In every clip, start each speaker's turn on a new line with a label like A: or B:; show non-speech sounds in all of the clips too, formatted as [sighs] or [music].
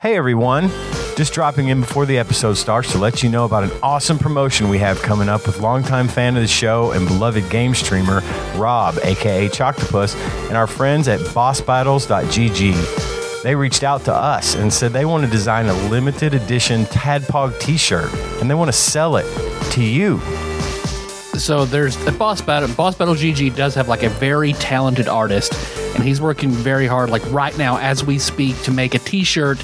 A: Hey everyone, just dropping in before the episode starts to let you know about an awesome promotion we have coming up with longtime fan of the show and beloved game streamer Rob, aka Choctopus, and our friends at bossbattles.gg. They reached out to us and said they want to design a limited edition Tadpog t shirt and they want to sell it to you.
B: So there's a boss battle. Boss battle GG does have like a very talented artist, and he's working very hard, like right now as we speak, to make a T-shirt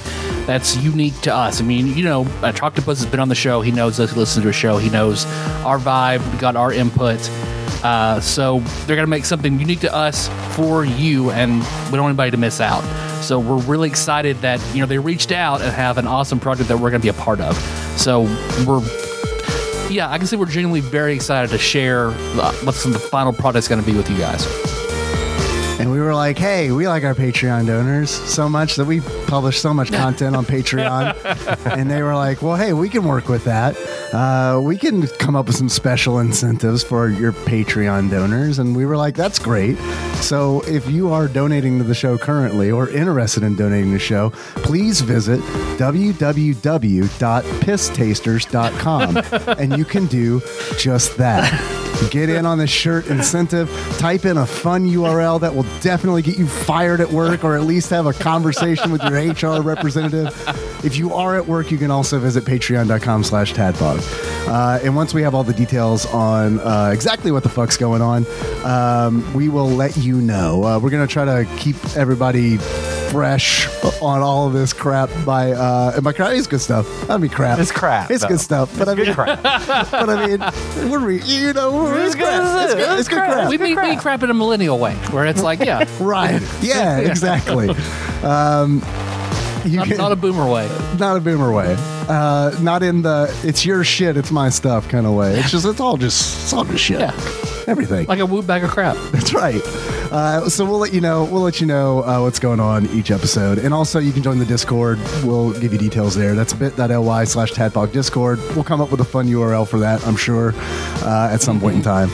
B: that's unique to us. I mean, you know, uh, Choctopus has been on the show. He knows us. He listens to a show. He knows our vibe. We got our input. Uh, so they're gonna make something unique to us for you, and we don't want anybody to miss out. So we're really excited that you know they reached out and have an awesome project that we're gonna be a part of. So we're yeah, I can say we're genuinely very excited to share uh, what's the final product's going to be with you guys.
C: And we were like, hey, we like our Patreon donors so much that we publish so much content on Patreon. and they were like, well, hey, we can work with that. Uh, we can come up with some special incentives for your Patreon donors. And we were like, that's great. So if you are donating to the show currently or interested in donating to the show, please visit www.pisstasters.com and you can do just that. Get in on the shirt incentive. Type in a fun URL that will definitely get you fired at work or at least have a conversation with your HR representative. If you are at work, you can also visit patreon.com slash tadpog. Uh, and once we have all the details on uh, exactly what the fuck's going on, um, we will let you know. Uh, we're going to try to keep everybody fresh on all of this crap by, uh, and by crap, it's good stuff. I mean, crap.
A: It's crap,
C: It's
A: though.
C: good stuff. But I mean,
A: Good crap.
C: but I mean, we're re- you know we're
A: It's
C: it's
A: good,
C: crap. It's
A: isn't it?
C: good, it's good crap.
B: We mean, we mean crap in a millennial way, where it's like,
C: [laughs]
B: yeah,
C: Right? [laughs] Yeah, exactly. Um, you
B: not,
C: can,
B: not a boomer way.
C: not a boomer way. Uh, not in the it's your shit, it's my stuff kind of way. It's just it's all just it's all just shit.
B: Yeah.
C: Everything.
B: Like a woo bag of crap.
C: [laughs] That's right. Uh, so we'll let you know. We'll let you know uh, what's going on each episode, and also you can join the Discord. We'll give you details there. That's bit.ly slash tadpog discord. We'll come up with a fun URL for that, I'm sure, uh, at some point in time.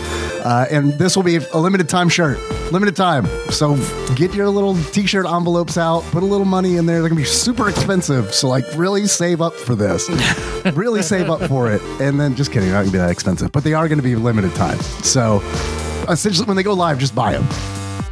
C: Uh, and this will be a limited time shirt, limited time. So get your little t-shirt envelopes out. Put a little money in there. They're gonna be super expensive. So like, really save up for this. really save up for it. And then just kidding, they're not gonna be that expensive, but they are gonna be limited time. So essentially when they go live, just buy them.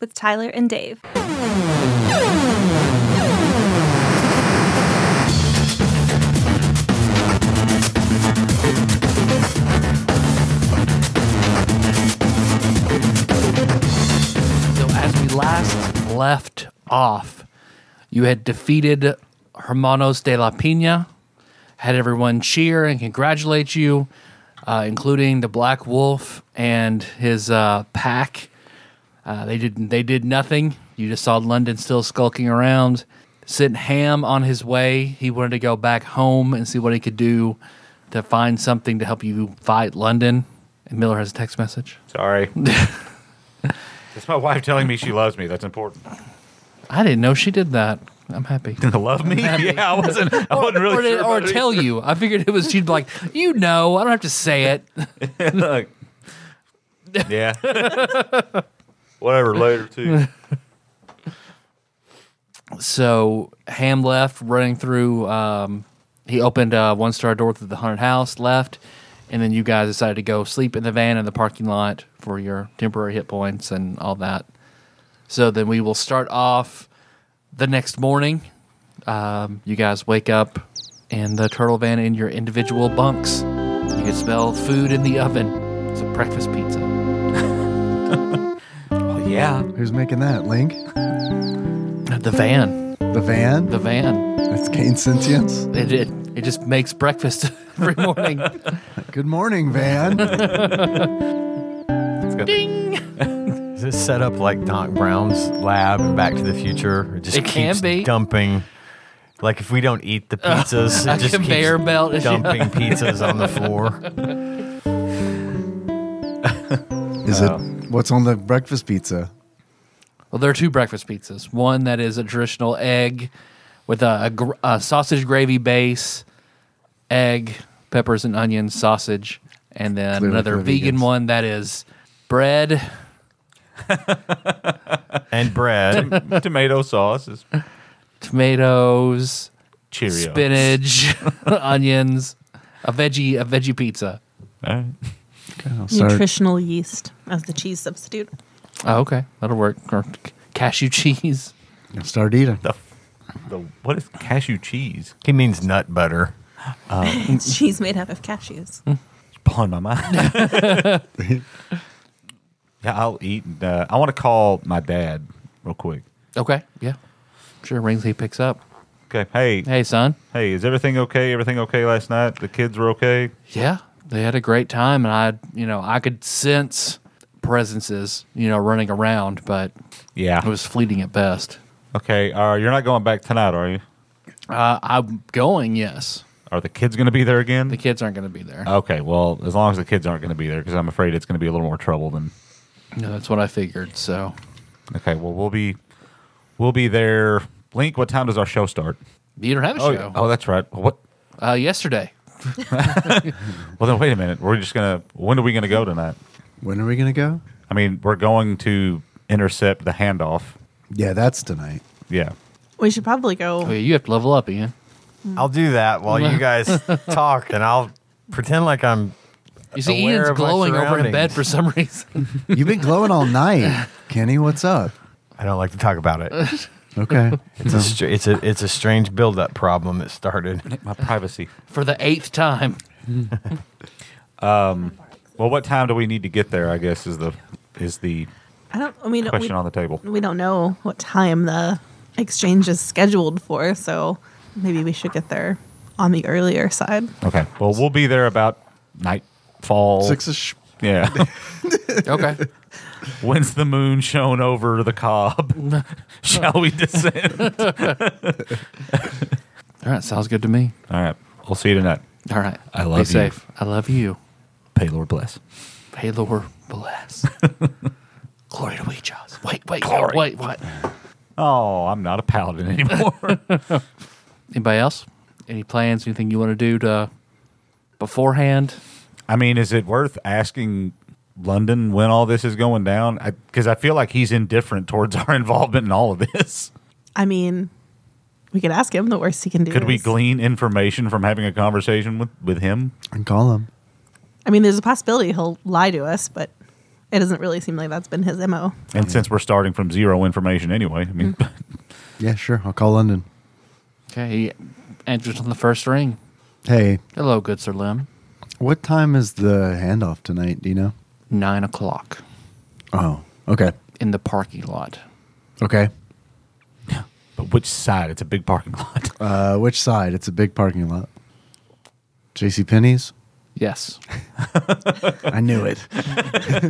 D: with Tyler and Dave.
B: So as we last left off, you had defeated Hermanos de la Pina, had everyone cheer and congratulate you, uh, including the Black Wolf and his uh, pack. Uh, they did they did nothing. You just saw London still skulking around. Sent Ham on his way. He wanted to go back home and see what he could do to find something to help you fight London. And Miller has a text message. [laughs]
E: Sorry. That's my wife telling me she loves me. That's
B: [laughs]
E: important.
B: I didn't know she did that. I'm happy.
E: Love me? [laughs] Yeah, I wasn't. I [laughs] wasn't really
B: or,
E: sure.
B: or
E: about it
B: tell you. I figured it was she'd be like, you know, I don't have to say it.
E: either. Like, [laughs] yeah.
B: [laughs]
E: Whatever. Later too.
B: So Ham left, running through. Um, he opened a one star door through the haunted house, left, and then you guys decided to go sleep in the van in the parking lot for your temporary hit points and all that. So then we will start off the next morning. Um, you guys wake up in the turtle van in your individual bunks. You can smell food in the oven. It's a breakfast pizza.
E: yeah.
C: Who's making that, Link?
B: The van.
C: The van?
B: The van.
C: That's Kane Sentience.
B: It it, it just makes breakfast [laughs] every morning.
C: Good morning, Van.
E: It's got
A: Is this set up like Doc Brown's lab and Back to the Future? It just
B: It can
A: keeps
B: be. Uh,
A: dumping Like if we don't eat the pizzas,
B: [laughs] A
A: it just
B: conveyor
A: keeps
B: belt [laughs] is-
A: dumping pizzas on the floor.
C: [laughs] Is it what's on the breakfast pizza?
B: Well, there are two breakfast pizzas. One that is a traditional egg with a, a gr- a sausage gravy base, egg, peppers and onions, sausage, and then
C: Clearly
B: another
C: for the
B: vegan
C: vegans.
B: one that is bread,
A: And bread.
E: Tomato sauce is
B: tomatoes,
E: Cheerio.
B: spinach, [laughs] onions, a veggie a veggie pizza.
E: All right.
C: Oh, Sorry.
F: Nutritional yeast as the cheese substitute.
B: Oh, okay, that'll work. Or c- cashew cheese.
C: Start eating.
E: The, the what is cashew cheese?
A: He means nut butter.
F: It's cheese made out of cashews.
E: It's blowing my mind. [laughs] yeah, I'll eat. and, Uh, I want to call my dad real quick.
B: Okay, yeah, sure. Rings he picks up.
E: Okay. Hey, hey,
B: Hey, son.
E: is everything okay? Everything okay last night? The kids were okay.
B: Yeah, they had a great time, and I, you know, I could sense presences, you know, running around, but
E: Yeah.
B: it was fleeting at best.
E: okay. Uh, you're not going back tonight, are you?
B: Uh, I'm going. Yes,
E: Are the kids going to be there again?
B: the kids aren't going to be there.
E: okay. Well, as long as the kids aren't going to be there, because I'm afraid it's going to be a little more trouble than.
B: No, that's what I figured. So
E: Okay. Well, we'll be, we'll be there. Link, what time does our show start?
B: you don't have a
E: Oh,
B: show.
E: oh, that's right. Well, What?
B: Uh, yesterday,
E: Well, then wait a minute. We're just gonna. When are we gonna go tonight?
C: When are we gonna go?
E: I mean, we're going to intercept the handoff.
C: Yeah, that's tonight.
E: Yeah.
F: We should probably go.
B: oh, yeah, you have to level up, Ian.
A: I'll do that while you guys
B: [laughs]
A: talk, and I'll pretend like I'm.
B: You see,
A: Aware
B: Ian's
A: of my
B: glowing over in bed
A: surroundings.
B: for some [laughs] reason.
C: You've been glowing all [laughs] night, Kenny. What's up?
A: I don't like to talk about it.
C: Okay.
A: It's a str- it's a it's a strange buildup problem that started.
E: My privacy.
B: for the eighth time,
E: [laughs] Well, what time do we need to get there? I guess is the is the
F: I don't. I mean, we,
E: question on the table.
F: we don't know what time the exchange is scheduled for, so maybe we should get there on the earlier side.
E: Okay. Well, we'll be there about nightfall.
C: Six-ish.
E: Yeah. [laughs]
B: okay.
E: When's the moon shown over the [laughs] cob? Shall we [laughs] descend?
B: All right, sounds good to me.
E: All right. We'll see you tonight.
B: All right,
E: I love you.
B: Be safe. I love you.
E: Paylor bless.
B: Hey, Lord,
E: [laughs]
B: bless. Glory to we, Jaws. Wait, wait,
E: Glory.
B: wait, what?
E: Oh, I'm not a paladin anymore. [laughs]
B: Anybody else? Any plans? Anything you want to do to beforehand?
E: I mean, is it worth asking London when all this is going down? Because I, feel like he's indifferent towards our [laughs] involvement in all of this.
F: I mean, we could ask him. The worst he can do.
E: Could we
F: is-
E: glean information from having a conversation with, with him?
C: And call him.
F: I mean, there's a possibility he'll lie to us, but it doesn't really seem like that's been his mo.
E: And since we're starting from zero information anyway, I mean,
C: Yeah, sure. I'll call London.
B: Okay, he enters on the first ring.
C: Hey,
B: Hello, good Sir Lim.
C: what time is the handoff tonight? Do you know?
B: Nine o'clock
C: Oh, okay.
B: in the parking lot.
C: Okay.
E: [laughs] but which side? It's a big parking lot. [laughs]
C: Uh, which side? It's a big parking lot. J.C. Penney's.
B: [laughs] Yes.
C: I knew it.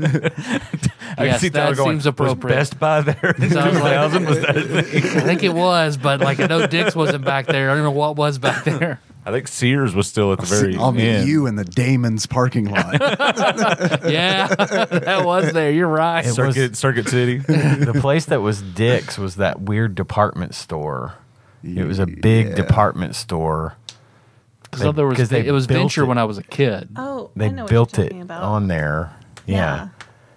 E: I
B: Yes,
E: can see Tyler
B: that
E: going,
B: seems
E: "Was
B: appropriate."
E: [laughs] Best Buy there in
B: Sounds like-
E: 2000 [laughs] was
B: [laughs]
E: that? a thing?"
B: I think it was, but like I know Dix wasn't back there. I don't know what was back there.
E: I think Sears was still at the very
C: I'll meet
E: end.
C: you in the Damon's parking lot.
B: Yeah, [laughs] that was there. You're right.
A: It was-
E: Circuit, Circuit [laughs] City.
A: the place that was Dick's was that weird department store. It was a big
C: Yeah.
A: department store.
B: Because there was,
A: 'cause they
B: it was
A: built
B: Venture
A: it.
B: when I was a kid.
F: Oh,
A: They built it on there. Yeah.
F: Yeah.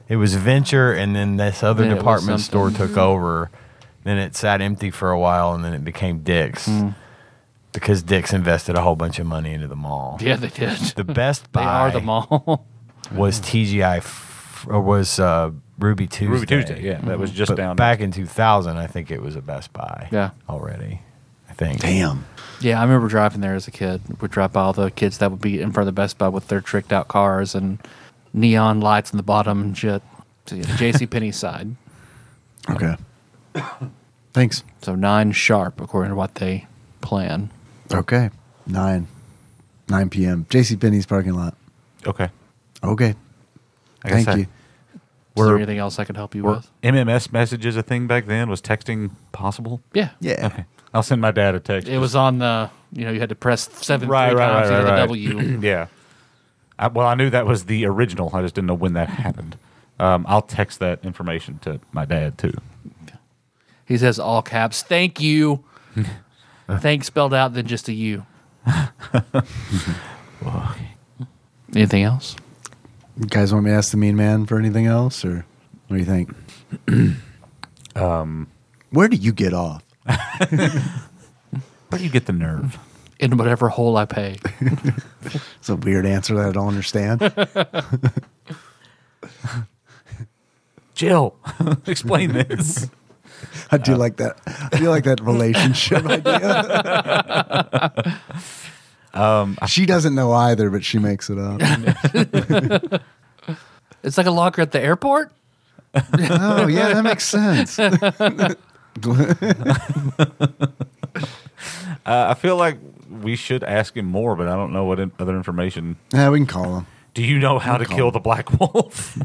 A: It was Venture, and then this other
B: Then it was
A: department store
B: something.
A: took over. Then it sat empty for a while, and then it became Dick's
B: Hmm.
A: because Dick's invested a whole bunch of money into the mall.
B: Yeah, they did.
A: The Best
B: [laughs] they
A: Buy
B: are the mall.
A: was TGI f- or was uh, Ruby Tuesday.
E: Ruby Tuesday. Yeah, that was just
A: But
E: down
A: back in 2000, I think it was a Best Buy.
B: Yeah.
A: Already, I think.
C: Damn.
B: Yeah, I remember driving there as a kid. We'd drive by all the kids that would be in front of the Best Buy with their tricked out cars and neon lights in the bottom and shit. So yeah, the
E: [laughs]
B: JC Penney side.
C: [laughs] Okay. Thanks.
B: So nine sharp according to what they plan.
C: Okay. Nine. 9 p.m. J.C. Penney's parking lot.
E: Okay.
C: Okay.
E: Like I
C: Thank
E: said,
C: you.
B: Is there
E: We're-
B: anything else I could help you
E: Were
B: with?
E: MMS messages a thing back then? Was texting possible?
B: Yeah.
C: Yeah.
E: Okay. I'll send my dad a text.
B: It was on the you know you had to press seven
E: right,
B: three
E: right,
B: times
E: right,
B: to
E: right,
B: get
E: right.
B: the W.
E: [clears throat] yeah. I, well, I knew that was the original. I just didn't know when that happened. Um, I'll text that information to my dad too.
B: He says all caps. Thank
E: [laughs]
B: you. Thanks spelled out than just a U. Anything else?
C: You guys want me to ask the mean man for anything else, or what do you
E: [clears throat]
C: think? um,
E: Um,
C: where do you get off?
E: Where do you get the nerve?
B: In whatever hole I pay.
C: It's a weird answer that I don't understand.
E: Jill, [laughs] explain this.
C: I do like that. I do like that relationship idea. she doesn't know either, but she makes it up.
B: It's like a locker at the airport.
C: oh yeah, that makes sense.
E: [laughs] Uh, I feel like we should ask him more, but I don't know what in- other information.
C: yeah, we can call him.
E: Do you know how to kill the black wolf?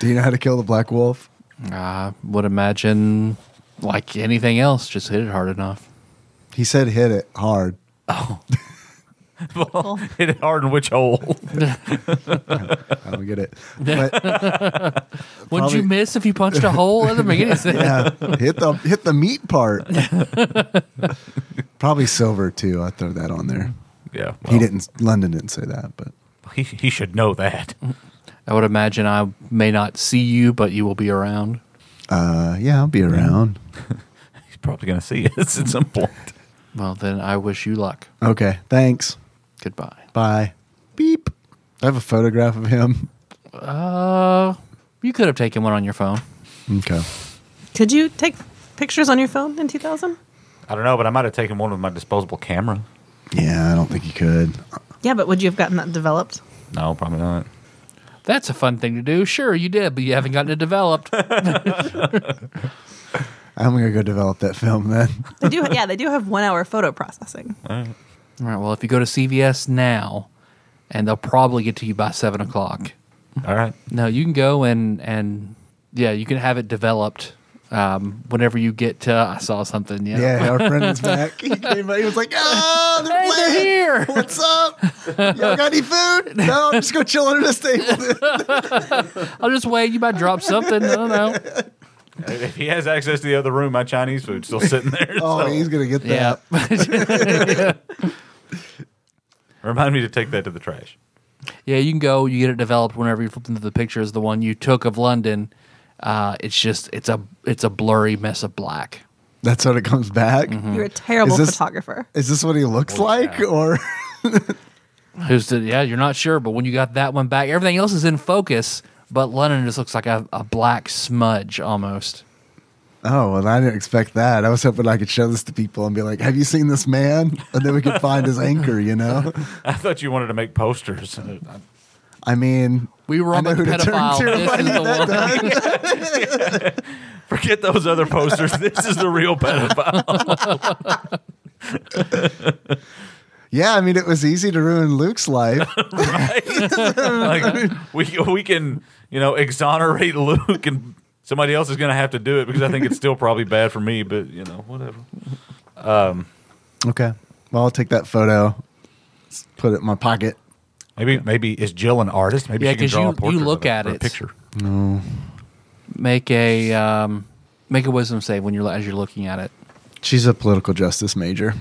C: Do you know how to kill the black wolf?
B: I would imagine, like anything else, just hit it hard enough.
C: He said, "Hit it hard."
E: Hit it hard [laughs] in which hole? [laughs]
C: I don't get it. But
B: Wouldn't
C: Probably-
B: you miss if you punched
C: [laughs]
B: a hole? That doesn't make any sense.
C: yeah, hit the hit the meat part. Probably silver too. I throw that on there.
E: Yeah,
C: he
E: well,
C: didn't. London didn't say that, but
E: He, he should know that.
B: I would imagine I may not see you, but you will be around.
C: uh, yeah, I'll be around.
E: He's probably going to see [laughs] us at some point.
B: Well, then I wish you luck.
C: Okay, thanks.
B: Goodbye.
C: Bye. Beep. I have a photograph of him.
B: Uh, you could have taken one on your phone.
C: Okay.
F: Could you take pictures on your phone in 2000?
E: I don't know, but I might have taken one with my disposable camera.
C: Yeah, I don't think he could.
F: Yeah, but would you have gotten that developed?
E: No, probably not.
B: That's a fun thing to do. Sure, you did, but you haven't gotten it [laughs] developed.
C: I'm gonna go develop that film then.
F: They do. yeah, they do have one hour photo processing.
B: All right. Well, if you go to CVS now, and they'll probably get to you by seven o'clock.
E: All right.
B: No, you can go and and yeah, you can have it developed um, whenever you get to. I saw something. Yeah.
C: Yeah, our friend is
B: [laughs]
C: back. He came back. He was like, "Ah, they're
B: Hey, they're
C: playing.
B: here.
C: What's up? Y'all got
B: [laughs]
C: any food? No, I'm just go chill under this table. [laughs]
B: I'll just wait. You might drop something. I don't
C: [laughs]
B: know.
E: If he has access to the other room, my Chinese
C: [laughs]
E: food's still sitting there.
C: oh,
E: so-
C: he's gonna get that.
B: Yeah.
E: Remind me to take that to the trash.
B: yeah. You can go. You get it developed whenever you flip into the pictures. The one you took of London. Uh, it's just it's a it's a blurry mess of black.
C: That's what it comes back.
B: Mm-hmm.
F: You're a terrible
C: Uh-huh. Is this-
F: photographer.
C: Is this what he looks like, or [laughs]
B: Who's the, yeah? You're not sure, but when you got that one back, everything else is in focus. But London just looks like a, a black smudge almost.
C: oh, well, I didn't expect that. I was hoping I could show this to people and be like, "Have you seen this man?" And then we could find his anchor. You
B: [laughs]
C: know,
E: I thought you wanted to make posters. [laughs]
C: I mean,
B: We were
C: I
B: on the
C: know who to turn
B: pedophile.
C: to if
B: This
C: I
B: is
C: need
B: the
C: that
B: one.
C: done.
E: Forget those other posters. [laughs] this is the real pedophile.
C: Yeah, I mean, it was easy to ruin Luke's life.
E: [laughs] Like, we we can you know exonerate Luke, and somebody else is going to have to do it because I think it's still probably bad for me. But you know whatever.
C: okay, well, I'll take that photo, Let's put it in my pocket.
E: Maybe maybe is Jill an artist? Maybe
B: Yeah,
E: she can
B: 'cause
E: draw
B: you-
E: a
B: you
E: portrait.
B: look
E: of it,
B: at
E: or a
B: it.
E: picture.
B: Make a um, make a wisdom save when you're as you're looking at it.
C: She's a political justice major.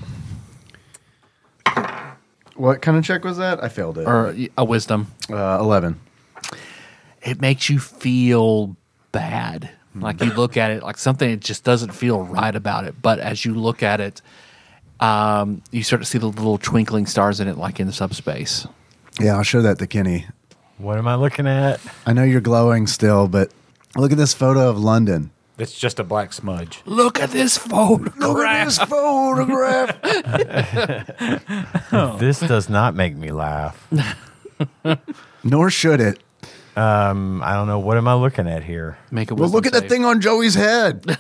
C: What kind of check was that? I failed it.
B: or a wisdom.
C: Er, uh, Eleven.
B: It makes you feel bad.
C: Hmm.
B: Like you look at it, like something it just doesn't feel right about it. But as you look at it, um, you start to see the little twinkling stars in it, like in subspace.
C: Yeah, I'll show that to Kenny.
A: What am I looking at?
C: I know you're glowing still, but look at this photo of London.
E: It's just a black smudge.
B: Look at this photograph.
C: this photograph.
B: Oh.
A: This does not make me
B: [laughs]
A: laugh.
C: [laughs] Nor should it.
A: Um, I don't know. What am I looking at here?
B: Make a
C: Well,
B: wisdom
C: look at that
B: save.
C: thing on Joey's head.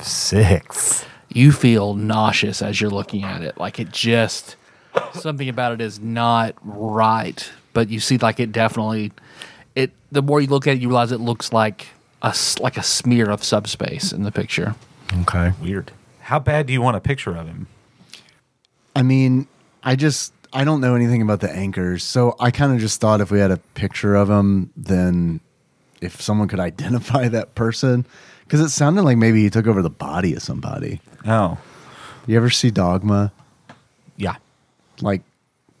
A: Six.
B: You feel nauseous as you're looking at it. Like it just something about it is not right. But you see, like it definitely it the more you look at it, you realize it looks like a s- like a smear of subspace in the picture.
A: Okay.
E: Weird. How bad do you want a picture of him?
C: I mean, I just I don't know anything about the anchors, so I kind of just thought if we had a picture of him, then if someone could [laughs] identify that person, because it sounded like maybe he took over the body of somebody.
E: Oh,
C: You ever see Dogma?
E: yeah.
C: Like,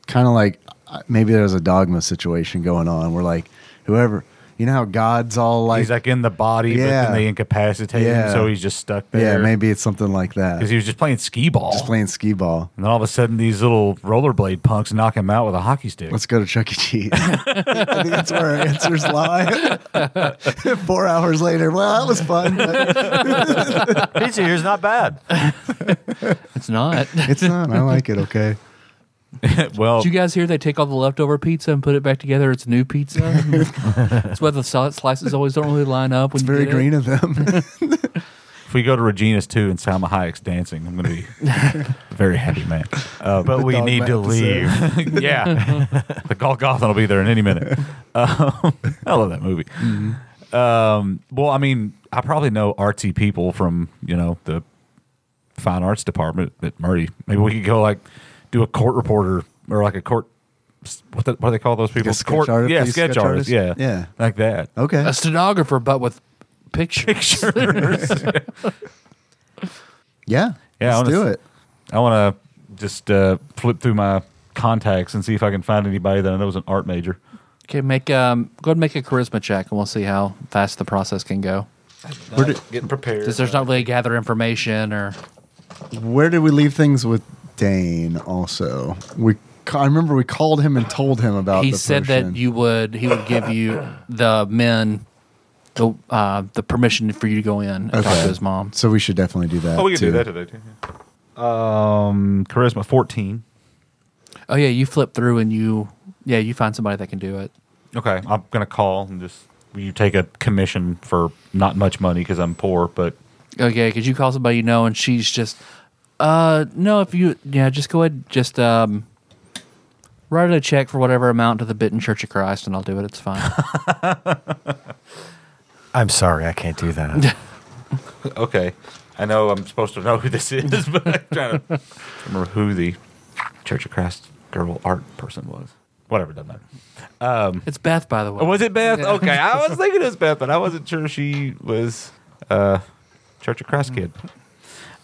C: kind of like uh, maybe there's a Dogma situation going on where like whoever you know how God's all like,
E: He's like in the body, but
C: Yeah.
E: then they incapacitate him,
C: Yeah.
E: so he's just stuck there.
C: yeah, maybe it's something like that.
E: because he was just playing skee ball.
C: Just playing skee ball.
E: and then all of a sudden, these little rollerblade punks knock him out with a hockey stick.
C: Let's go to Chuck E.
B: [laughs]
C: Cheese. I think that's where our answers lie. [laughs] Four hours later, well, that was fun. But
A: Pizza here's not [laughs] bad.
B: It's [laughs] not.
C: it's not. I like it. Okay.
E: [laughs] well,
B: Did you guys hear they take all the leftover pizza and put it back together? It's new pizza. That's why the solid slices always don't really line up. When
C: It's
B: you
C: very
B: get it.
C: green of them. [laughs]
E: if we go to Regina's too and Salma Hayek's dancing, I'm going to be a very happy man. Um,
A: But we
C: dog
A: need to
C: episode.
A: leave.
E: yeah, the Golgotha will be there in any minute. Um, I love that movie. Um, well, I mean, I probably know artsy people from you know the fine arts department at Murray. Maybe we could go like do a court reporter or like a court. What, the, what do they call those people?
C: sketch
E: court,
C: artist,
E: yeah,
C: these
E: sketch,
C: sketch
E: artists,
C: artists?
E: yeah,
C: Yeah.
E: like that.
C: Okay.
B: A stenographer, but with
C: [laughs]
B: pictures.
E: [laughs] Pictures.
C: Yeah.
E: Yeah,
C: Let's do
E: honest-
C: it.
E: I want to just uh, flip through my contacts and see if I can find anybody that I know is an art major.
B: Okay, make um, go ahead and make a charisma check, and we'll see how fast the process can go.
E: Getting prepared.
B: Since there's not really gather information or
C: Where did we leave things with Dane? Also, we. ca- I remember we called him and told him about.
B: he
C: the
B: said
C: person.
B: that you would he would give you the men the uh, the permission for you to go in and talk
C: Okay.
B: to his mom.
C: So we should definitely do that.
E: Oh, we can
C: too.
E: do that today. Too. yeah. Um, charisma fourteen.
B: Oh yeah, you flip through and you yeah you find somebody that can do it.
E: Okay, I'm gonna call and just will you take a commission for not much money because I'm poor, but
B: Okay, because you call somebody you know and she's just uh no if you yeah just go ahead just um write a check for whatever amount to the Bitten Church of Christ and I'll do it. It's fine.
A: [laughs]
C: [laughs]
A: I'm sorry, I can't do [laughs] that.
E: [laughs] okay. I know I'm supposed to know who this is, [laughs] but I'm trying to [laughs] remember who the Church of Christ girl art person was. Whatever, doesn't matter.
B: it's Beth by the way.
E: Oh, was it Beth?
B: Yeah.
E: Okay, I was thinking it was Beth, but I wasn't sure she was uh, Church of Christ kid.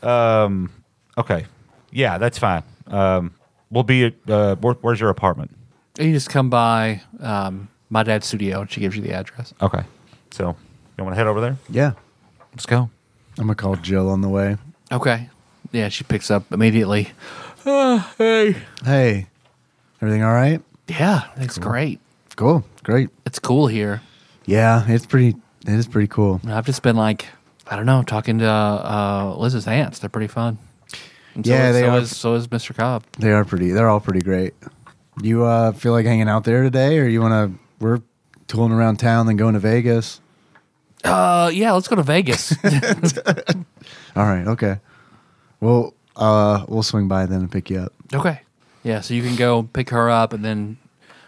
E: Um, okay, yeah, that's fine. Um, we'll be at uh, where, where's your apartment?
B: You just come by um, my dad's studio and she gives you the address.
E: Okay, so you want to head over there?
C: Yeah.
E: Let's go.
C: I'm gonna call Jill on the way.
B: Okay. Yeah, she picks up immediately. "Ah, hey.
C: Hey, everything all right?
B: Yeah, that's great.
C: Cool. Great.
B: It's cool here.
C: Yeah, it's pretty. It is pretty cool.
B: I've just been like, I don't know, talking to uh, Liz's aunts. They're pretty fun. And so
C: Yeah,
B: is-
C: they
B: so
C: are.
B: Is, so is Mr. Cobb.
C: They are pretty. They're all pretty great. You uh, feel like hanging out there today, or you want to? We're tooling around town, then going to Vegas.
B: Uh, yeah, let's go to
C: [laughs]
B: Vegas. [laughs]
C: All right. Okay. Well, uh, we'll swing by then and pick you up.
B: okay. Yeah, so you can go pick her up and then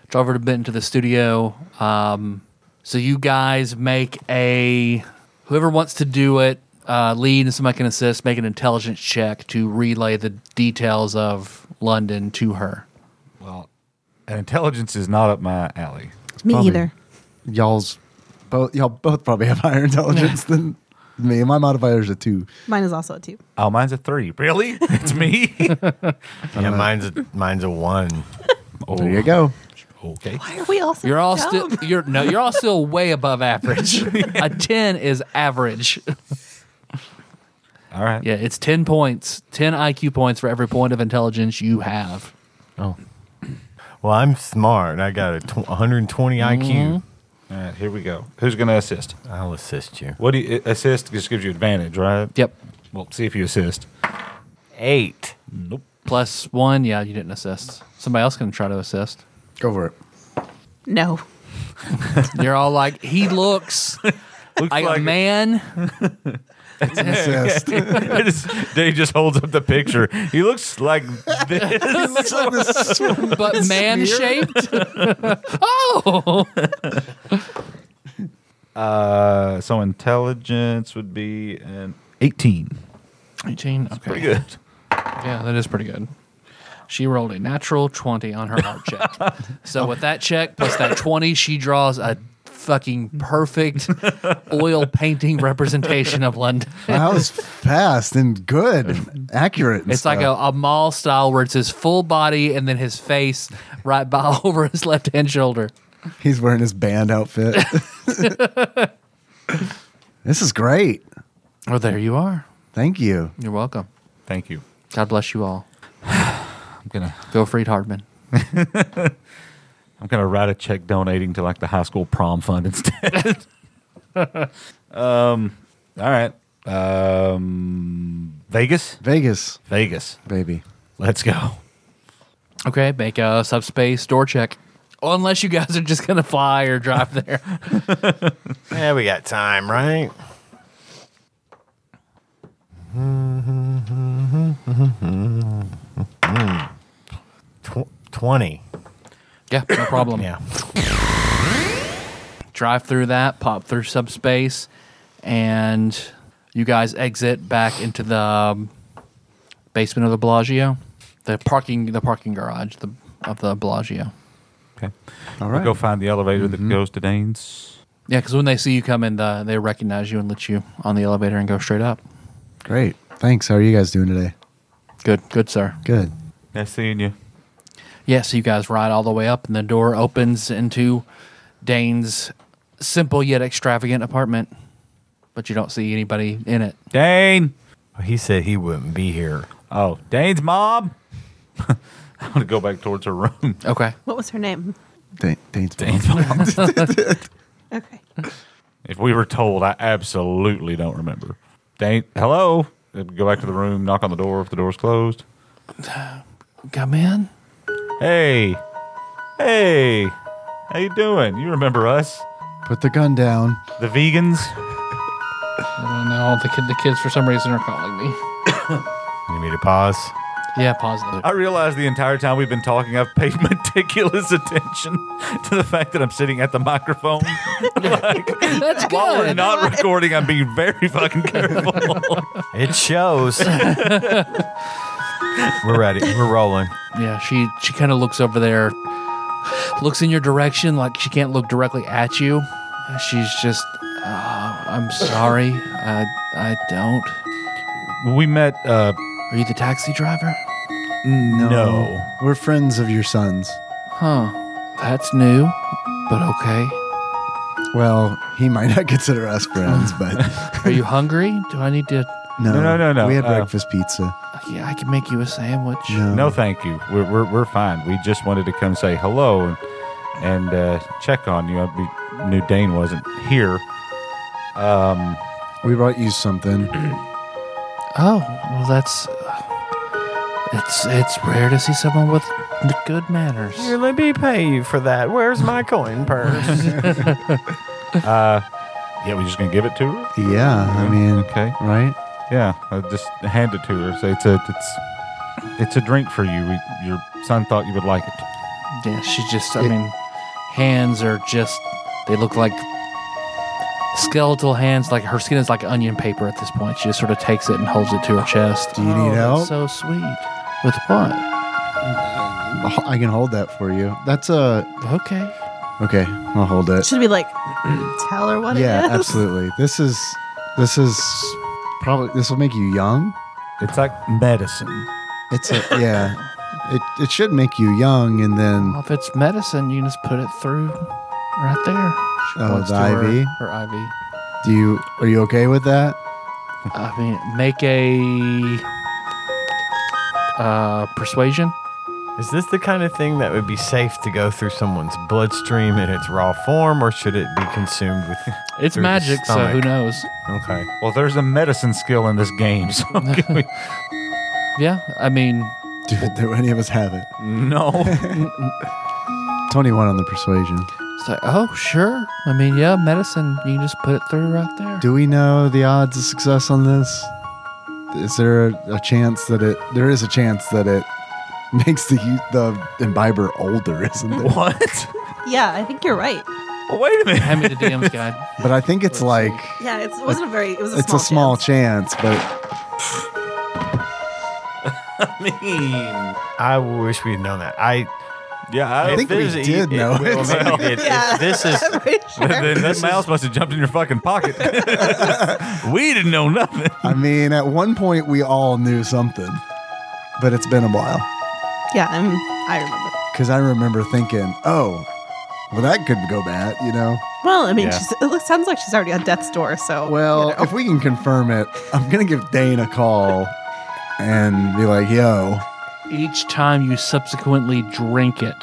B: drive her to Benton to the studio. Um, so you guys make a whoever wants to do it uh, lead and somebody can assist make an intelligence check to relay the details of London to her.
E: Well, and intelligence is not up my alley.
F: Me
C: Probably.
F: either.
C: Y'all's both. Y'all both probably have higher [laughs] intelligence than me. My modifier's a two.
F: Mine is also a two.
E: Oh, mine's a three. Really? [laughs] It's me.
A: yeah, mine's a, mine's a one.
B: Oh.
C: There you go.
E: okay.
F: Why are we all so
B: You're all
F: dumb?
B: still you're no you're all still way above [laughs] average. A ten is average.
E: All right.
B: Yeah, it's ten points, ten IQ points for every point of intelligence you have.
A: Oh. Well, I'm smart. I got a tw- 120 IQ.
E: All right. Here we go. Who's gonna assist?
A: I'll assist you.
E: What do you assist? Just gives you advantage, right?
B: Yep.
E: Well, see if you assist.
A: Eight.
E: Nope.
B: Plus one, yeah, you didn't assist. Somebody else can try to assist.
C: Go for it.
F: No.
B: You're all like, he looks [laughs]
E: Looks
B: like a man.
C: Assist.
E: [laughs] It is- Dave just holds up the picture. He looks like this.
B: [laughs] but man shaped. oh,
E: [laughs] Uh, so intelligence would be an 18.
B: 18. Okay.
E: Pretty good.
B: Yeah, that is pretty good. She rolled a natural 20 on her art check. [laughs] So with that check plus that 20, she draws a fucking perfect oil painting representation of London.
C: That was fast and good, and accurate. and
B: It's like a,
C: stuff.
B: a mall style where it's his full body and then his face right by [laughs] over his left hand shoulder.
C: he's wearing his
B: [laughs]
C: band outfit. [laughs] this is great.
B: Well, there you are.
C: Thank you.
B: You're welcome.
E: Thank you.
B: God bless you all.
E: I'm gonna
B: Go Fried Hardman.
E: I'm gonna write a check donating to like the high school prom fund instead. [laughs] um, all right. Um, Vegas,
C: Vegas,
E: Vegas.
C: baby.
E: Let's go.
B: Okay, make a subspace door check. Unless you guys are just going to fly or drive there.
A: Yeah, we got time, right? [laughs] Tw- Twenty.
B: yeah, no problem.
A: Yeah.
B: drive through that, pop through subspace, and you guys exit back into the um, basement of the Bellagio, the parking the parking garage the, of the Bellagio.
E: Okay. Mm-hmm.
C: All
E: We'll
C: right.
E: Go find the elevator that goes to Dane's.
B: Yeah, because when they see you come in, the, they recognize you and let you on the elevator and go straight up.
C: Great. Thanks. How are you guys doing today?
B: Good, good, sir.
C: Good.
E: Nice seeing you.
B: Yeah, so you guys ride all the way up, and the door opens into Dane's simple yet extravagant apartment, but you don't see anybody in it.
E: Dane.
A: He said he wouldn't be here.
E: Oh, Dane's mom. [laughs] I'm gonna go back towards her room.
B: Okay.
F: What was her name?
C: Dan- Dane's
E: Dane's mom.
F: Okay.
E: if we were told, I absolutely don't remember. Dane, hello. Go back to the room. Knock on the door if the door's closed.
B: Come in.
E: Hey, hey, how you doing? You remember us,
C: Put the gun down.
E: the vegans?
B: Oh, no, the, kid, the kids for some reason are calling me.
A: You need to pause.
B: Yeah, positive.
E: I realize the entire time we've been talking, I've paid [laughs] meticulous attention to the fact that I'm sitting at the [laughs] microphone.
B: That's
E: While we're
B: good.
E: not recording, I'm being very fucking careful.
A: It shows. We're ready. We're rolling.
B: Yeah, she she kind of looks over there, looks in your direction like she can't look directly at you. She's just, uh, I'm sorry, I I don't.
E: [laughs] we met. Uh,
B: Are you the taxi driver?
C: No.
E: No.
C: We're friends of your son's.
B: Huh? That's new, but okay.
C: Well, he might not [laughs] consider us friends,
E: [laughs]
C: but
B: Are you hungry? Do I need to?
C: no.
E: No, no, no, no.
C: We had
E: Uh,
C: breakfast pizza.
B: Yeah, I can make you a sandwich.
C: No.
E: no, thank you. We're, we're we're fine. We just wanted to come say hello and and uh, check on you. We knew Dane wasn't here.
C: We brought you something.
B: Oh, well, that's. It's it's rare to see someone with good manners.
A: let me pay you for that. Where's my coin purse?
E: Yeah, we're just gonna give it to her.
C: yeah, I mean,
E: Mm-hmm. Okay.
C: right?
E: Yeah, I just hand it to her. Say it's a it's it's a drink for you. We, your son thought you would like it.
B: Yeah, she just, I mean, hands are just, they look like skeletal hands. Like her skin is like onion paper at this point. She just sort of takes it and holds it to her chest.
C: Do you
B: Oh,
C: need
B: that's
C: help?
B: So sweet. With what?
C: I can hold that for you. That's a.
B: Okay.
C: Okay, I'll hold it.
F: Should we like tell her what
C: yeah,
F: it is?
C: absolutely. This is. This is probably. This will make you young.
E: It's like medicine.
C: It's a. Yeah. It, it should make you young, and then
B: Well, if it's medicine, you can just put it through right there. She
C: Oh,
B: points
C: the
B: to her-
C: IV?
B: Her, IV.
C: do you are you okay with that?
B: I mean, make a uh, persuasion.
A: Is this the kind of thing that would be safe to go through someone's bloodstream in its raw form, or should it be consumed with? [laughs]
B: It's
A: through the
B: magic, so who
A: stomach?
B: knows?
A: Okay.
E: Well, there's a medicine skill in this game. So [laughs] can we-
B: Yeah, I mean,
C: Do, do any of us have it?
E: no,
C: Twenty-one on the persuasion.
B: It's like, oh, sure. I mean, yeah, medicine. You can just put it through right there.
C: Do we know the odds of success on this? Is there a, chance that it? There is a chance that it makes the u- the imbiber older, [laughs] isn't there?
E: what?
F: Yeah, I think you're right.
E: wait a
B: [laughs]
E: minute.
B: Hand me the DM's guide.
C: But I think it's like
F: Yeah, it's, it wasn't a very. It was a
C: it's a
F: small.
C: small
F: chance.
C: chance, but
A: I wish we had known that. I,
E: Yeah, I,
C: I think we
A: there's a-
C: did know
A: well,
C: it.
A: maybe we did. If
F: [laughs] Yeah.
A: this is
F: I'm pretty sure.
E: then that mouse must have jumped in your fucking pocket. [laughs] we didn't know nothing.
C: I mean, at one point we all knew something, but it's been a while.
F: yeah, I'm, I remember.
C: Because I remember thinking, oh, well, that could go bad, you know?
F: Well, I mean,
E: Yeah.
F: she's, it looks, sounds like she's already on death's door. So
C: Well, if we can confirm it, I'm going to give Dane a call and be like, yo,
B: Each time you subsequently drink it.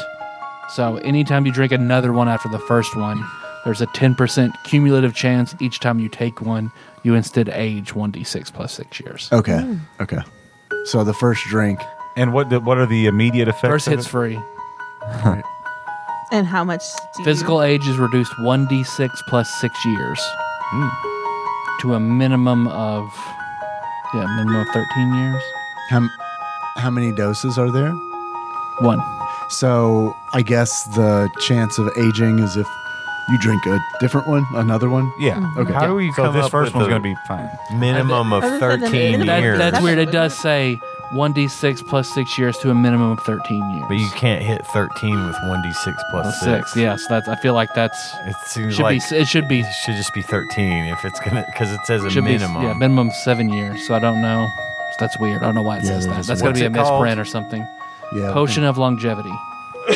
B: So anytime you drink another one after the first one, there's a 10% cumulative chance each time you take one, you instead age 1d6 plus six years.
C: okay,
F: Hmm.
C: okay. So the first drink,
E: And what the, what are the immediate effects?
B: First
E: of
B: hit's
E: it?
B: free.
F: and how much do you-
B: Physical age is reduced 1d6 plus six years to a minimum of, yeah, minimum of 13 years.
C: how, m- how many doses are there?
B: One.
C: So I guess the chance of aging is if you drink a different one, another one.
E: Yeah.
C: Okay.
A: how do we
E: So
A: come
E: this
A: up
E: first
A: with
E: one's
A: the
E: going to be fine.
A: minimum of
F: Other than the
A: 13
F: minimum.
B: That,
A: years?
B: that's
F: That's
B: weird. It
F: what-
B: does say 1d6 plus six years to a minimum of 13 years.
A: but you can't hit 13 with 1d6 plus
B: Plus
A: 6.
B: six. Yeah, so that's. I feel like that's
A: It seems
B: should
A: like
B: be. It should be.
A: it should just be 13 if it's going to, because it says a
B: Should
A: minimum.
B: be. Yeah, minimum seven years. So I don't know. That's weird. I don't know why it
C: Yeah,
B: says
C: that
B: that.
C: is
B: That's gonna
A: weird.
B: be a
A: What's it
B: misprint
A: called?
B: or something.
C: Yeah.
B: Potion of longevity.
E: You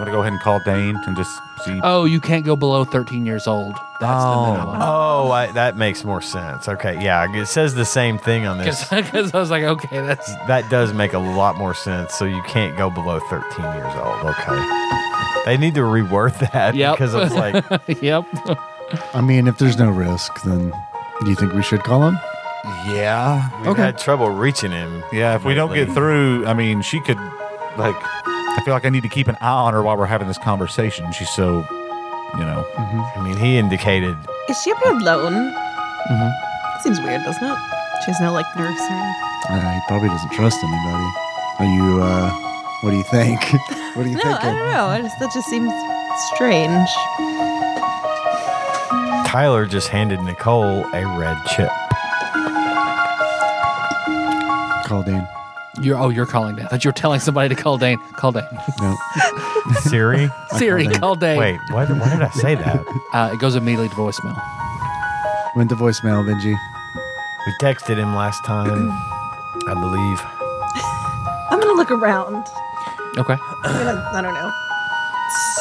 E: want to go ahead and call Dane and just see?
B: Oh, you can't go below 13 years old. That's the minimum.
A: Oh, I, that makes more sense. Okay, yeah, it says the same thing on
B: [laughs]
A: this.
B: Because I was like, okay,
A: [laughs]
B: that's
A: That does make a lot more sense. So you can't go below 13 years old. Okay. They need to reword that
B: Yep.
A: because it's like,
B: yep.
C: I mean, if there's no risk, then do you think we should call him?
E: yeah.
A: we've
C: Okay.
A: had trouble reaching him.
E: Yeah, if we don't get
A: lately.
E: through, I mean, she could, like, I feel like I need to keep an eye on her while we're having this conversation. She's so, you know,
A: I mean, he indicated
F: is she up here alone? Mm-hmm. Seems weird, doesn't it? She has no like nurse or anything.
C: Uh, he probably doesn't trust anybody. Are you? Uh, what do you think? [laughs] what do you
F: No,
C: think?
F: I don't know. I just that just seems strange.
A: Tyler just handed Nicole a red chip.
C: Call Dane.
B: You're. Oh, you're calling that. That you're telling somebody to call Dane. Call Dane.
C: No.
E: [laughs]
A: Siri?
B: Siri,
C: Dane.
B: call Dane.
A: Wait, why, did- why did I say that?
B: Uh, it goes immediately to voicemail.
C: Went to voicemail, Benji.
A: We texted him last time, I believe.
F: I'm gonna look around.
B: Okay.
F: I'm gonna, I don't know.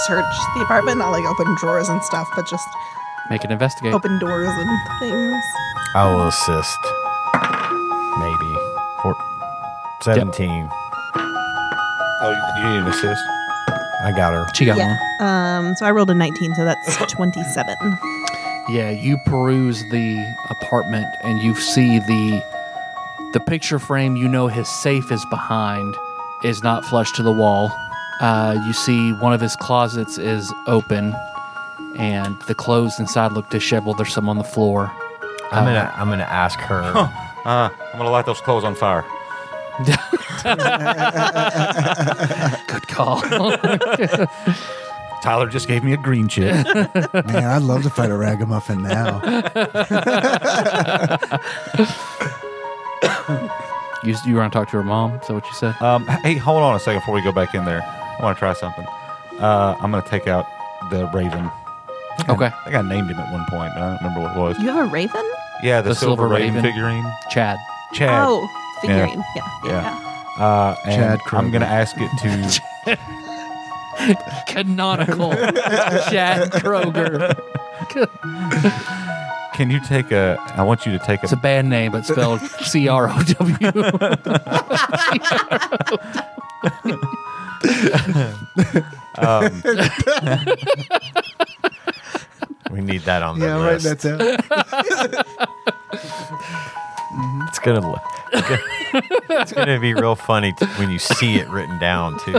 F: Search the apartment, not like open drawers and stuff, but just
B: Make an investigate.
F: open doors and things.
A: I will assist. Maybe. Four, 17.
E: oh, you need an assist.
A: I got her.
B: She got one.
F: yeah. Um. So I rolled a 19,
C: [laughs]
F: so that's 27.
B: Yeah, you peruse the apartment and you see the the picture frame. You know his safe is behind, is not flush to the wall. Uh, you see one of his closets is open, and the clothes inside look disheveled. There's some on the floor.
A: I'm gonna I'm gonna ask her.
E: Uh, I'm going to light those clothes on fire.
B: Good call.
E: Tyler just gave me a green [laughs] chip.
C: Man, I'd love to fight a ragamuffin now.
B: [laughs] you you want to talk to her mom? Is that what you said?
E: um, hey, hold on a second before we go back in there. I want to try something. Uh, I'm going to take out the raven.
B: Okay.
E: I think I named him at one point, but I don't remember what it was.
F: You have a raven?
E: Yeah, the,
B: The
E: silver,
B: silver
E: raven,
B: raven.
E: figurine.
B: Chad.
E: Chad.
F: Oh, figurine. Yeah. Yeah.
E: Yeah.
F: yeah.
E: Uh, and
C: Chad
E: I'm
C: Kroger.
E: going to ask it to.
B: Canonical. [laughs] Chad Kroger. [laughs]
E: Can you take a? I want you to take
B: It's a bad name, but spelled C R O W.
A: We need that on the
C: yeah, right.
A: list.
C: That's it.
A: It's gonna look. It's gonna be real funny t- when you see it written down too.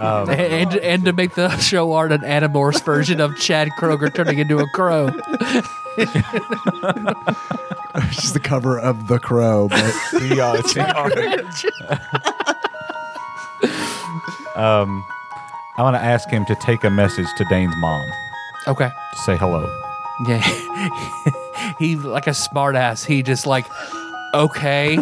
B: and, and to make the show art an Animorphs version of Chad Kroger turning into a crow.
C: It's [laughs] just the cover of The Crow. But
E: [laughs] [laughs] um, I want to ask him to take a message to Dane's mom.
B: Okay.
E: To say [laughs] hello.
B: Yeah. he like a smartass. He just like okay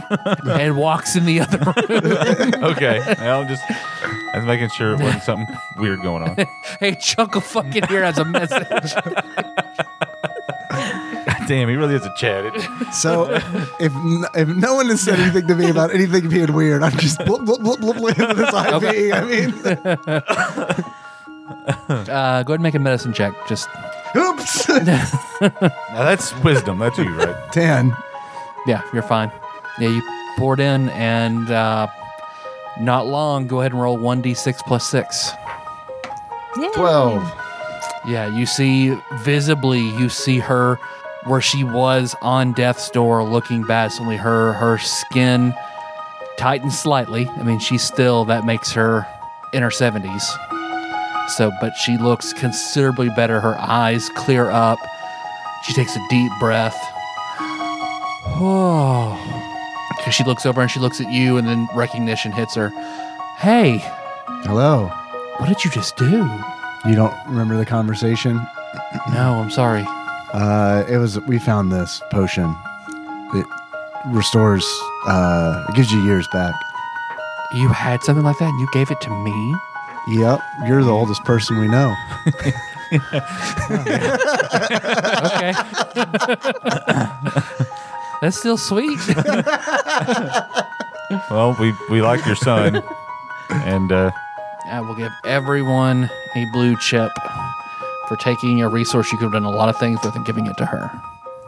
B: and walks in the other room.
E: Okay. well, just I was making sure it [laughs] wasn't something weird going on.
B: Hey, Chuckle fucking here has a message.
E: Damn, he really is a Chad. isn't
C: So if n- if no one has said anything to me about anything being weird, I'm just blub blub blub blub blub with this IV. I mean,
B: Uh, go ahead and make a medicine check. Just
C: oops, [laughs]
E: he? Now that's wisdom. That's you, right?
C: ten.
B: yeah, you're fine. Yeah, you poured in and uh, not long. Go ahead and roll one d six plus six.
D: Yay.
B: Yeah, you see visibly, you see her where she was on death's door looking bad. It's only her, her skin tightens slightly. I mean, she's still, that makes her in her 70s. So, but she looks considerably better. Her eyes clear up. She takes a deep breath. [sighs] Oh. 'Cause She looks over and she looks at you, and then recognition hits her. Hey,
C: Hello.
B: what did you just do?
C: You don't remember the conversation?
B: No, I'm sorry.
C: Uh, it was we found this potion. It restores. Uh, it gives you years back.
B: You had something like that and you gave it to me?
C: Yep, you're the oldest person we know.
B: [laughs] Okay. That's still sweet.
E: Well, we we like your [laughs] son, and uh,
B: I will give everyone a blue chip for taking a resource you could have done a lot of things with and giving it to her.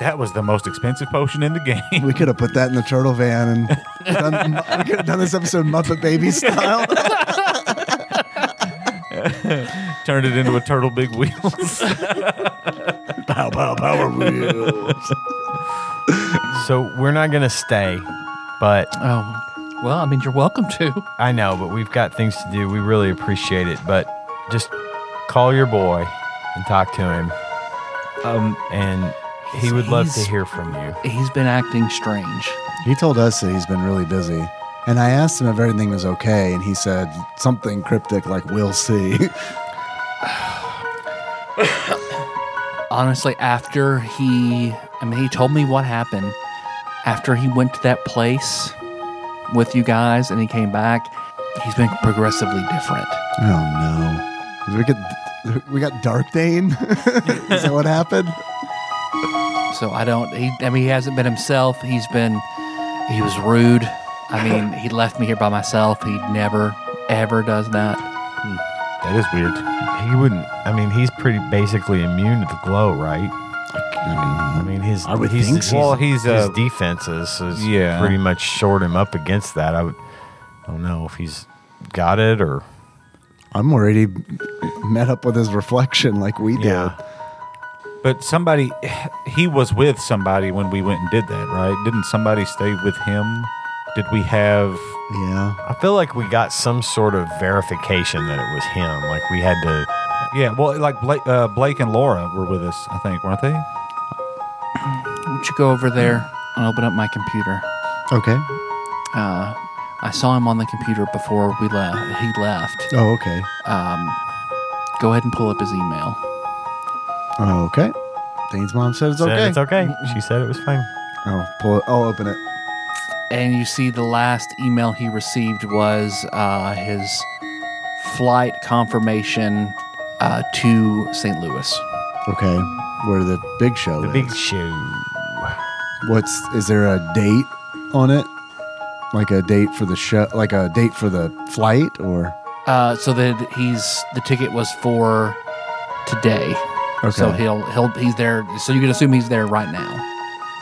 E: that was the most expensive potion in the game.
C: We could have put that in the turtle van and [laughs] done, we could have done this episode Muppet Baby style.
E: Turned it into a turtle big wheel.
C: [laughs] pow pow power wheels.
A: So we're not going to stay, but
B: Oh, well, I mean, you're welcome to.
A: I know, but we've got things to do. We really appreciate it, but just call your boy and talk to him. Um, and he would love to
B: he's-
A: hear from you.
B: He's been acting strange.
C: He told us that he's been really busy. And I asked him if everything was okay, and he said something cryptic like, we'll see. [laughs]
B: honestly after he i mean he told me what happened after he went to that place with you guys and he came back he's been progressively different
C: oh no. We, get, we got Dark Dane? [laughs] Is that what happened?
B: so i don't he i mean he hasn't been himself he's been he was rude i mean he left me here by myself he never ever does that
E: [laughs] that is weird.
A: He wouldn't. I mean, he's pretty basically immune to the glow, right? I mean, his
C: would
A: he's,
C: think so.
E: Well, he's,
A: his
E: uh,
A: defenses is
E: yeah.
A: pretty much short him up against that. I, would, I don't know if he's got it or
C: I'm worried he met up with his reflection like we did.
A: yeah.
E: But somebody, he was with somebody when we went and did that, right? Didn't somebody stay with him? Did we have?
C: Yeah.
A: I feel like we got some sort of verification that it was him. Like we had to.
E: Yeah, well, like Blake, uh, Blake and Laura were with us, I think, weren't they?
B: won't you go over there and open up my computer
C: Okay.
B: uh, i saw him on the computer before we left he left
C: Oh, okay.
B: go ahead and pull up his email
C: Oh, okay. Dane's mom said it's
A: Said
C: okay.
A: It's okay. She said it was fine.
C: Oh, pull it. I'll open it.
B: and you see the last email he received was uh, his flight confirmation uh, to St. Louis.
C: Okay. Where the big show
A: The
C: is.
A: big shoe.
C: What's is there a date on it? Like a date for the show, like a date for the flight, or [laughs]
B: Uh, so that he's the ticket was for today. So
C: Okay.
B: he'll he'll he's there. So you can assume he's there right now.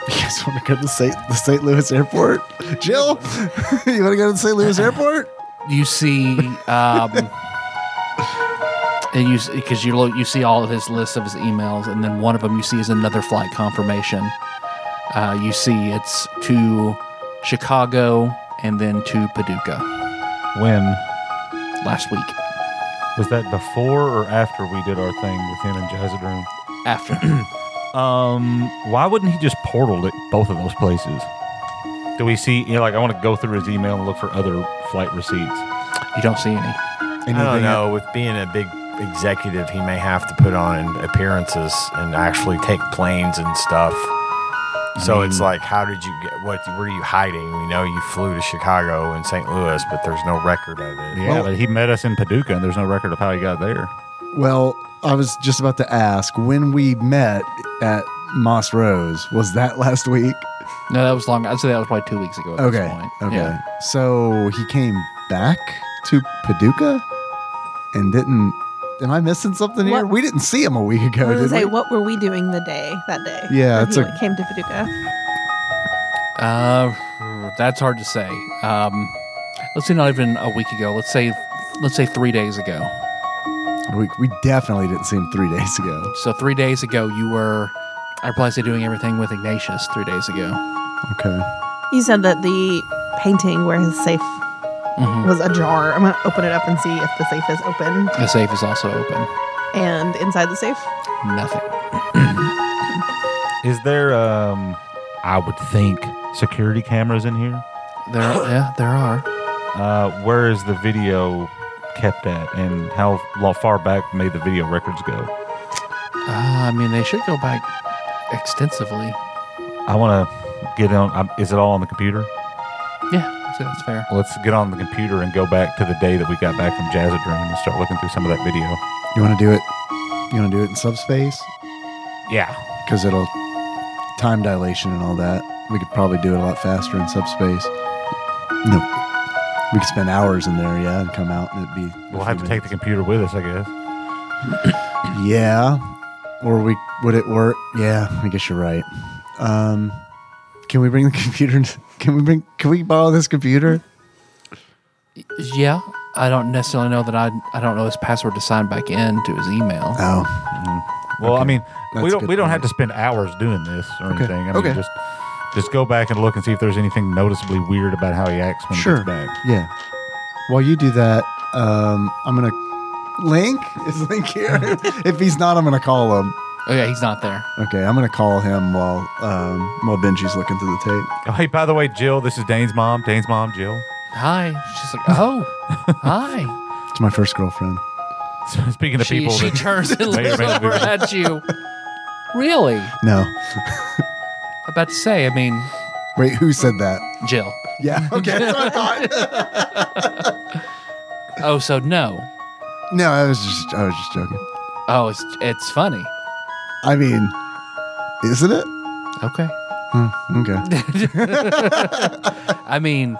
C: you guys want to go to St. the St. Louis airport? Jill, [laughs] you want to go to the St. Louis airport?
B: You
C: [laughs]
B: see, um, and you because you look you see all of his lists of his emails, and then one of them you see is another flight confirmation. Uh, you see it's to Chicago and then to Paducah.
E: When
B: last week
E: was that? Before or after we did our thing with him and Jazzadroom?
C: [clears throat]
B: after.
E: Um, why wouldn't he just portal at both of those places? Do we see? You know, like I want to go through his email and look for other flight receipts.
B: you don't see any.
A: [laughs]
C: Anything
A: I don't know. With being a big executive, he may have to put on appearances and actually take planes and stuff. So it's like, how did you get? What were you hiding? You know, you flew to Chicago and St. Louis, but there's no record of it.
E: Yeah, but he met us in Paducah, and there's no record of how he got there.
C: Well, I was just about to ask when we met at Moss Rose, was that last week?
B: No, that was long. I'd say that was probably two weeks ago. At
C: Okay.
B: This point.
C: Okay.
B: Yeah.
C: So he came back to Paducah and didn't. Am I missing something here?
F: What?
C: We didn't see him a week ago.
F: I was
C: did
F: gonna say,
C: we?
F: what were we doing the day that day?
C: Yeah,
F: that
C: it's
F: he
C: a-
F: went- came to Paducah.
B: Uh, that's hard to say. Um, let's see, not even a week ago. Let's say, let's say three days ago.
C: We, we definitely didn't see him three days ago.
B: So three days ago, you were, I'd probably say, doing everything with Ignatius. Three days ago.
C: Okay.
F: You said that the painting where his safe
C: Mm-hmm.
F: was ajar. I'm gonna open it up and see if the safe is open.
B: The safe is also open.
F: And inside the safe,
B: Nothing.
E: Is there, um, I would think, security cameras in here?
B: There, yeah, there are.
E: Uh, where is the video kept at, and how lo- far back may the video records go?
B: Uh, I mean, they should go back extensively.
E: I want to get on. Um, is it all on the computer?
B: Yeah, I'd say that's fair.
E: Let's get on the computer and go back to the day that we got back from Jazzadrome and start looking through some of that video.
C: You want to do it? You want to do it in subspace?
E: Yeah.
C: Because it'll time dilation and all that. We could probably do it a lot faster in subspace. No. We could spend hours in there, yeah, and come out and it'd be. a
E: We'll
C: few
E: have to take the
C: minutes.
E: computer with us, I guess.
C: Yeah. Or we would it work? Yeah, I guess you're right. Um, can we bring the [laughs] computer? in- Can we bring? Can we borrow this computer?
B: Yeah, I don't necessarily know that I. I don't know his password to sign back in to his email.
C: Oh,
E: Well, I mean,
C: That's
E: we
C: a
E: don't
C: good
E: we don't
C: point.
E: have to spend hours doing this or anything. I mean,
C: Okay.
E: just just go back and look and see if there's anything noticeably weird about how he acts when
C: Sure.
E: he gets back.
C: yeah. While you do that, um, I'm gonna. Link is Link here? if he's not, I'm gonna call him.
B: Oh yeah, he's not there.
C: Okay, I'm gonna call him while um, while Benji's looking through the tape.
E: Oh, hey, by the way, Jill, this is Dane's mom. Dane's mom, Jill. [laughs]
B: Hi. She's like, oh, hi.
C: It's my first girlfriend.
E: Speaking of
B: She,
E: people,
B: she
E: that- [laughs]
B: turns and
E: Wait,
B: looks
E: wait, wait,
B: over
E: wait.
B: at you. Really?
C: No,
B: About to say. I mean,
C: wait, who said that?
B: Jill.
C: Yeah, okay, that's what I thought. [laughs]
B: Oh, so no.
C: no, I was just I was just joking.
B: Oh, it's it's funny.
C: I mean, isn't it?
B: Okay.
C: Okay.
B: I mean,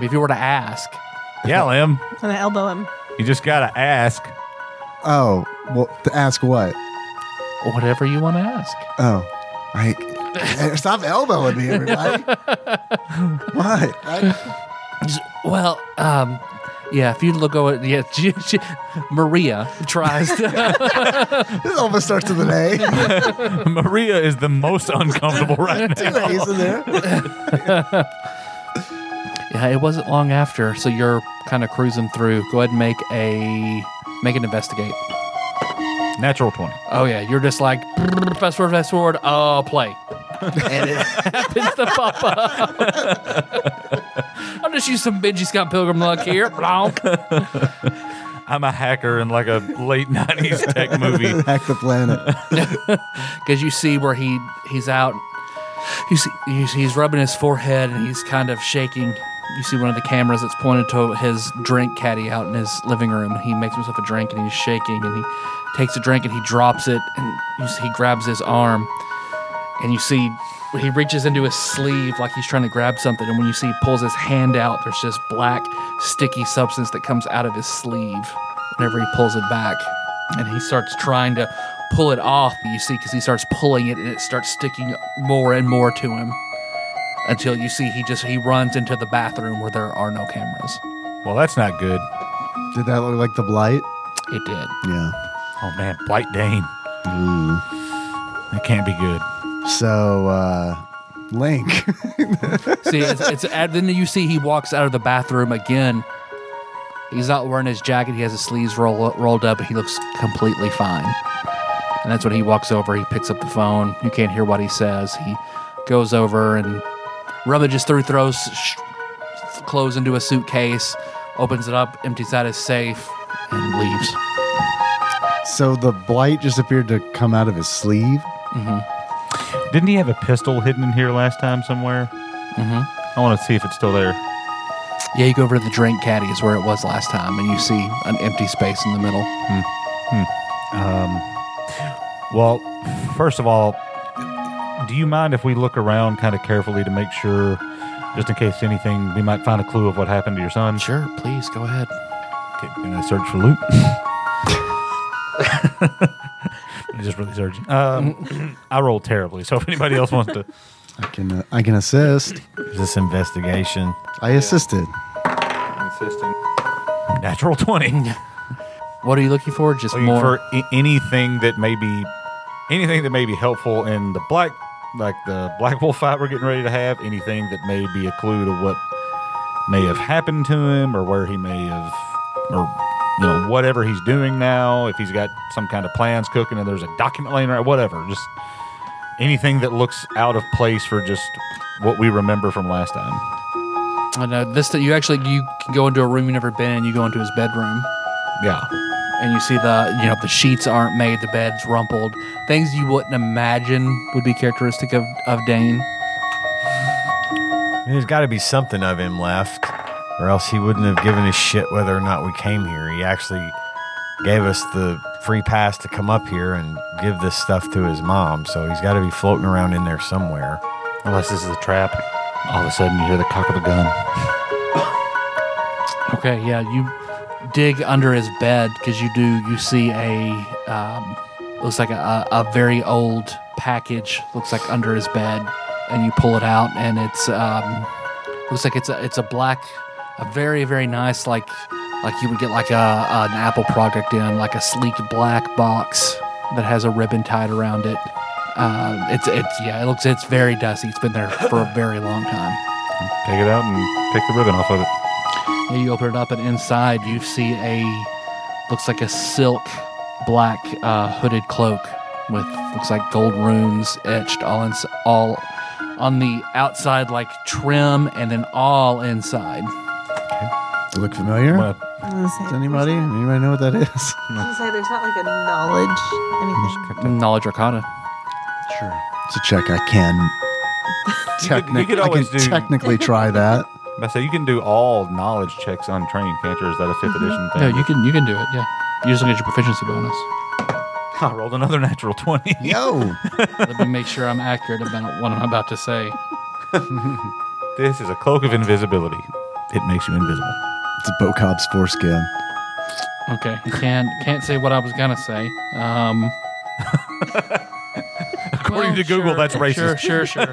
B: if you were to ask,
E: yeah, Lim,
F: I'm gonna elbow him.
E: you just gotta ask. [laughs]
C: Oh, well, to ask what?
B: whatever you want to ask.
C: Oh, like,
E: [laughs]
C: stop elbowing me, everybody. what? I,
B: Just- Well, um, yeah. If you look over, yeah, [laughs] she, she, Maria tries to.
C: this almost starts to the
E: [laughs]
C: day.
E: Maria is the most
B: [laughs]
E: uncomfortable right
C: Two
E: now.
C: days in there.
B: [laughs] yeah, it wasn't long after, so you're kind of cruising through. Go ahead and make a make an investigate.
E: Natural twenty.
B: Oh yeah, you're just like fast forward, fast forward. Oh, play. and it [laughs] happens to pop up. [laughs] I'll just use some Benji Scott Pilgrim luck here. Blank.
E: I'm a hacker in like a late '90s tech movie.
C: Hack the planet.
B: because you see where he he's out. You see, you see he's rubbing his forehead and he's kind of shaking. You see one of the cameras that's pointed to his drink caddy out in his living room. He makes himself a drink and he's shaking and he takes a drink and he drops it and you see, he grabs his arm and you see he reaches into his sleeve like he's trying to grab something and when you see he pulls his hand out there's just black sticky substance that comes out of his sleeve whenever he pulls it back and he starts trying to pull it off but you see because he starts pulling it and it starts sticking more and more to him until you see he just he runs into the bathroom where there are no cameras
E: Well, that's not good.
C: Did that look like the blight?
B: it did
C: Yeah.
E: Oh man, Blight Dane. That can't be good.
C: So, uh, Link. [laughs]
B: see it's, it's and then you see he walks out of the bathroom again he's not wearing his jacket he has his sleeves roll, rolled up he looks completely fine and that's when he walks over he picks up the phone you can't hear what he says he goes over and rummages through throws sh- clothes into a suitcase opens it up, empties out his safe, and leaves.
C: So the blight just appeared to come out of his sleeve.
E: Didn't he have a pistol hidden in here last time somewhere? Mm-hmm. I want to see if it's still there.
B: Yeah, you go over to the drink caddy, is where it was last time, and you see an empty space in the middle.
E: Well, first of all, do you mind if we look around kind of carefully to make sure, just in case anything, we might find a clue of what happened to your son?
B: Sure, please go ahead.
E: Okay, and I search for [laughs] loot. I'm just really searching. Um, I roll terribly, so if anybody else wants to,
C: I can uh, I can assist.
A: Is this investigation?
C: I assisted.
E: natural twenty.
B: What are you looking for? Just
E: looking
B: more.
E: Oh, for a- anything that may be anything that may be helpful in the black like the black wolf fight we're getting ready to have anything that may be a clue to what may have happened to him or where he may have or you know whatever he's doing now if he's got some kind of plans cooking and there's a document laying around whatever just anything that looks out of place for just what we remember from last time
B: And, uh, this you actually you can go into a room you've never been in. You go into his bedroom,
E: yeah
B: and you see the you know the sheets aren't made, the bed's rumpled, things you wouldn't imagine would be characteristic of of Dane.
A: I mean, there's got to be something of him left, or else he wouldn't have given a shit whether or not we came here. He actually gave us the free pass to come up here and give this stuff to his mom, so he's got to be floating around in there somewhere.
E: unless this is a trap all of a sudden you hear the cock of a gun
B: Okay, yeah, you dig under his bed because you do. You see a um, looks like a, a very old package. Looks like under his bed, and you pull it out, and it's um, looks like it's a it's a black, a very very nice like like you would get like a an Apple product in like a sleek black box that has a ribbon tied around it. Um, it's it's yeah, it looks it's very dusty. It's been there for a very long time.
E: take it out and pick the ribbon off of it
B: Yeah, You open it up, and inside you see a looks like a silk black uh, hooded cloak with looks like gold runes etched all ins- all on the outside, like trim, and then all inside.
C: Look familiar?
E: Well,
C: Does anybody anybody know what that is?
F: say there's not like a knowledge anything.
B: Knowledge arcana.
C: Sure. It's a check I can.
E: You could- you
C: technic-
E: could
C: I can
E: always do-
C: technically try
E: [laughs]
C: that.
E: I say you can do all knowledge checks untrained, can't you? Or is that a 5th edition thing?
B: Mm-hmm. No, you can you can do it. Yeah, you just don't get your proficiency bonus.
E: [laughs] I rolled another natural twenty.
C: Yo,
B: Let me make sure I'm accurate about what I'm about to say.
E: this is a cloak of invisibility. It makes you invisible.
C: it's a Bocob's foreskin.
B: Okay, can't can't say what I was gonna say. Um,
E: [laughs] According to Google, that's
B: Sure,
E: racist.
B: sure,
E: [laughs]
B: sure.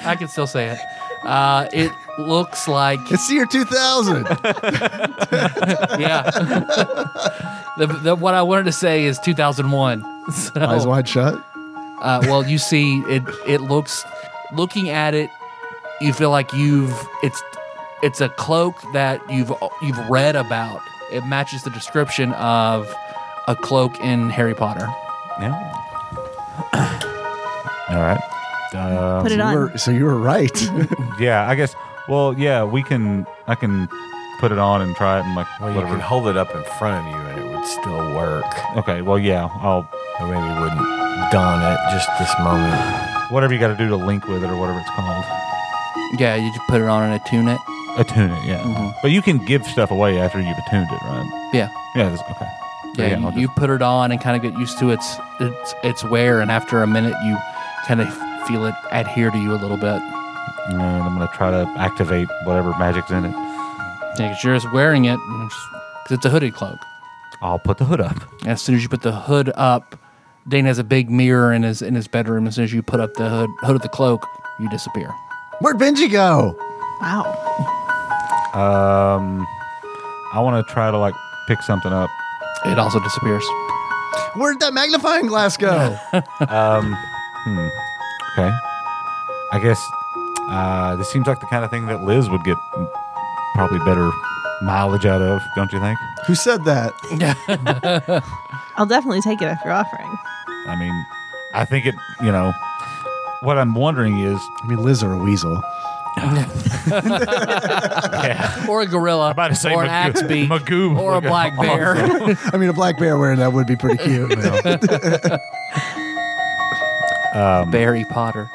B: I can still say it. Uh, it looks like
C: It's the year 2000.
B: yeah. [laughs] the, the, what I wanted to say is 2001. So,
C: [laughs] Eyes wide shut.
B: uh, well, you see, it it looks. Looking at it, you feel like you've it's it's a cloak that you've you've read about. It matches the description of a cloak in Harry Potter.
E: Yeah. [coughs] all right. Uh,
F: Put it
C: You
F: on.
C: were, so you were right.
B: [laughs]
E: yeah, I guess. Well, yeah, we can. I can put it on and try it and like
A: Well, you
E: whatever.
A: could hold it up in front of you and it would still work.
E: Okay. Well, yeah. I'll
A: Or maybe you wouldn't don it just this moment.
E: whatever you got to do to link with it or whatever it's called.
B: Yeah, you just put it on and attune it.
E: Attune it. Yeah.
B: Mm-hmm.
E: But you can give stuff away after you've attuned it, right?
B: Yeah.
E: Yeah. That's, okay.
B: Yeah,
E: I'll
B: you, you
E: just-
B: put it on and kind of get used to its its its wear, and after a minute, you kind of feel it adhere to you a little bit.
E: and I'm gonna try to activate whatever magic's in it.
B: Yeah, 'cause you're just wearing it because it's a hooded cloak.
E: I'll put the hood up.
B: And as soon as you put the hood up, Dane has a big mirror in his in his bedroom. As soon as you put up the hood, hood of the cloak, you disappear.
C: Where'd Benji go?
F: Wow.
E: Um, I want to try to like pick something up.
B: It also disappears.
C: Where'd that magnifying glass go?
E: Okay. I guess uh, this seems like the kind of thing that Liz would get probably better mileage out of, don't you think?
C: [laughs] Who said that?
F: I'll definitely take it if you're offering.
E: I mean, I think it. You know, what I'm wondering is,
C: I mean, Liz or a weasel.
B: or a gorilla,
E: about to say
B: or an
E: Magoo-
B: axe beak,
E: Magoo
B: or a
E: would go
B: black bear.
E: [laughs]
C: I mean, a black bear wearing that would be pretty
B: [laughs]
C: cute. [laughs]
B: Barry Potter.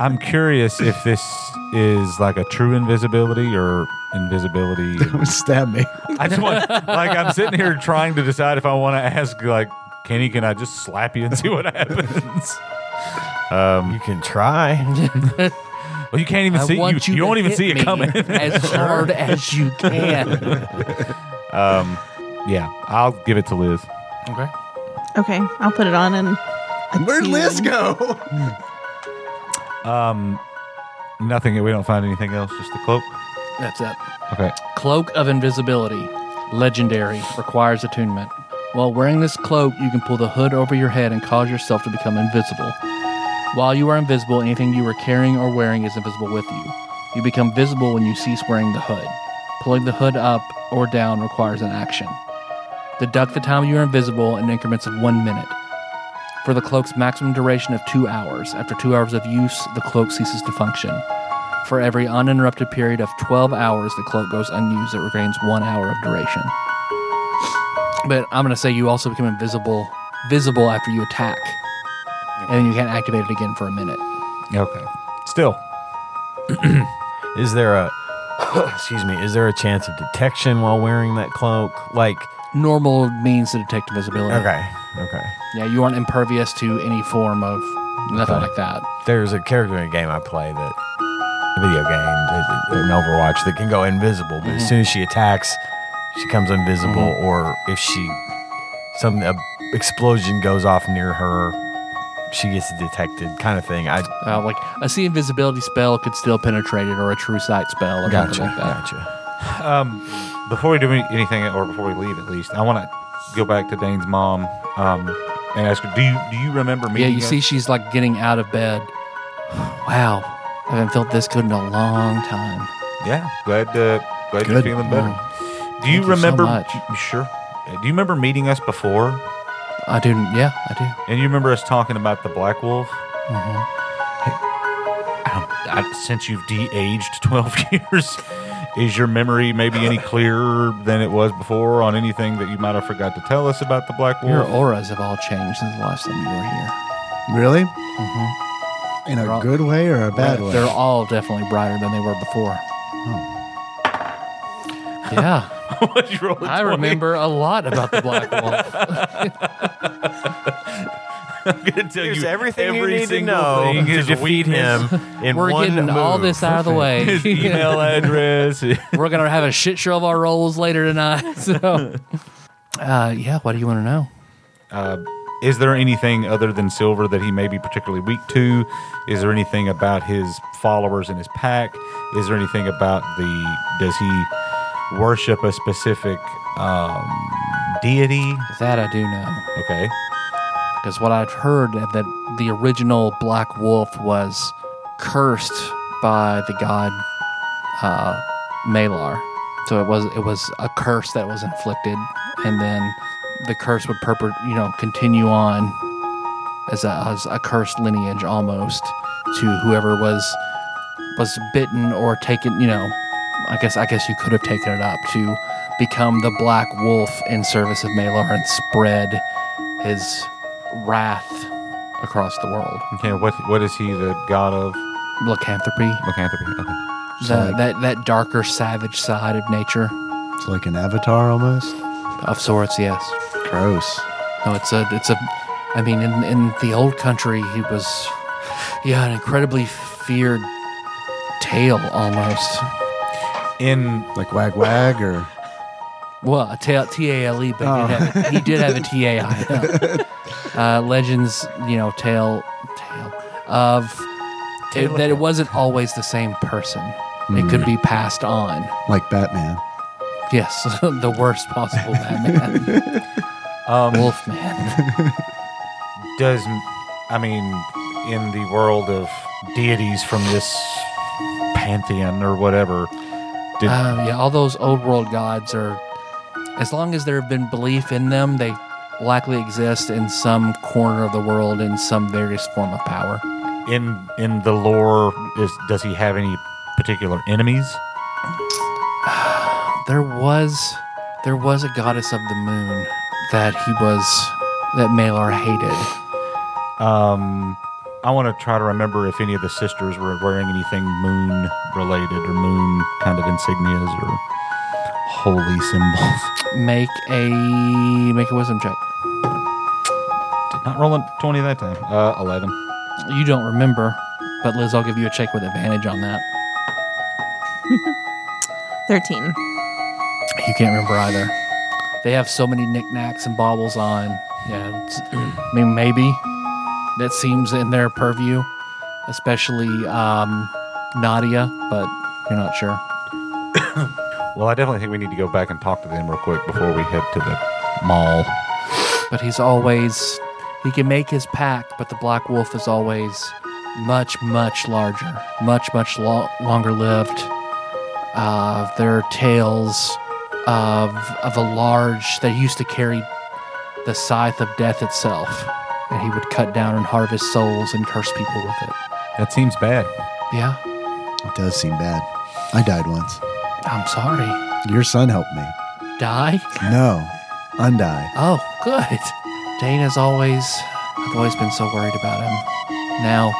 E: I'm curious if this is like a true invisibility or invisibility.
C: Stab me.
E: [laughs] I just want, like, I'm sitting here trying to decide if I want to ask, like, Kenny, can I just slap you and see what happens?
A: You can try.
E: Well, you can't even
B: I
E: see you.
B: want
E: You,
B: you, to
E: won't even
B: hit
E: see it
B: me
E: coming.
B: as hard as you
E: [laughs]
B: can.
E: yeah, I'll give it to Liz.
B: Okay.
F: Okay, I'll put it on and
C: Where'd Liz go?
E: Nothing. We don't find anything else. Just the cloak.
B: That's it.
E: Okay.
B: Cloak of Invisibility. Legendary. Requires attunement. While wearing this cloak, you can pull the hood over your head and cause yourself to become invisible. While you are invisible, anything you are carrying or wearing is invisible with you. You become visible when you cease wearing the hood. Pulling the hood up or down requires an action. Deduct the time you are invisible in increments of one minute. For the cloak's maximum duration of two hours, after two hours of use, the cloak ceases to function. For every uninterrupted period of 12 hours, the cloak goes unused. It regains one hour of duration. But I'm going to say you also become invisible, visible after you attack, and then you can't activate it again for a minute.
E: Okay. Still.
A: Is there a [coughs] excuse me? Is there a chance of detection while wearing that cloak? Like
B: Normal means to detect invisibility.
A: okay, okay.
B: Yeah, you aren't impervious to any form of nothing
A: Okay.
B: like that.
A: There's a character in a game I play that a video game, that- that- an Overwatch that can go invisible, but as soon as she attacks, she comes invisible. Or if she some a explosion goes off near her, she gets detected, kind of thing. I
B: Uh, like a sea invisibility spell could still penetrate it, or a true sight spell, or
A: gotcha,
B: something like that.
A: gotcha.
E: Before we do any- anything, or before we leave, at least, I want to go back to Dane's mom um, and ask her. Do you do you remember me?
B: Yeah, you see, she's like getting out of bed. [sighs] Wow, I haven't felt this good in a long time.
E: Yeah. Glad. Uh, glad you're
C: Good.
E: feeling better. Do you
B: you so
E: remember?
B: much.
E: you Sure. Uh, Do you remember meeting us before?
B: I do. Yeah, I do.
E: And you remember us talking about the black wolf?
A: Mm-hmm.
E: I, I, since you've de-aged 12 [laughs] years, is your memory maybe any clearer than it was before on anything that you might have forgot to tell us about the black
B: Your
E: wolf? [laughs]
B: auras have all changed since the last time you were here.
C: Really? In a good way or a bad way?
B: Mm-hmm. They're all definitely brighter than they were before.
A: Oh. [laughs]
B: Yeah,
E: What'd you roll a
B: I
E: 20?
B: remember a lot about the Black Wolf.
E: I'm gonna tell
A: Here's
E: you
A: everything you
E: every
A: need to
E: single
A: know
E: thing,
A: to
E: his
A: defeat
B: [laughs]
E: weakness,
A: him in
B: We're
A: one
B: getting
A: move.
B: all this out of the
A: [laughs]
B: [laughs]
E: His email
B: way.
E: address.
B: we're gonna have a shit show of our roles later tonight.
A: [laughs]
B: [laughs] So, uh, yeah, what do you want to know?
E: Is there anything other than Silver that he may be particularly weak to? Is there anything about his followers and his pack? Is there anything about the does he worship a specific um, deity?
B: That I do know.
E: Okay,
B: Because what I've heard that that the original Black Wolf was cursed by the god uh, Malar, so it was it was a curse that was inflicted, and then the curse would perper you know continue on as a, as a cursed lineage almost to whoever was was bitten or taken you know I guess I guess you could have taken it up to become the Black Wolf in service of Malar and spread his wrath across the world.
E: okay. What what is he the god of?
B: Lycanthropy,
E: Lycanthropy. Okay.
B: the, that that darker, savage side of nature,
C: It's like an avatar almost.
B: of sorts. Yes.
C: Gross.
B: No, it's a it's a. I mean, in in the old country, he was, yeah, an incredibly feared tale almost.
E: In
C: Like wag wag or
B: Well, a ta- T-A-L-E, but he, did have, he did have a T-A-I. uh, legends, you know, tale, tale of
E: Tale of
B: that it
E: tale.
B: wasn't always the same person. It could be passed on.
C: like Batman.
B: Yes, [laughs] the worst possible Batman. um, Wolfman.
E: does I mean in the world of deities from this pantheon or whatever? Did,
B: Um, yeah, all those old world gods are, as long as there have been belief in them, they likely exist in some corner of the world in some various form of power.
E: in in the lore is does he have any particular enemies?
B: There was there was a goddess of the moon that he was that Malar hated.
E: I want to try to remember if any of the sisters were wearing anything moon related or moon kind of insignias or holy symbols.
B: Make a make a wisdom check.
E: Did [laughs] not roll a 20 that time. Uh, 11.
B: You don't remember, but Liz, I'll give you a check with advantage on that.
F: 13.
B: You can't remember either. They have so many knickknacks and baubles on. Yeah, it's, I mean, maybe that seems in their purview, especially um, Nadia, but you're not sure.
E: Well, I definitely think we need to go back and talk to them real quick before we head to the mall.
B: But he's always, he can make his pack, but the Black Wolf is always much, much larger, much, much lo- longer lived. Uh, there are tales of, of a large that used to carry the scythe of death itself, and he would cut down and harvest souls and curse people with it.
E: That seems bad.
B: Yeah,
C: It does seem bad. I died once.
B: I'm sorry.
C: Your son helped me.
B: Die?
C: No, undie.
B: Oh, good. Dana's always, I've always been so worried about him. Now,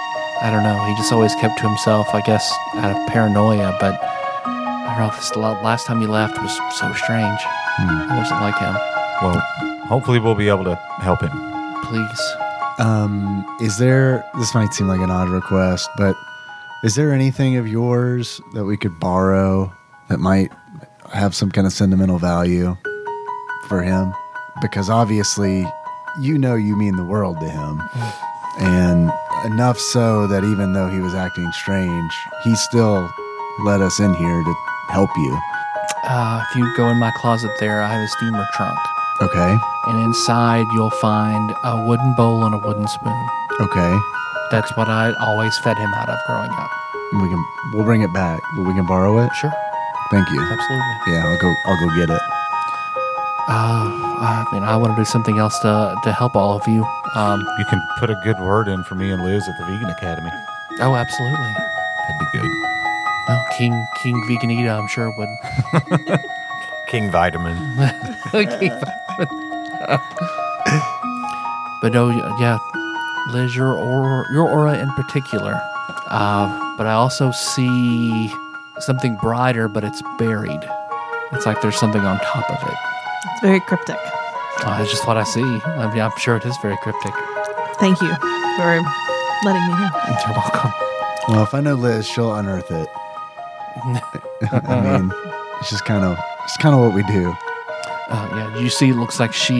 B: I don't know. He just always kept to himself, I guess, out of paranoia. But I don't know. This la- last time you left was so strange. I wasn't like him.
E: Well, hopefully we'll be able to help him.
B: Please.
C: Um, is there? This might seem like an odd request, but is there anything of yours that we could borrow that might have some kind of sentimental value for him? Because obviously, you know, you mean the world to him, and enough so that even though he was acting strange, he still let us in here to help you.
B: Uh, if you go in my closet there, I have a steamer trunk,
C: Okay.
B: and inside you'll find a wooden bowl and a wooden spoon.
C: Okay.
B: That's what I always fed him out of growing up.
C: We can. We'll bring it back, but we can borrow it.
B: Sure,
C: Thank you.
B: absolutely.
C: Yeah, I'll go. I'll go get it.
B: Uh, I mean, I want to do something else to to help all of you. Um,
E: You can put a good word in for me and Liz at the Vegan Academy.
B: oh, absolutely.
E: That'd be good.
B: Oh, King King Veganita, I'm sure would. [laughs]
A: King Vitamin.
B: Okay. but no, yeah, Liz, your aura, your aura in particular. Uh, but I also see something brighter, but it's buried. It's like there's something on top of it.
F: It's very cryptic.
B: Uh, that's just what I see. I mean, I'm sure it is very cryptic.
F: Thank you for letting me know.
B: You're welcome.
C: Well, if I know Liz, she'll
B: [laughs]
C: unearth it. I mean, it's just kind of it's kind of what we do.
B: Uh, yeah, you see, it looks like she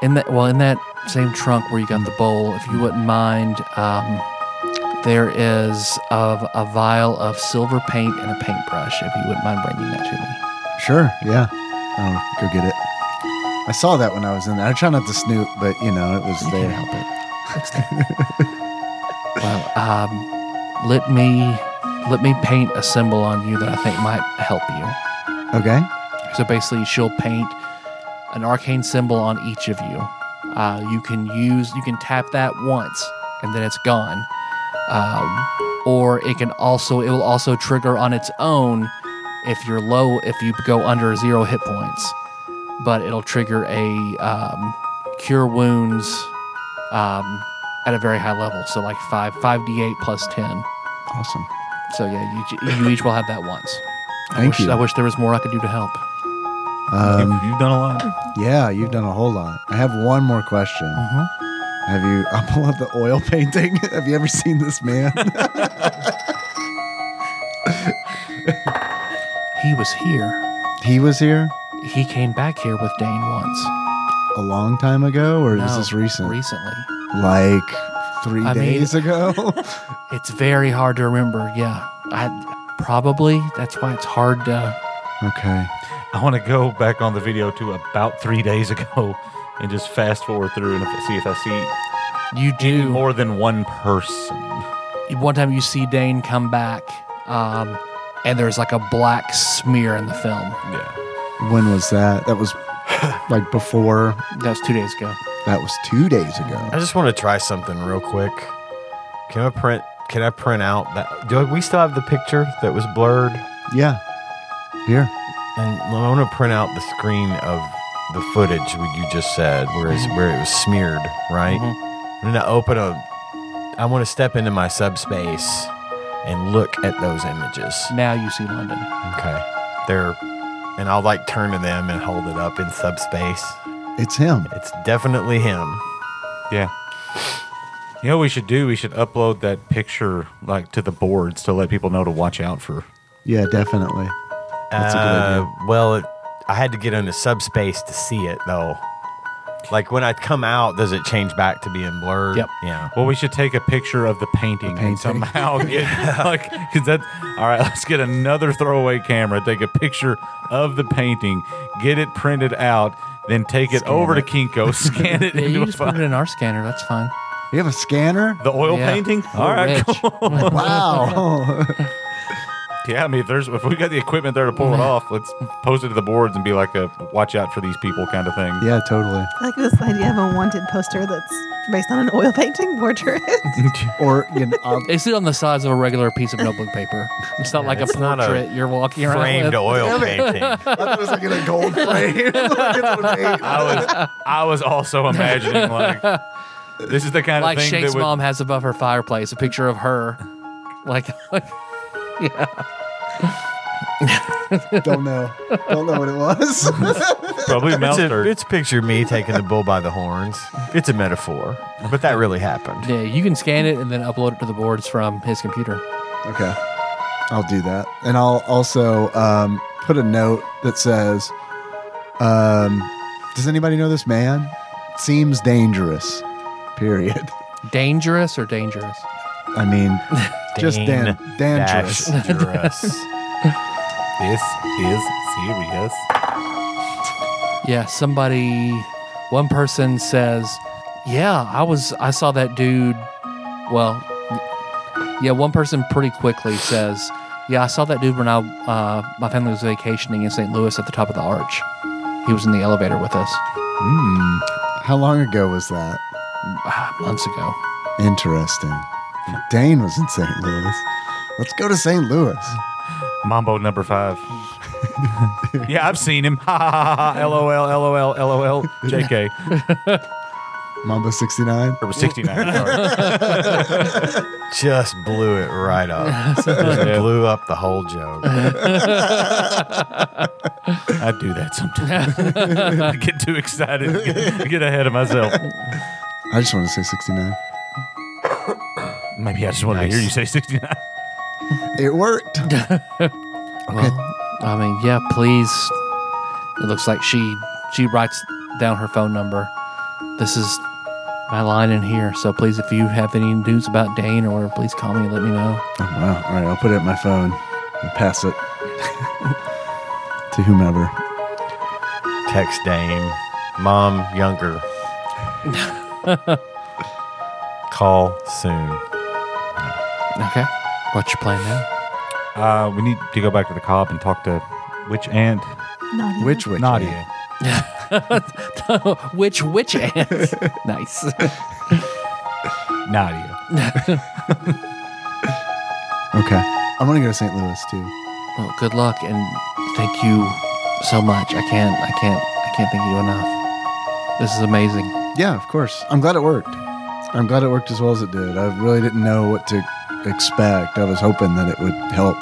B: in that well in that same trunk where you got the bowl. If you wouldn't mind, um, there is a, a vial of silver paint and a paintbrush. If you wouldn't mind bringing that to me,
C: Sure. Yeah. I'll go get it. I saw that when I was in there. I try not to snoop, but you know, it was
B: you
C: there.
B: can't help it. It's there. well, um, let me let me paint a symbol on you that I think might help you.
C: Okay.
B: So basically, she'll paint an arcane symbol on each of you. Uh, you can use, you can tap that once, and then it's gone. Um, or it can also, it will also trigger on its own if you're low, if you go under zero hit points. But it'll trigger a um, cure wounds um, at a very high level, so like five five d eight plus ten.
C: Awesome.
B: So yeah, you, you each will have that once. I
C: Thank
B: wish,
C: you.
B: I wish there was more I could do to help.
E: You've- you've done a lot.
C: Yeah, you've done a whole lot. I have one more question.
B: Mm-hmm.
C: Have you? [laughs] I'll pull out the oil painting. [laughs] have you ever seen this
B: [laughs]
C: man?
B: He was here.
C: he was here
B: He came back here with Dane once.
C: a long time ago, or is
B: No,
C: this recent?
B: Recently.
C: like three
B: I mean- [laughs]
C: days ago.
B: It's very hard to remember. Yeah. I probably that's why it's hard to
C: okay.
E: I want to go back on the video to about three days ago and just fast forward through and if- see if I see
B: you do
E: more than one person.
B: one time you see Dane come back um, and there's like a black smear in the film.
E: Yeah.
C: When was that? That [laughs] was like before.
B: That was 2 days ago.
C: That was two days ago.
A: I just want to try something real quick. Can I print Can I print out that? Do we still have the picture that was blurred?
C: Yeah. Here.
A: And I want to print out the screen of the footage what you just said, where
B: Mm-hmm.
A: it's, where it was smeared, right? And then I open a. I want to step into my subspace and look at those images.
B: Now you see London.
A: Okay, they're, and I'll like turn to them and hold it up in subspace.
C: It's him.
A: It's definitely him.
E: Yeah. You know what we should do? We should upload that picture like to the boards to let people know to watch out for.
C: Yeah, definitely. That's a good
A: Uh,
C: idea.
A: Well, it, I had to get into subspace to see it though. Like when I come out, does it change back to being blurred?
B: Yep.
A: Yeah.
E: Well, we should take a picture of the painting,
C: painting.
E: and somehow get like 'cause that. All right, let's get another throwaway camera. Take a picture of the painting, get it printed out, then take it over to Kinko, scan
B: [laughs] [laughs]
E: it
B: Yeah,
E: into
B: you
E: a
B: just
E: file.
B: put it in our scanner. That's fine.
C: You have a scanner?
E: the oil
B: Yeah.
E: painting.
B: We're
E: All right,
B: rich.
E: cool.
C: Wow.
E: Yeah, I mean, if there's if we got the equipment there to pull it off, let's post it to the boards and be like a watch out for these people kind of thing.
C: [laughs] yeah, totally.
F: I like this idea of a wanted poster that's based on an oil painting portrait. [laughs]
C: Or you um, know, I'll-
B: They sit on the sides of a regular piece of notebook paper. It's not like a
A: it's not a
B: portrait you're walking around
A: Framed
B: with.
A: oil painting.
C: [laughs] I thought it was like in a gold frame. [laughs] Like it's [laughs] made.
E: I was I was also imagining like this is the kind
B: Like
E: of thing
B: Shake's
E: that would
B: mom has above her fireplace a picture of her. [laughs] Like, like
C: Don't know. Don't know what it [laughs] was.
E: probably
A: It's,
E: melt
A: a,
E: her.
A: it's picture me taking the bull by the horns. It's a metaphor, but that really happened.
B: yeah, you can scan it and then upload it to the boards from his computer.
C: okay. I'll do that. And I'll also um, put a note that says, um, does anybody know this man? Seems dangerous. Period.
B: Dangerous or dangerous?
C: I [laughs] mean, just
A: Dan-
C: dan- dangerous.
A: Dash- dangerous.
C: [laughs]
E: This is serious.
B: Yeah, somebody, one person says, "Yeah, I was, I saw that dude." Well, yeah, one person pretty quickly says, "Yeah, I saw that dude when I, uh, my family was vacationing in St. Louis at the top of the arch. He was in the elevator with us
C: How long ago was that?
B: ah, months ago."
C: Interesting. Dane was in St. Louis. Let's go to St. Louis.
E: Mambo number five. yeah, I've seen him. Ha ha ha ha. LOL, LOL, LOL. JK.
C: Mambo 69.
E: Or 69. sorry.
A: Just blew it right up. Just blew up the whole joke.
E: I do that sometimes. [laughs] I get too excited. Get, get ahead of myself.
C: I just want to say 69.
E: Maybe I just want
A: Nice.
E: to hear you say 69.
C: It [laughs] worked. Oh,
B: Well, I mean, yeah, please. It looks like she she writes down her phone number. This is my line in here, so please, if you have any news about Dane or whatever, please call me and let me know.
C: Oh, wow. All right, I'll put it in my phone and pass [laughs] it to whomever.
A: Text Dame, mom younger. Call soon.
B: Okay. What's your plan now?
E: Uh, we need to go back to the cob and talk to which aunt?
F: Not
C: Which witch?
E: Nadia.
B: [laughs] Which which [laughs] ants? nice.
E: Nadia. [laughs]
C: Okay. I'm going to go to St. Louis, too.
B: Well, good luck and thank you so much. I can't I can't I can't thank you enough. This is amazing.
C: Yeah, of course. I'm glad it worked. I'm glad it worked as well as it did. I really didn't know what to expect. I was hoping that it would help.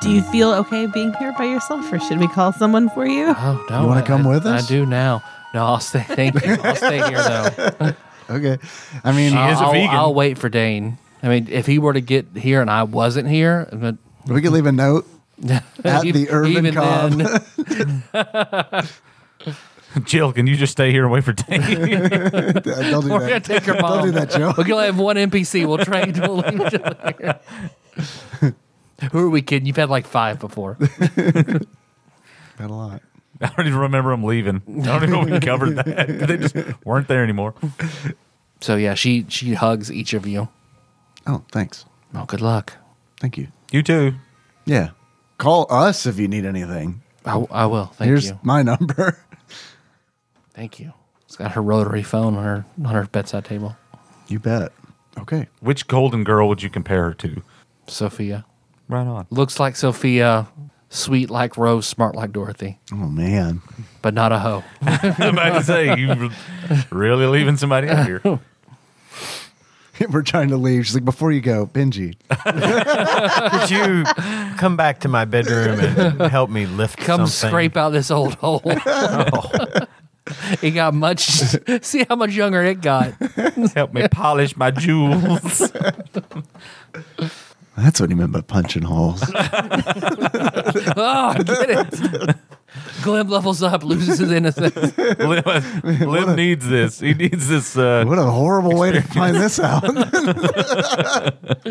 F: Do you feel okay being here by yourself, or should we call someone for you?
B: Oh no.
C: You wanna
B: I-
C: come
B: I-
C: with us?
B: I do now. No, I'll stay thank you. I'll stay here though.
C: Okay. I mean,
E: She is a
B: I'll, I'll-
E: vegan.
B: I'll wait for Dane. I mean, if he were to get here and I wasn't here, but
C: we could leave a [laughs] note
B: [laughs]
C: at
B: even-
C: the Irvin
B: even
C: Cobb.
B: then-
E: Jill, can you just stay here and wait for Dane?
C: They'll
B: [laughs]
C: do
B: we're gonna
C: that.
B: take your mom.
C: Don't do that, Joe.
B: We can only have one NPC. We'll trade. We'll leave each other. Who are we kidding? You've had like five before.
C: [laughs] Got a lot.
E: [laughs] I don't even remember him leaving. I don't even know if we covered that. [laughs] They just weren't there anymore.
B: So yeah, she she hugs each of you.
C: Oh, thanks.
B: Oh, good luck.
C: Thank you.
E: You too.
C: Yeah. Call us if you need anything.
B: I, I will. Thank
C: Here's
B: you.
C: my number.
B: Thank you. It's got her rotary phone on her on her bedside table.
C: [laughs] You bet. Okay.
E: Which golden girl would you compare her to?
B: Sophia.
E: Right on. [laughs]
B: Looks like Sophia, sweet like Rose, smart like Dorothy,
C: Oh man.
B: but not a hoe.
E: I'm about to say, you really leaving somebody out here.
C: [laughs] We're trying to leave. She's like, before you go, Benji.
A: Could you come back to my bedroom and help me lift
B: Come
A: something?
B: scrape out this old [laughs] hole. it got much. [laughs] See how much younger it got. Oh,
E: Help me polish my jewels. [laughs]
C: That's what he meant by punching holes.
B: Oh, I get it. [laughs] Glenn levels up, loses his [laughs] innocence.
E: Lim, Lim needs this. He needs this. Uh,
C: [laughs] what a horrible way to find this out. [laughs]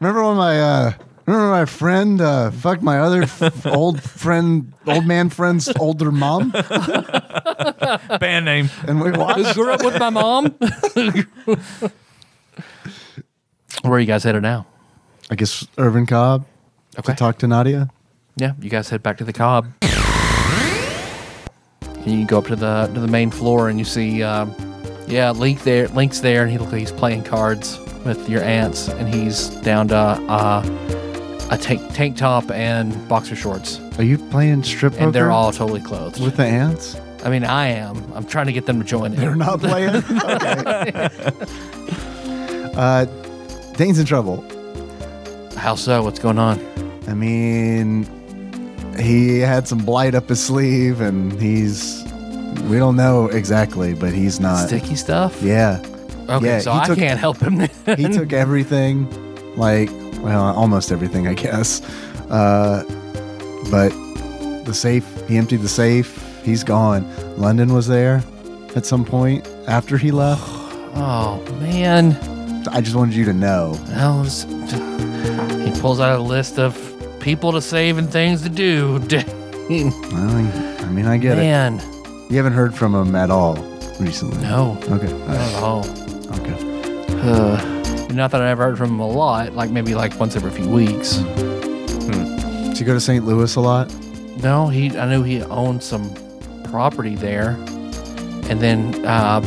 C: remember when my uh, remember when my friend uh, fucked my other f- old friend, old man friend's older mom,
E: band name.
C: and we watched.
B: Grew up with my mom. [laughs] Where are you guys headed now?
C: I guess Irvin Cobb
B: Okay.
C: to talk to Nadia.
B: Yeah, you guys head back to the Cobb. And you go up to the to the main floor and you see, um, yeah, Link there. Link's there, and he looks like he's playing cards with your aunts, and he's down to uh, a tank tank top and boxer shorts,
C: Are you playing strip poker
B: and they're all totally clothed.
C: with the ants?
B: I mean, I am. I'm trying to get them to join
C: They're
B: in.
C: [laughs] not playing. okay. [laughs] uh, Dane's in trouble.
B: How so? What's going on?
C: I mean, he had some blight up his sleeve, and he's. We don't know exactly, but he's not.
B: Sticky stuff.
C: Yeah.
B: Okay,
C: yeah,
B: so
C: he
B: I
C: took-
B: can't help him. [laughs] then.
C: He took everything, like, well, almost everything, I guess. Uh, but the safe, he emptied the safe. He's gone. London was there at some point after he
B: [sighs]
C: left.
B: oh man.
C: I just wanted you to know.
B: Well, it was- he pulls out a list of people to save and things to do. [laughs]
C: Well, I I mean, I get
B: Man,
C: it. You haven't heard from him at all recently.
B: no,
C: Okay.
B: not
C: all
B: at all.
C: right, Okay.
B: Uh, not that I ever heard from him a lot, like maybe like once every few weeks.
C: Did you go to St. Louis a lot?
B: No, he. I knew he owned some property there, and then uh,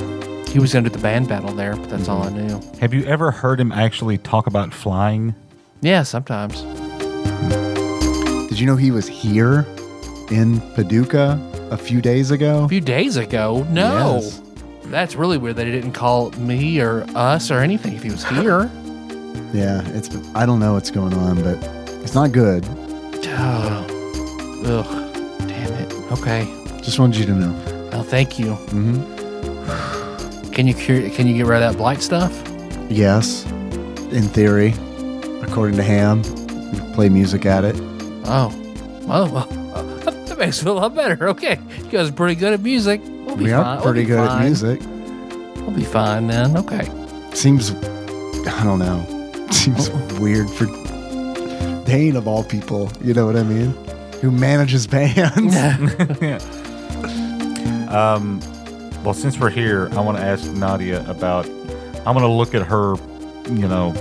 B: he was gonna do the band battle there, but that's all I knew.
E: Have you ever heard him actually talk about flying?
B: Yeah, sometimes.
C: Did you know he was here in Paducah a few days ago?
B: A few days ago, no.
C: Yes.
B: That's really weird that he didn't call me or us or anything if he was here.
C: Yeah, it's I don't know what's going on, but it's not good.
B: Oh, ugh, damn it. Okay.
C: Just wanted you to know.
B: Oh, thank you.
C: Mm-hmm.
B: Can you cure? Can you get rid of that blight stuff?
C: Yes, in theory, according to Ham, you play music at it.
B: Oh, oh, well, uh, [laughs] that makes me a lot better. Okay, you guys are pretty good at music. We'll be
C: we
B: fine.
C: are
B: We'll
C: pretty
B: be
C: good
B: fine.
C: at music.
B: We'll be fine then. Okay.
C: Seems I don't know. [laughs] Seems
B: Oh.
C: weird for Dane of all people. You know what I mean? Who manages bands?
E: Um, well, since we're here, I want to ask Nadia about. I want to look at her, you know,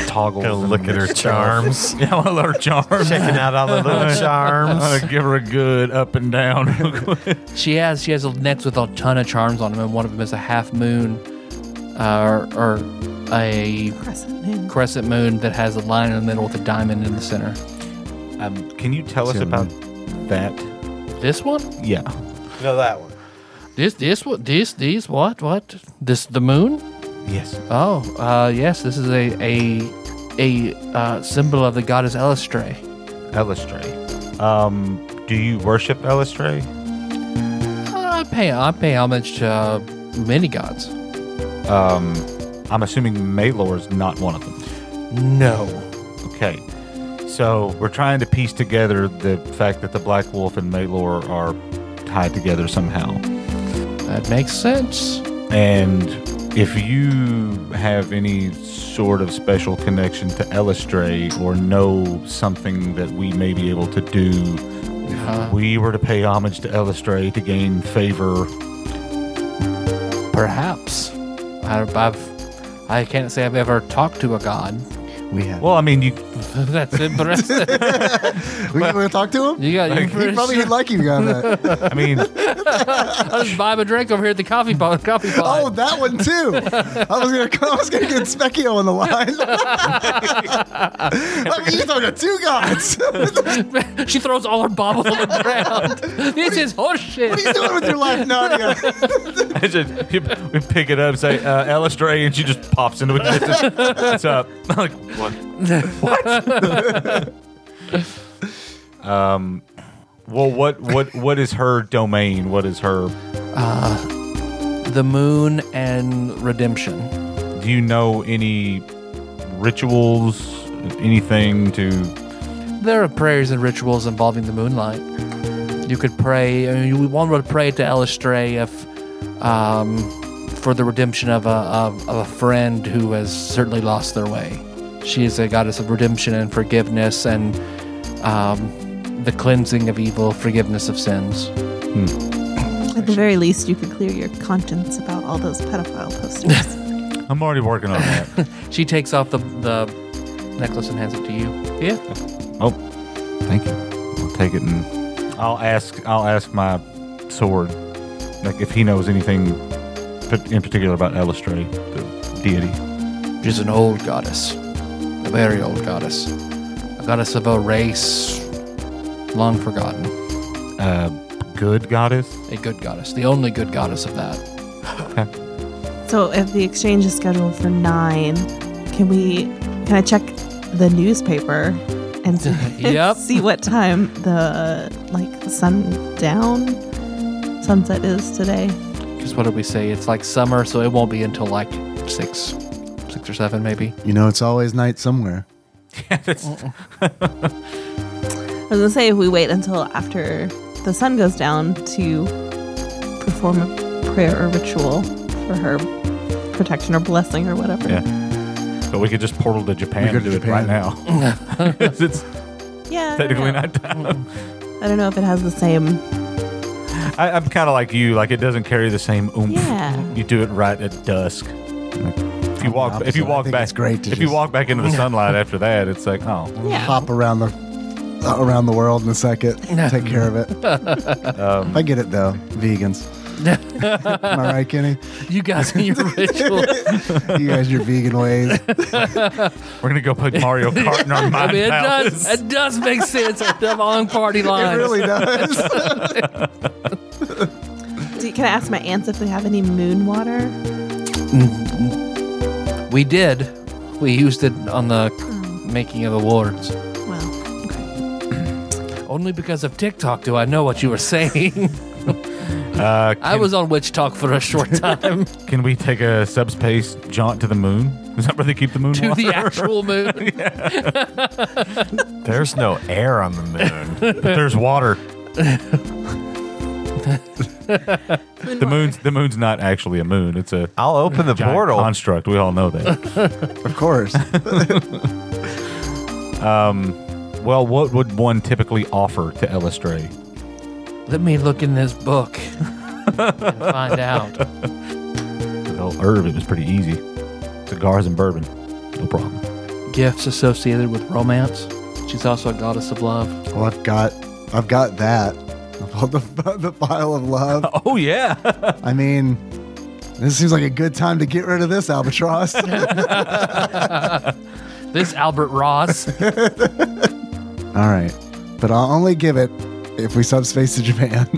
E: [laughs] toggles.
A: Gonna
E: and
A: look at her
E: stuff.
A: charms.
E: Yeah, I want to look at her charms.
A: Checking out all the little charms.
E: I'm gonna give her a good up and down. [laughs] real quick.
B: She has she has a necks with a ton of charms on them, and one of them is a half moon, uh, or, or a
F: Crescent moon.
B: crescent moon that has a line in the middle with a diamond in the center.
E: um, can you tell us
C: Sure.
E: about that?
B: This one.
E: Yeah.
A: No, that one.
B: This this what this these what what this the moon?
E: Yes.
B: Oh uh, yes, this is a a a uh, symbol of the goddess Elistre.
E: Elistray. Um, do you worship Elistray?
B: I pay I pay homage to uh, many gods.
E: Um, I'm assuming Maylor is not one of them.
B: No.
E: Okay. So we're trying to piece together the fact that the Black Wolf and Maylor are tied together somehow.
B: That makes sense.
E: And if you have any sort of special connection to Elistray or know something that we may be able to do, if we were to pay homage to Elistray to gain favor,
B: Perhaps. I, I've I can't say I've ever talked to a god.
C: [laughs]
B: [laughs]
C: We have.
E: Well, I mean, you
B: That's interesting.
C: we going to talk to him.
B: you got your
C: [laughs] He probably would like you
B: [laughs]
C: got that.
E: I mean,
B: I was buying a drink over here at the coffee pot. Coffee pot.
C: oh, that one too. I was gonna, I was gonna get Specchio on the line. [laughs] I mean, you're talking to two gods. [laughs]
B: [laughs]
C: what
B: she throws all her baubles on the
C: [laughs]
B: ground. this is horseshit.
C: are you doing with your life, Nadia?
E: I just, you, we pick it up, say, uh, Alice Dre, and she just pops into it. What's up? [laughs] I'm like, what? What? um, well, what, what, what is her domain? What is her?
B: the moon and redemption.
E: Do you know any rituals, anything to?
B: There are prayers and rituals involving the moonlight. You could pray. I mean, one would pray to Elistray if, um, for the redemption of a of, of a friend who has certainly lost their way. She is a goddess of redemption and forgiveness and um, the cleansing of evil, forgiveness of sins.
F: At the very least, you could clear your conscience about all those pedophile
C: [laughs]
F: posters.
E: I'm already working on that.
B: She takes off the the necklace and hands it to you. Yeah.
E: [laughs] oh, thank you. I'll take it and I'll ask. I'll ask my sword, like if he knows anything pat- in particular about Alice Dre, the deity.
B: She's an old goddess, a very old goddess, a goddess of a race long forgotten,
E: uh, good goddess.
B: a good goddess, the only good goddess of that.
F: so, if the exchange is scheduled for nine, can we? Can I check the newspaper and see,
B: Yep.
F: see what time the like sundown sunset is today?
B: Because what did we say? It's like summer, so it won't be until like six, six or seven maybe. [laughs]
C: You know, it's always night somewhere.
F: I was gonna say if we wait until after the sun goes down to perform a prayer or ritual for her protection or blessing or whatever.
E: Yeah. But we could just portal to Japan
C: We go
E: and
C: to
E: do it right now. [laughs]
C: Japan.
E: 'Cause it's
F: Yeah, I don't
E: technically
F: know.
E: not time.
F: I don't know if it has the same.
E: I, I'm kind of like you. Like it doesn't carry the same oomph.
F: Yeah.
E: You do it right at dusk. If you walk, if
C: Opposite.
E: you
C: I
E: walk
C: think
E: back,
C: it's great to
E: if you
C: just-
E: walk back into the sunlight after that, it's like oh.
F: Yeah.
C: Hop around the uh, around the world in a second. [laughs] Take care of it. I get it though. Vegans. Am I right, Kenny?
B: You guys
C: [laughs]
B: in your ritual.
C: You guys, your vegan [laughs] ways.
E: We're gonna go play Mario Kart in our
B: I
E: mind
B: mean, it
E: palace.
B: does, it does make sense. The long party
C: It
B: lines.
C: really does.
F: Do, can I ask my aunts if they have any moon water?
B: we did. We used it on the making of awards.
F: Well, okay.
B: Only because of TikTok do I know what you were
C: [laughs]
B: saying.
E: Uh,
B: I
E: can,
B: was on Witch Talk for a
C: [laughs]
B: short time
E: can we take a subspace jaunt to the moon? Is that where they keep the moon?
B: to the
E: water? [laughs]
B: actual moon.
A: There's no air on the moon.
E: But there's water. the moon's the moon's not actually a moon. It's a
A: I'll open the
E: giant
A: portal.
E: construct. We all know that.
C: [laughs] Of course.
E: Well, what would one typically offer to illustrate?
B: Let me look in this book and find out.
E: Well, herb, it was pretty easy. Cigars and bourbon, no problem.
B: Gifts associated with romance. She's also a goddess of love.
C: Well, I've got, I've got that. The, [laughs] the pile of love. [laughs]
E: Oh yeah,
C: I mean, this seems like a good time to get rid of this [laughs] albatross. All
B: This Albert
F: [laughs]
B: Ross.
C: right, but I'll only give it if we subspace to Japan.
E: [laughs]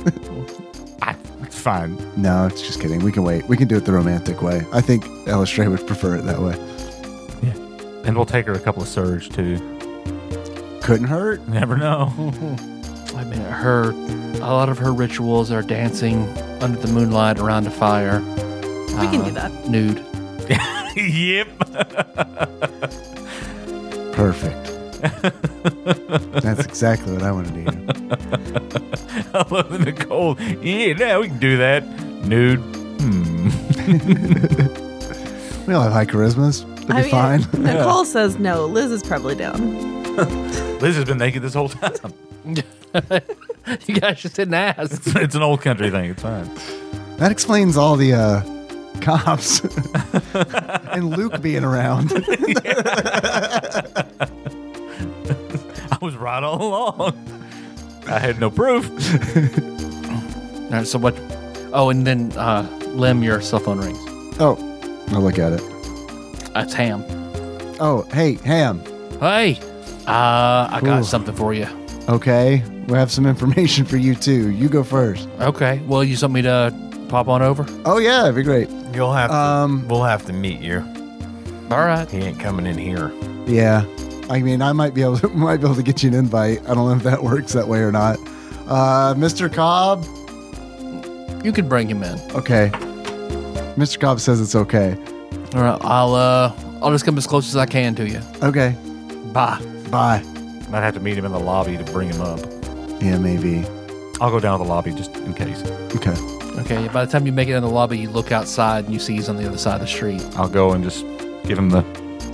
E: it's fine.
C: no, it's just kidding. We can wait. We can do it the romantic way. I think Elistray would prefer it that way.
E: And we'll take her a couple of surge too.
C: Couldn't hurt.
E: Never know.
B: I mean, her. A lot of her rituals are dancing under the moonlight around a fire.
F: We can
B: uh,
F: do that.
B: Nude.
E: [laughs]
B: [laughs]
E: yep. [laughs]
C: Perfect. That's exactly what I want to do.
E: I love the Nicole. Yeah, now we can do that. Nude. Hmm.
C: We all have high charismas.
F: Oh,
C: It'll be fine.
F: [laughs] Nicole says no. Liz is probably down.
E: Liz has been naked this whole [laughs] time.
B: You guys just didn't ask.
E: it's an old country thing. It's fine.
C: That explains all the uh, cops [laughs] and Luke being around.
E: [laughs] I was right all along. I had no proof.
B: All right, so what? Oh, and then uh, Lem, your cell phone rings.
C: Oh, I'll look at it.
B: That's Ham.
C: Oh, hey, Ham.
B: Hey, uh, I got
C: Ooh.
B: something for you.
C: Okay, we have some information for you too. You go first.
B: Okay. Well, you want me to pop on over?
C: Oh yeah, that'd be great.
A: You'll have to.
C: Um,
A: we'll have to meet you.
B: All right.
A: He ain't coming in here.
C: Yeah, I mean, I might be able to, [laughs] might be able to get you an invite. I don't know if that works that way or not. Uh, Mr. Cobb.
B: You can bring him in.
C: Okay. Mr. Cobb says it's okay.
B: All right. I'll uh, I'll just come as close as I can to you.
C: Okay.
B: Bye.
C: Bye.
E: I'd have to meet him in the lobby to bring him up.
C: Yeah, maybe.
E: I'll go down to the lobby just in case.
C: Okay.
B: Okay. By the time you make it in the lobby, you look outside and you see he's on the other side of the street.
E: I'll go and just give him the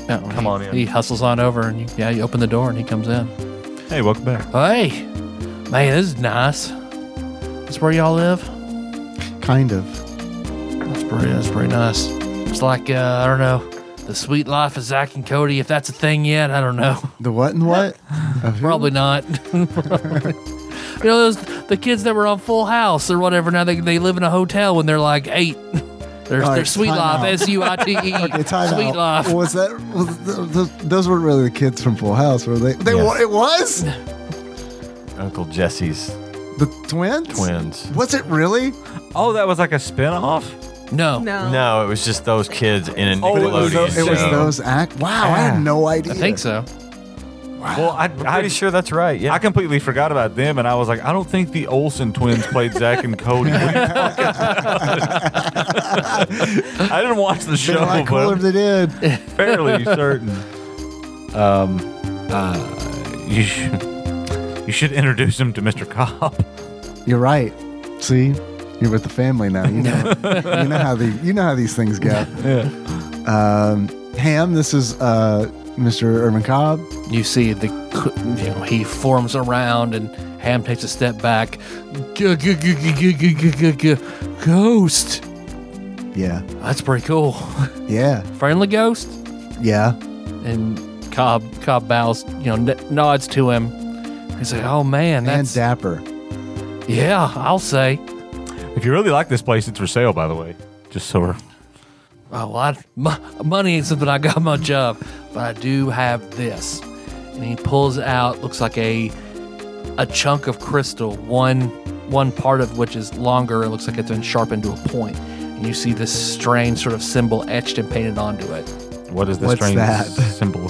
B: No,
E: Come
B: he,
E: on in.
B: He hustles on over and you, yeah, you open the door and he comes in.
E: hey, welcome back.
B: Hey, man, this is nice. That's where y'all live.
C: Kind of.
B: That's pretty. That's pretty nice. It's like uh, I don't know, the sweet life of Zach and Cody. If that's a thing yet, I don't know. [laughs]
C: The what and what? Of who?
B: Probably not. [laughs] you know, those the kids that were on Full House or whatever. Now they, they live in a hotel when they're like eight. [laughs] They're,
C: All right,
B: they're sweet
C: time
B: life.
C: out.
B: S U I T E.
C: [laughs] Okay,
B: [laughs] Sweet
C: time out.
B: life.
C: Was that was th- th- those weren't really the kids from Full House, were they? They
A: Yes.
C: wa- it was
A: Uncle Jesse's
C: the twins.
A: twins.
C: Was it really?
E: Oh, that was like a spinoff?
B: No.
F: No.
A: No, it was just those kids in a
E: Oh,
A: Nickelodeon
E: it
C: It was,
E: Nickelodeon
C: those, it was
A: show.
C: those act. Wow, I
E: Yeah.
C: had no idea.
B: I think so.
E: Well, I,
A: I'm
E: I,
A: pretty sure
E: [laughs]
A: that's right. Yeah.
E: I completely forgot about them, and I was like, I don't think the Olsen twins played Zach and Cody. [laughs] What are you talking about? [laughs] I didn't watch the
C: They're
E: show,
C: a lot cooler
E: but
C: if they did.
E: I'm
C: [laughs]
E: fairly certain. Um, uh, you should you should introduce him to Mr. Cobb. [laughs]
C: You're right. See, you're with the family now.
B: [laughs]
C: You know, you know how the you know how these things go. Um, Ham, this is uh, Mr. Irvin Cobb.
B: You see the c- you know he forms around and Ham takes a step back. G- g- g- g- g- g- g- g- g- Ghost.
C: Yeah,
B: That's pretty cool. [laughs]
C: yeah,
B: Friendly ghost.
C: yeah.
B: And Cobb Cobb bows. You know n- nods to him. He's like, oh man,
C: And
B: that's
C: Dapper.
B: yeah. I'll say.
E: If you really like this place, it's for sale, by the way. Just so we're
B: Oh, well, I, m- money ain't something I got much of, but I do have this. And he pulls out, looks like a a chunk of crystal, one one part of which is longer and looks like it's been sharpened to a point. And you see this strange sort of symbol etched and painted onto it.
E: what is the
C: What's
E: strange
C: that?
E: symbol?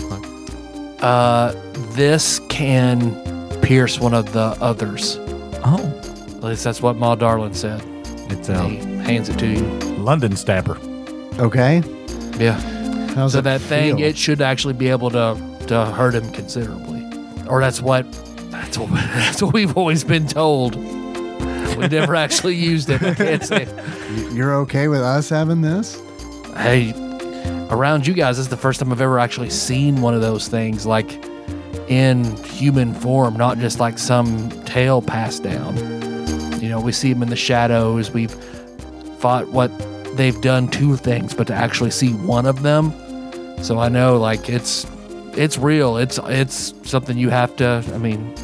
B: Uh, this can pierce one of the others.
E: Oh,
B: At least that's what Ma Darlin said.
E: it's
B: And
E: a
B: He hands it to you.
E: London stabber.
C: Okay.
B: Yeah.
C: How's
B: So
C: it
B: that thing,
C: feel?
B: it should actually be able to to hurt him considerably, or that's what that's what [laughs] that's what we've always been told. We
C: [laughs]
B: never actually used it. We can't say,
C: You're okay with us having this?
B: hey, around you guys, this is the first time I've ever actually seen one of those things like in human form, not just like some tale passed down. You know, we see them in the shadows. We've fought what they've done to things, but to actually see one of them, so I know like it's it's real. It's it's something you have to. I mean,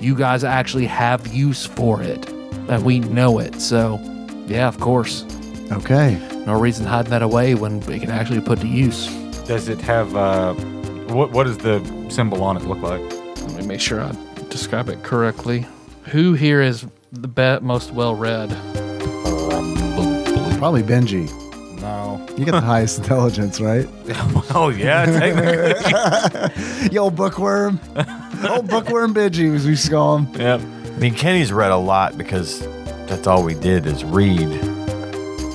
B: you guys actually have use for it, and we know it. So, yeah, of course.
C: Okay.
B: No reason hiding that away when it can actually put to use.
E: Does it have uh, what? What does the symbol on it look like?
B: Let me make sure I describe it correctly. Who here is the be- most well read?
C: Probably Benji.
E: No.
C: You
B: [laughs]
C: got the highest intelligence, right?
E: [laughs] Oh yeah, [laughs] technically.
B: [laughs]
C: Yo, bookworm. Old bookworm Benji, as we used to call him.
E: yep.
A: I mean, Kenny's read a lot because that's all we did is read.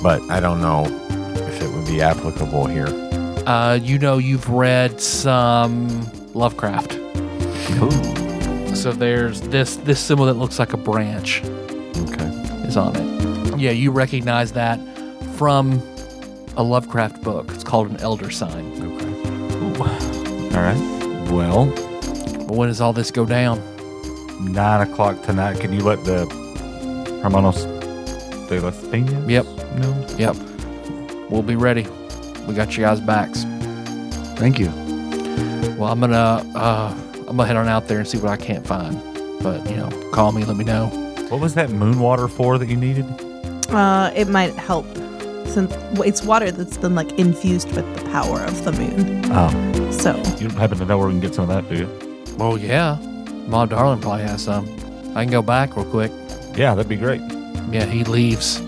A: But I don't know if it would be applicable here.
B: Uh, you know, you've read some Lovecraft. So there's this this symbol that looks like a branch
A: Okay.
B: is on it. Yeah, you recognize that from a Lovecraft book. It's called an elder sign.
E: All right. Well,
B: But when does all this go down?
E: nine o'clock tonight. Can you let the Hermanos de las Peñas?
B: Yep.
E: No.
B: Yep. We'll be ready. We got your guys' backs.
C: Thank you.
B: Well, I'm gonna uh, I'm gonna head on out there and see what I can't find. But you know, call me, let me know.
E: What was that moon water for that you needed?
F: Uh, it might help since well, it's water that's been like infused with the power of the moon.
E: Oh,
F: So
E: you don't happen to know where we can get some of that, do you?
B: Well, Oh, yeah, Ma Darling probably has some. I can go back real quick.
E: Yeah, that'd be great.
B: Yeah, he leaves,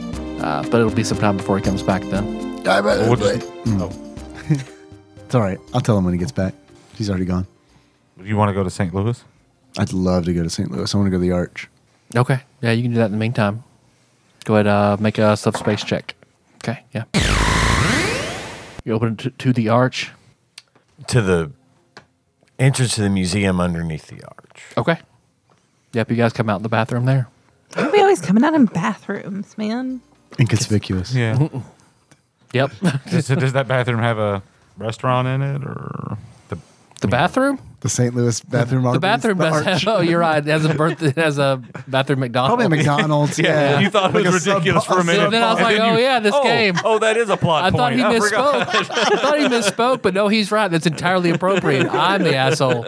B: uh, but it'll be some time before he comes back. Then
E: We'll just- Oh,
C: It's all right. I'll tell him when he gets back. He's already gone.
E: you want to go to St. [laughs] Louis?
C: I'd love to go to St. Louis. I want to go to the Arch.
B: okay, yeah, you can do that in the meantime. Go ahead, uh, make a subspace check. Okay, yeah. You open it to, to the arch.
A: to the entrance to the museum underneath the arch.
B: Okay. Yep, you guys come out in the bathroom there.
F: Why are we always coming out in bathrooms, man?
C: Inconspicuous.
E: Yeah.
B: Yep. [laughs]
E: does, does that bathroom have a restaurant in it, or the
B: the bathroom.
C: The St. Louis bathroom.
B: The bathroom does have.
C: Arch.
E: [laughs]
B: Oh, you're right. It has a birth. It has a bathroom McDonald's.
C: Probably
E: [laughs]
C: McDonald's. yeah.
E: You thought it
C: Like a
E: was
C: sub-
E: ridiculous for a minute.
B: then I was
E: And
B: like, oh,
E: you-
B: yeah, this
E: oh,
B: game.
E: Oh, that is a plot
B: I
E: point. [laughs]
B: thought he
E: I forgot.
B: misspoke. I thought he misspoke, but no, he's right. That's entirely appropriate. I'm the asshole.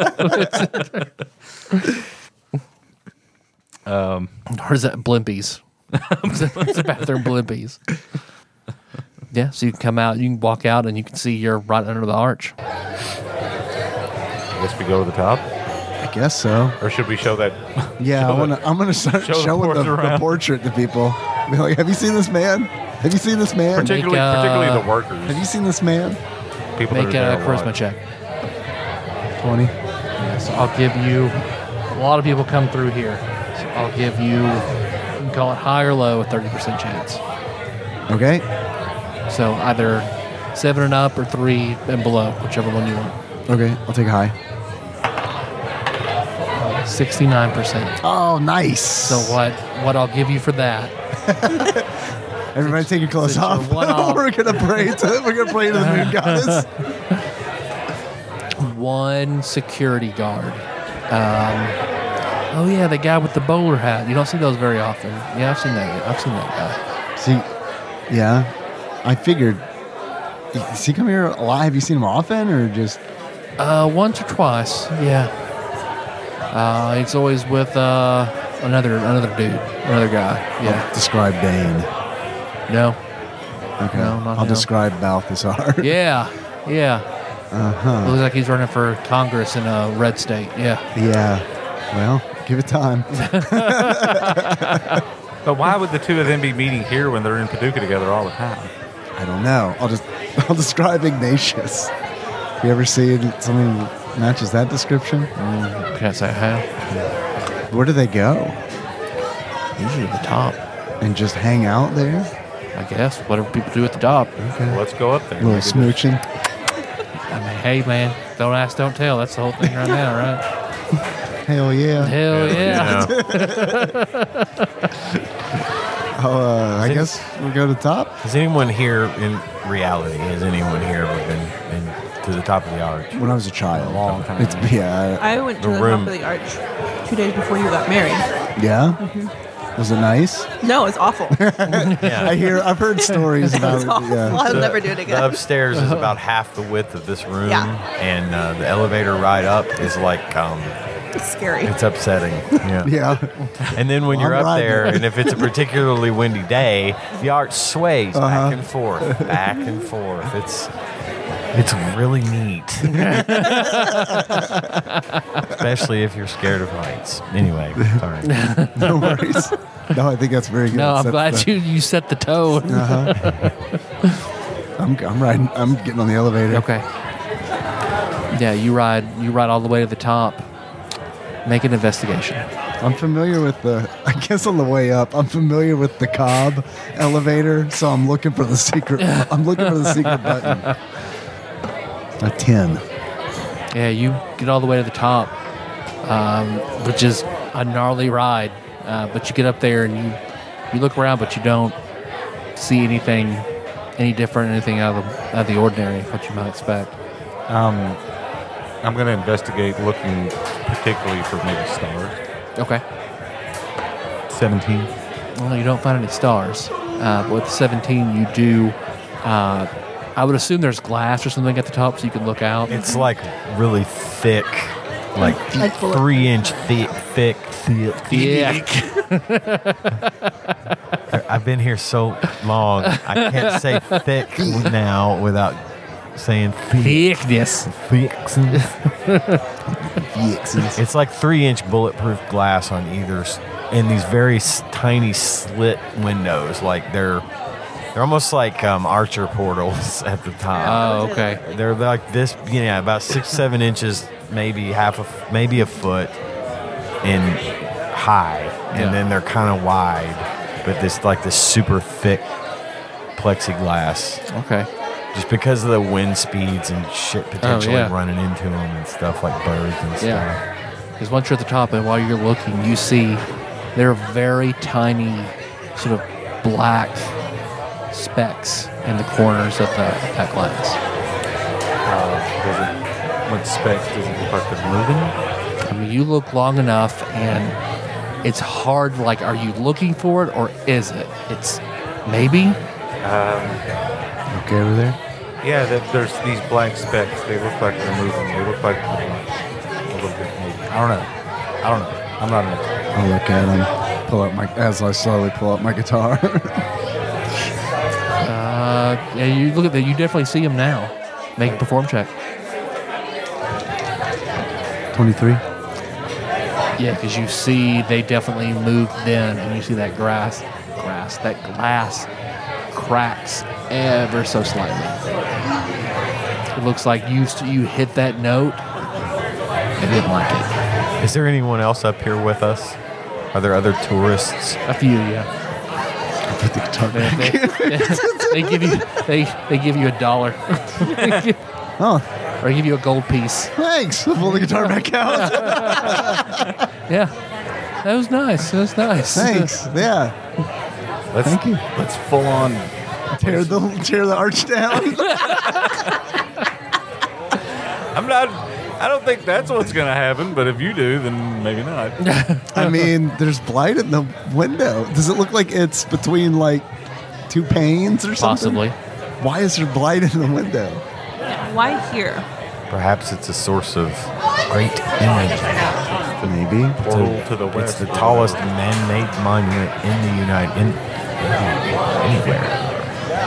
E: Um,
B: or is that [laughs] Blimpies? it's a bathroom Blimpies. Yeah, so you can come out, you can walk out, and you can see you're right under the arch.
E: I guess we go to the top,
C: I guess so.
E: or should we show [laughs] that?
C: Yeah, I wanna, I'm going to start
E: show the
C: showing the,
E: portrait
C: the
E: around.
C: portrait to people. Be like, have you seen this man? Have you seen this man?
E: Particularly,
B: uh,
E: particularly the
C: have you
E: workers,
C: seen this man?
E: people
B: Make
E: that are
B: a
E: there
B: charisma
E: lot.
B: check.
C: 20.
B: So I'll give you. A lot of people come through here. So I'll give you. You can call it high or low, a 30% chance.
C: Okay.
B: So either seven and up or three and below, whichever one you want.
C: Okay. I'll take a high.
B: 69%.
C: Oh, nice.
B: So what what I'll give you for that.
C: Everybody take your clothes
B: sit your
C: off. [laughs]
B: one off.
C: we're going to pray to we're going to pray to the
E: [laughs]
C: moon goddess.
B: one security guard. Um, oh yeah, the guy with the bowler hat. You don't see those very often. Yeah, I've seen that. I've seen that guy.
C: See, yeah, I figured. Does he come here a lot? Have you seen him often, or just
B: Uh, once or twice. Yeah. Uh, it's always with uh, another another dude, another guy. Yeah.
C: describe Bane?
B: No.
C: Okay,
B: No, not
C: I'll
B: him.
C: describe Balthazar.
B: Yeah. Yeah. Uh-huh. Looks like he's running for Congress in a red state. Yeah.
C: [laughs] yeah. Well, give it time.
E: But why would the two of them be meeting here when they're in Paducah together all the time?
C: I don't know. I'll just [laughs] I'll describe Ignatius. You ever seen something that matches that description?
B: Can I say how?
C: Where do they go
B: Usually the top,
C: and just hang out there?
B: I guess. Whatever people do at the top.
E: Well, let's go up there.
C: A little
E: Maybe there's-
C: smooching.
B: I mean, hey man, don't ask, don't tell. That's the whole thing right now, right?
C: Hell [laughs] yeah!
B: Hell yeah.
A: You know,
C: Oh, uh, I guess we go to the top.
A: has anyone here in reality? Has anyone here ever been, been to the top of the arch?
C: When I was a child,
A: Long time.
C: It's yeah,
F: I went to
A: The
F: the,
A: room.
F: top of the arch two days before you got married.
C: yeah.
B: Mm-hmm.
C: Was it nice?
F: No, it's [laughs] awful. It's
A: Yeah. [laughs]
C: I hear. I've
B: [laughs]
C: heard stories about it.
F: awful.
C: Yeah.
F: I'll never do it
A: The
F: again.
A: upstairs is about half the width of this room,
F: Yeah.
A: and uh, the elevator ride up is like um,
F: It's scary.
A: it's
E: [laughs]
A: upsetting. Yeah.
C: Yeah. [laughs]
A: And then when
C: Well,
A: you're
C: I'm
A: up
C: riding
A: there,
C: it.
A: and if it's a particularly windy day, the arch sways
C: Uh-huh.
A: back and forth, back and forth. It's it's really neat, especially if you're scared of heights. Anyway, sorry.
C: No worries. No, I think that's very good.
B: No, I'm
C: That's
B: glad
C: the-
B: you, you set the tone.
C: I'm, I'm riding. I'm getting on the elevator.
B: Okay. Yeah, you ride you ride all the way to the top. Make an investigation.
C: I'm familiar with the. [laughs] I guess on the way up, I'm familiar with the Cobb elevator, so I'm looking for the secret. I'm looking for
B: [laughs]
C: the secret button. A ten.
B: Yeah, you get all the way to the top, um, which is a gnarly ride. Uh, but you get up there and you you look around, but you don't see anything any different, anything out of the, out of the ordinary, what you might expect.
E: I'm going to investigate looking particularly for maybe stars.
B: Okay.
E: 17.
B: Well, you don't find any stars, uh, but with 17, you do I would assume there's glass or something at the top so you can look out.
A: It's like really thick, like,
D: Like bullet-
A: three inch thick, thick, thick.
B: yeah.
A: I've been here so long, I can't
C: [laughs]
A: say thick now without saying thick.
B: Thickness.
A: Fixins.
C: Yikes.
A: It's like three inch bulletproof glass on either, s- and these very s- tiny slit windows. Like they're they're almost like um, archer portals [laughs] at the top.
B: Oh, okay.
A: they're like this, you know, about six seven inches, maybe half a f- maybe a foot in high, and
B: Yeah.
A: then they're kind of wide, but this like this super thick plexiglass
B: Okay.
A: just because of the wind speeds and shit
G: Oh,
A: potentially
B: yeah.
A: running into them and stuff like birds and stuff.
B: Yeah. Because once you're at the top and while you're looking, you see they're very tiny, sort of black specks in the corners of the, that glass.
G: Does it, what specs does it look like they're moving?
B: I mean, you look long enough and it's hard. Like, are you looking for it or is it? It's maybe.
C: Okay, over there.
G: Yeah, that, there's these black specks. They look like they're moving. They look like a little bit maybe. I don't know. I don't know. I'm not an expert.
C: I'll look at him. Pull out my as I slowly pull out my guitar. [laughs]
B: Uh, yeah, you look at that. You definitely see them now. Make a perform check.
C: Twenty three.
B: Yeah, because you see they definitely moved then, and you see that grass, grass, that glass cracks ever so slightly. It looks like you st- you hit that note. They didn't like it.
A: Is there anyone else up here with us? Are there other tourists?
B: A few, yeah.
C: Put the guitar
B: They, [laughs]
C: back.
B: they- they give you they they give you a dollar,
C: Oh,
B: or give you a gold piece.
C: thanks. Pull the guitar back out.
B: Yeah, that was nice. That was nice.
C: [laughs] thanks. Yeah.
G: Let's,
C: Thank you.
G: Let's full on.
C: Tear the tear the arch
B: [laughs]
C: down.
E: I'm not. I don't think that's what's gonna happen. But if you do, then maybe not.
C: I mean, there's blight in the window. Does it look like it's between like two panes or something?
B: Possibly.
C: Why is there blight in the window?
F: Why here?
A: Perhaps it's a source of great energy.
C: Maybe.
G: Portal to the
A: It's
G: west.
A: the tallest man-made monument in the United in, anywhere.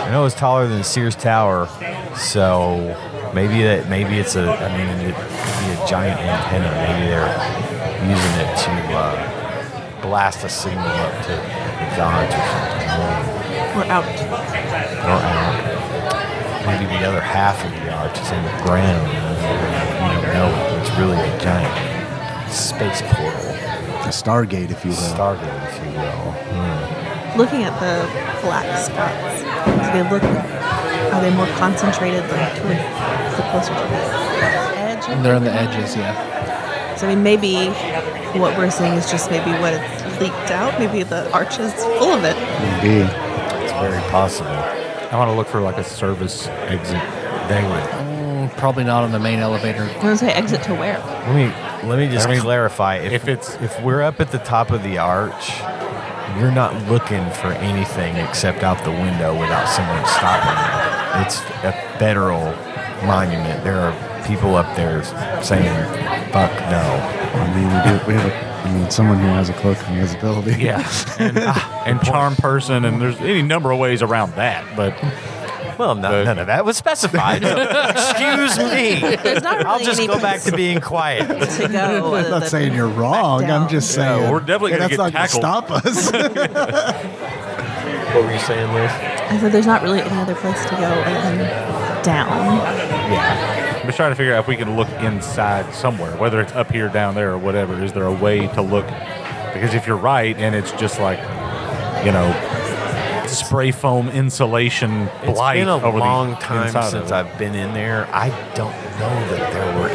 A: I know it's taller than Sears Tower, so maybe that maybe it's a. I mean, it could be a giant antenna. Maybe they're using it to uh, blast a signal up to McDonald's or something.
F: We're out.
A: I don't know. uh, Maybe the other half of the arch is in the ground. You don't know. It's really a giant space portal,
C: A stargate, if you will.
A: Stargate, if you will.
F: Looking at the black spots, do they look? Are they more concentrated like toward the closer to the edge?
B: And they're on the edges. Yeah.
F: So I mean, maybe what we're seeing is just maybe what it's leaked out. Maybe the arch is full of it.
C: Maybe.
A: It's very possible.
G: I want to look for like a service exit.
A: They would.
B: Mm, Probably not on the main elevator.
F: I'm gonna say exit to where?
A: Let me let me just clarify. If,
G: if it's-
A: if we're up at the top of the arch, you're not looking for anything except out the window without someone stopping you. It's a federal monument. There are people up there saying, "Fuck no."
C: I mean, we do. We have. A, I mean, someone who has a cloak of invisibility.
E: [laughs] Yeah, and, and charm person, and there's any number of ways around that. But
A: Well, no,
E: Uh,
A: none of that was
E: [laughs]
A: specified. Excuse me.
F: There's not really
A: I'll just
F: any
A: go back
F: place [laughs]
A: to being quiet.
F: to
A: [laughs]
F: go.
C: I'm not saying you're wrong.
F: down.
C: I'm just
E: Yeah,
C: saying
E: we're definitely
C: and
E: gonna
C: that's
E: get
C: not gonna
E: tackled. [laughs]
C: stop us.
A: What were you saying, Liz?
F: I said there's not really any other place to go other than down.
E: I'm just trying to figure out if we can look inside somewhere, whether it's up here, down there, or whatever. Is there a way to look? Because if you're right, and it's just like, you know, spray foam insulation
A: It's
E: blight
A: been a
E: over the
A: long time
E: inside of
A: since
E: it.
A: I've been in there. I don't know that there were.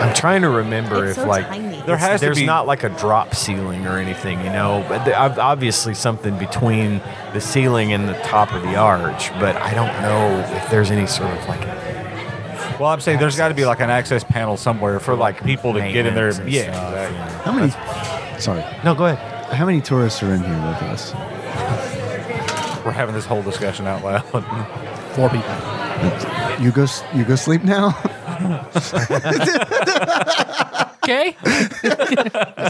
A: I'm trying to remember
F: It's
A: if
F: so
A: like
F: tiny. There
A: it's-
E: has to
A: there's
E: be-
A: not like a drop ceiling or anything, you know. But there, ob- obviously something between the ceiling and the top of the arch. But I don't know if there's any sort of like
E: Well, I'm saying there's got to be like an access panel somewhere for like people to get in there.
A: maintenance and
E: yeah,
A: stuff,
E: exactly.
A: you know.
C: how many? Sorry.
A: No, go ahead.
C: How many tourists are in here with us?
E: we're having this whole discussion out loud.
B: Four people.
C: You go. s- You go sleep now.
B: Okay.
C: I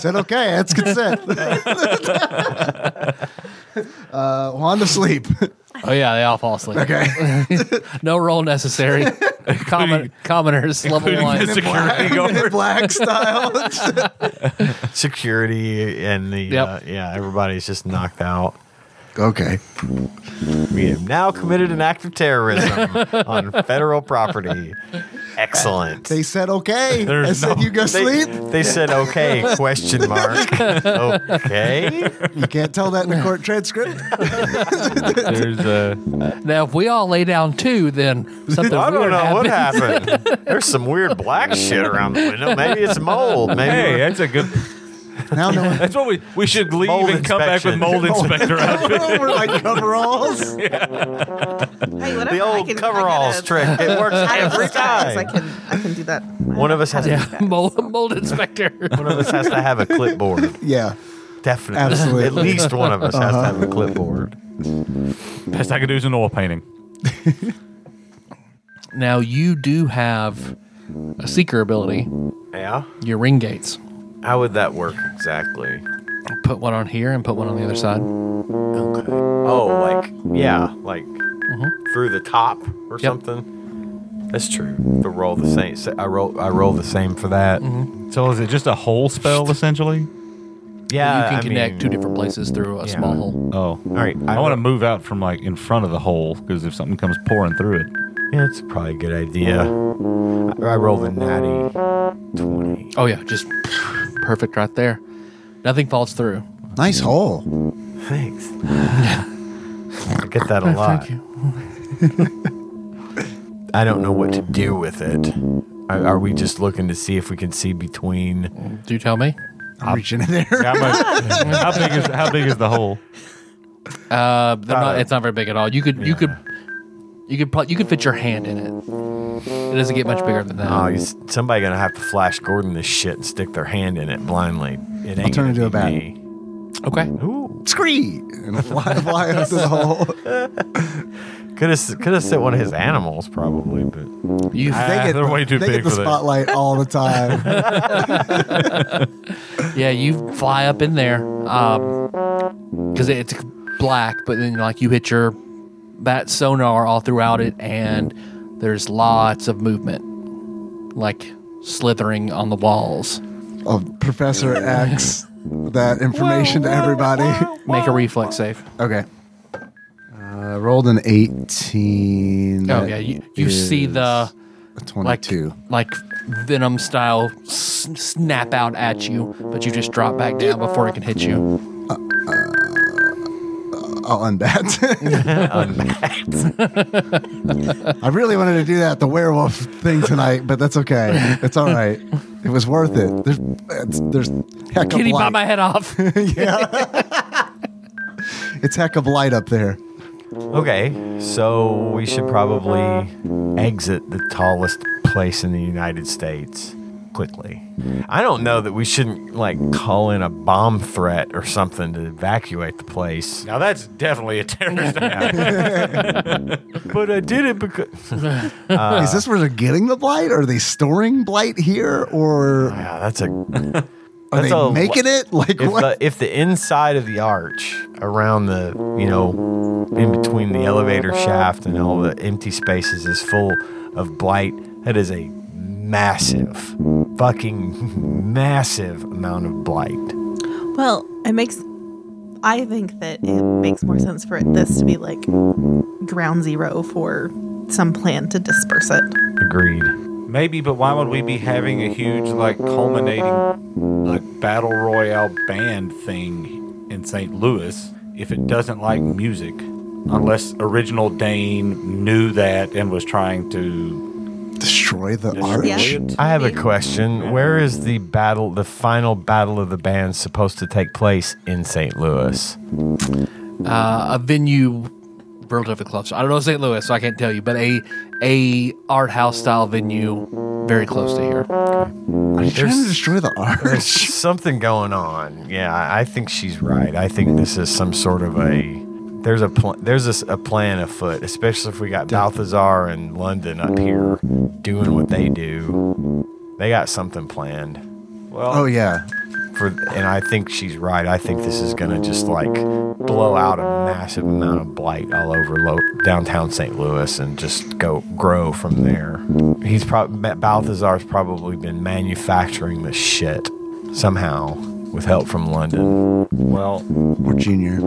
C: said okay. That's consent. [laughs] uh, Juan to sleep.
B: Oh yeah, they all fall asleep.
C: Okay.
B: [laughs] No roll necessary. Common, commoners level
E: including
B: one.
E: this- Security guard.
C: Men in [laughs] black style.
A: Security and the
B: Yep.
A: uh, yeah, everybody's just knocked out.
C: okay.
A: We have now committed an act of [laughs] terrorism on federal property. Excellent.
C: They said okay.
E: There's
C: I said
E: no-
C: you go
A: They,
C: sleep.
E: [laughs]
A: they said [laughs] okay question mark. Okay.
C: You can't tell that in the court transcript.
E: There's a
B: Now, if we all lay down two, then
A: [laughs]
B: something
A: I don't
B: weird
A: know what
B: happens.
A: [laughs] happened. There's some weird black shit around the window. Maybe it's mold. Maybe
E: hey,
A: we're-
E: that's a good.
C: now no one.
E: That's what we we should leave
A: Mold
E: and come back with
A: inspection.
E: mold inspector
A: [laughs]
C: [laughs]
E: outfit.
C: We're like coveralls.
F: Hey, whatever,
A: the
F: I
A: old
F: can- I
A: coveralls
F: gotta-
A: trick. It works
F: I have
A: every
F: disguise. I
A: time.
F: can, I can do that.
A: One of us has to,
B: Yeah, [laughs] mold, mold inspector.
A: one of us has to have a clipboard.
C: Yeah.
A: [laughs] Definitely.
C: Absolutely. Uh-huh.
A: At least one of us has to have a clipboard.
E: Best I could do is an oil painting.
B: now you do have a seeker ability.
A: Yeah.
B: Your ring gates.
A: How would that work exactly?
B: Put one on here and put one on the other side.
A: Okay. Oh,
B: Uh-huh.
A: like yeah,
C: Mm-hmm.
A: like through the top or
B: Mm-hmm. Yep.
A: something. That's true. The roll the same. sa- I roll. I roll the same for that.
B: Mm-hmm.
E: So is it just a whole spell essentially?
A: Yeah,
B: you can
A: I
B: connect
A: mean,
B: two different places through a
A: yeah.
B: small hole.
E: Oh,
A: All right.
E: I, want to move out from like in front of the hole because if something comes pouring
G: [laughs]
E: through it,
A: Yeah, it's probably a good idea. I, I rolled a natty twenty.
B: Oh yeah, just perfect right there. Nothing falls through.
C: Nice hole.
A: Thanks. I get that a lot.
B: Thank you.
A: I don't know what to do with it. Are, are we just looking to see if we can see between?
B: Do you tell me?
C: I'm reaching in there.
E: how, much, how big is how big is the hole?
B: Uh, they're not,
A: Uh,
B: it's not very big at all. You could you could you could pl- you could fit your hand in it. It doesn't get much bigger than that.
A: Oh, you- somebody gonna have to flash Gordon this shit and stick their hand in it blindly. It ain't
C: I'll turn
A: gonna
C: into
A: be
C: a bat.
A: me.
B: okay.
A: Ooh.
C: Scree. And I fly, fly up to the hole.
A: Could have could have sent one of his animals probably,
C: [laughs]
A: but
B: You
E: [laughs] Ah, they're way too
C: they get
E: big
C: the
E: for that.
C: spotlight all the
E: [laughs]
C: time.
B: yeah, you fly up in there because it's black, but then like you hit your bat sonar all throughout it, and there's lots of movement, like slithering on the walls.
C: of Professor X that information to everybody.
B: Make a reflex save.
C: Okay. Uh, rolled an 18.
B: Oh
C: That
B: yeah, you, you see
C: is
B: the
C: a
B: like
C: 22.
B: like venom style s- snap out at you, but you just drop back down before it can hit you.
C: I'll
B: [laughs]
C: unbat. I really wanted to do that, the werewolf thing tonight, but that's okay. It's all right. It was worth it. There's, it's, there's heck
B: Can he
C: of
B: bite
C: light.
B: my head off?
C: it's heck of light up there.
A: okay. So we should probably exit the tallest place in the United States quickly. I don't know that we shouldn't like call in a bomb threat or something to evacuate the place.
E: Now that's definitely a terrorist.
A: But I did it because Uh,
C: Is this where they're getting the blight? Are they storing blight here, or
A: yeah, that's a
C: are
A: that's
C: they
A: a-
C: making it? Like
A: if
C: what?
A: the, if the inside of the arch around the you know in between the elevator shaft and all the empty spaces is full of blight that is a massive fucking massive amount of blight
F: Well, it makes. I think that it makes more sense for it, this to be like ground zero for some plan to disperse it.
A: agreed
G: Maybe, but why would we be having a huge, like, culminating, like, battle royale band thing in St. Louis if it doesn't like music? Unless original Dane knew that and was trying to
C: Destroy the arch?
G: destroy
F: Yeah.
G: it.
A: i have a question where is the battle the final battle of the bands supposed to take place in st louis
B: a venue relatively close. I don't know St. Louis, so I can't tell you, but a a art house style venue very close to here.
C: Are you trying to destroy the
A: There's [laughs]
C: arch?
A: something going on. Yeah, I I think she's right. I think this is some sort of a There's a pl- there's a, s- a plan afoot, especially if we got Balthazar and London up here doing what they do. They got something planned
E: Well,
C: Oh yeah.
A: for, and I think she's right. I think this is gonna just like blow out a massive amount of blight all over low, downtown St. Louis and just go grow from there. He's probably Balthazar's probably been manufacturing this shit somehow with help from London. Well,
C: Or Junior.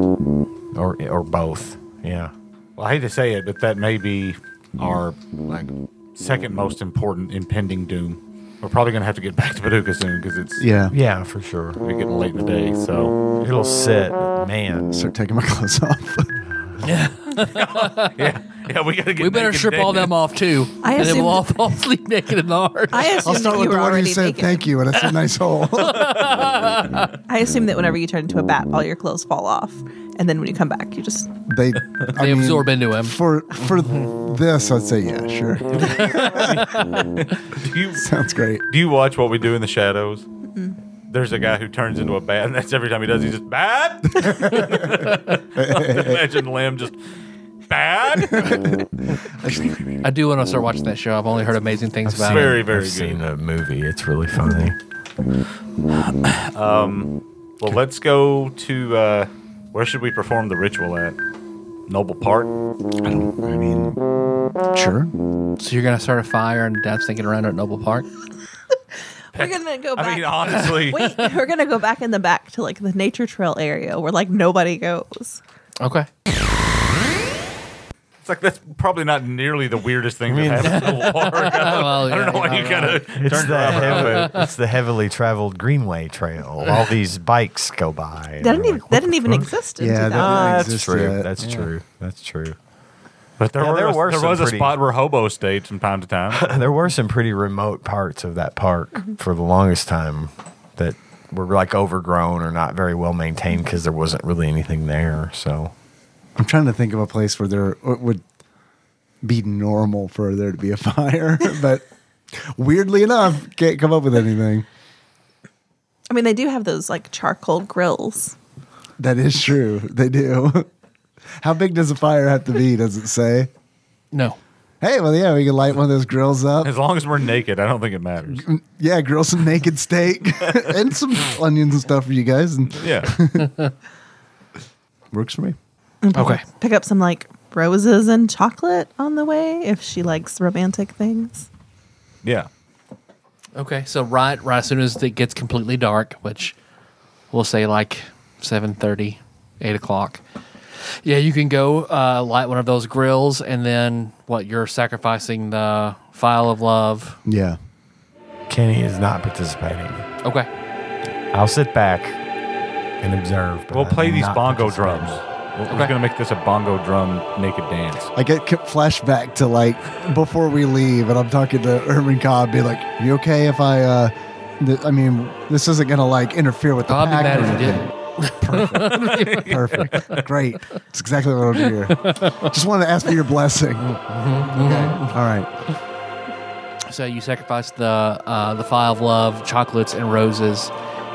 A: or or both. Yeah.
E: Well, I hate to say it, but that may be our like second most important impending doom. We're probably gonna have to get back to Paducah soon because it's
C: Yeah.
A: Yeah, for sure.
E: we're getting late in the day. So [laughs]
A: It'll sit, but man.
C: Start taking my [laughs] clothes off.
E: yeah, yeah, we gotta get.
B: We better
E: naked
B: strip all
E: today.
B: them off too,
F: I
B: and then we'll [laughs]
F: assumed-
B: all fall asleep naked in the yard.
F: I
C: I'll
F: assume
C: start
F: that you
C: with
F: were
C: the one who
F: already
C: said
F: naked.
C: thank you, and it's a
F: [laughs]
C: nice hole. [laughs]
F: I assume that whenever you turn into a bat, all your clothes fall off, and then when you come back, you just
C: they
B: They absorb into him.
C: For for
A: Mm-hmm.
C: this, I'd say yeah,
A: [laughs]
C: sure.
E: [laughs] Do you
C: Sounds great.
E: do you watch what we do in the shadows? There's a guy who turns into a bat, and that's every time he does. He's just bat.
B: [laughs]
E: [laughs] Imagine Lim just bat.
B: I do want to start watching that show. I've only heard amazing things about it.
E: Very very
A: I've seen the
E: good.
A: movie. It's really funny.
E: Well, let's go to uh, where should we perform the ritual at? Noble Park.
C: I don't. I mean, sure.
B: So you're gonna start a fire and Dad's thinking around at Noble Park.
F: we're gonna go back.
E: I mean, honestly,
F: [laughs] Wait, we're gonna go back in the back to like the nature trail area where like nobody goes.
B: Okay.
E: It's like that's probably not nearly the weirdest thing
A: mean-
E: that happened
A: [laughs]
E: to Warwick.
B: Well,
E: [laughs] I
B: yeah,
E: don't know why
B: yeah,
E: you
B: right.
E: kind of
A: It's
E: turned
A: the,
E: around.
A: heavy, it's the heavily traveled Greenway Trail. All these bikes go by.
F: That didn't even that didn't even exist. in
C: Yeah, that-
F: 2000.
A: Ah,
C: Doesn't
A: that's
C: exist
A: true.
C: yet.
A: That's true. That's true.
E: But there,
A: Yeah,
E: were
A: there
E: a-
A: were
E: there
A: some
E: was a
A: pretty-
E: spot where hobo stayed from time
A: [laughs]
E: to time.
A: [clears throat] There were some pretty remote parts of that park for the longest time that were like overgrown or not very well maintained because there wasn't really anything there. So
C: I'm trying to think of a place where there it would be normal for there to be a [laughs] fire, but weirdly enough, can't come up with anything.
F: I mean, they do have those like charcoal grills.
C: That is true. They do. [laughs] How big does a fire have to be? Does it say?
B: uh, No.
C: Hey, well, yeah, we can light one of those grills up.
E: as long as we're naked, I don't think it matters.
C: Yeah, grill some naked steak [laughs] and some onions and stuff for you guys, and
A: [laughs]
E: Yeah,
C: works for me.
F: Mm-hmm.
B: Okay.
F: Pick up some like roses and chocolate on the way if she likes romantic things.
E: yeah.
B: Okay. So right, right as soon as it gets completely dark, which we'll say like 7.30, 8 o'clock. Yeah, you can go uh, light one of those grills, and then what? You're sacrificing the file of love.
C: Yeah.
A: Kenny is not participating.
B: Okay.
A: I'll sit back and observe. but
E: We'll
A: I'm
E: play these
A: not
E: bongo
A: participating.
E: drums. We're,
B: Okay.
E: we're gonna make this a bongo drum naked dance.
C: I get kept flashback to like before we leave, and I'm talking to Urban Cobb, be like, "You okay if I? uh th- I mean, this isn't gonna like interfere with the
B: I'll be
C: pack
B: mad
C: or
B: if you
C: anything."
B: didn't.
C: Perfect. Great. That's exactly what I'm here. Just wanted to ask for your blessing. Okay.
B: Mm-hmm,
C: All right.
B: So you sacrifice the uh, the file of love, chocolates, and roses,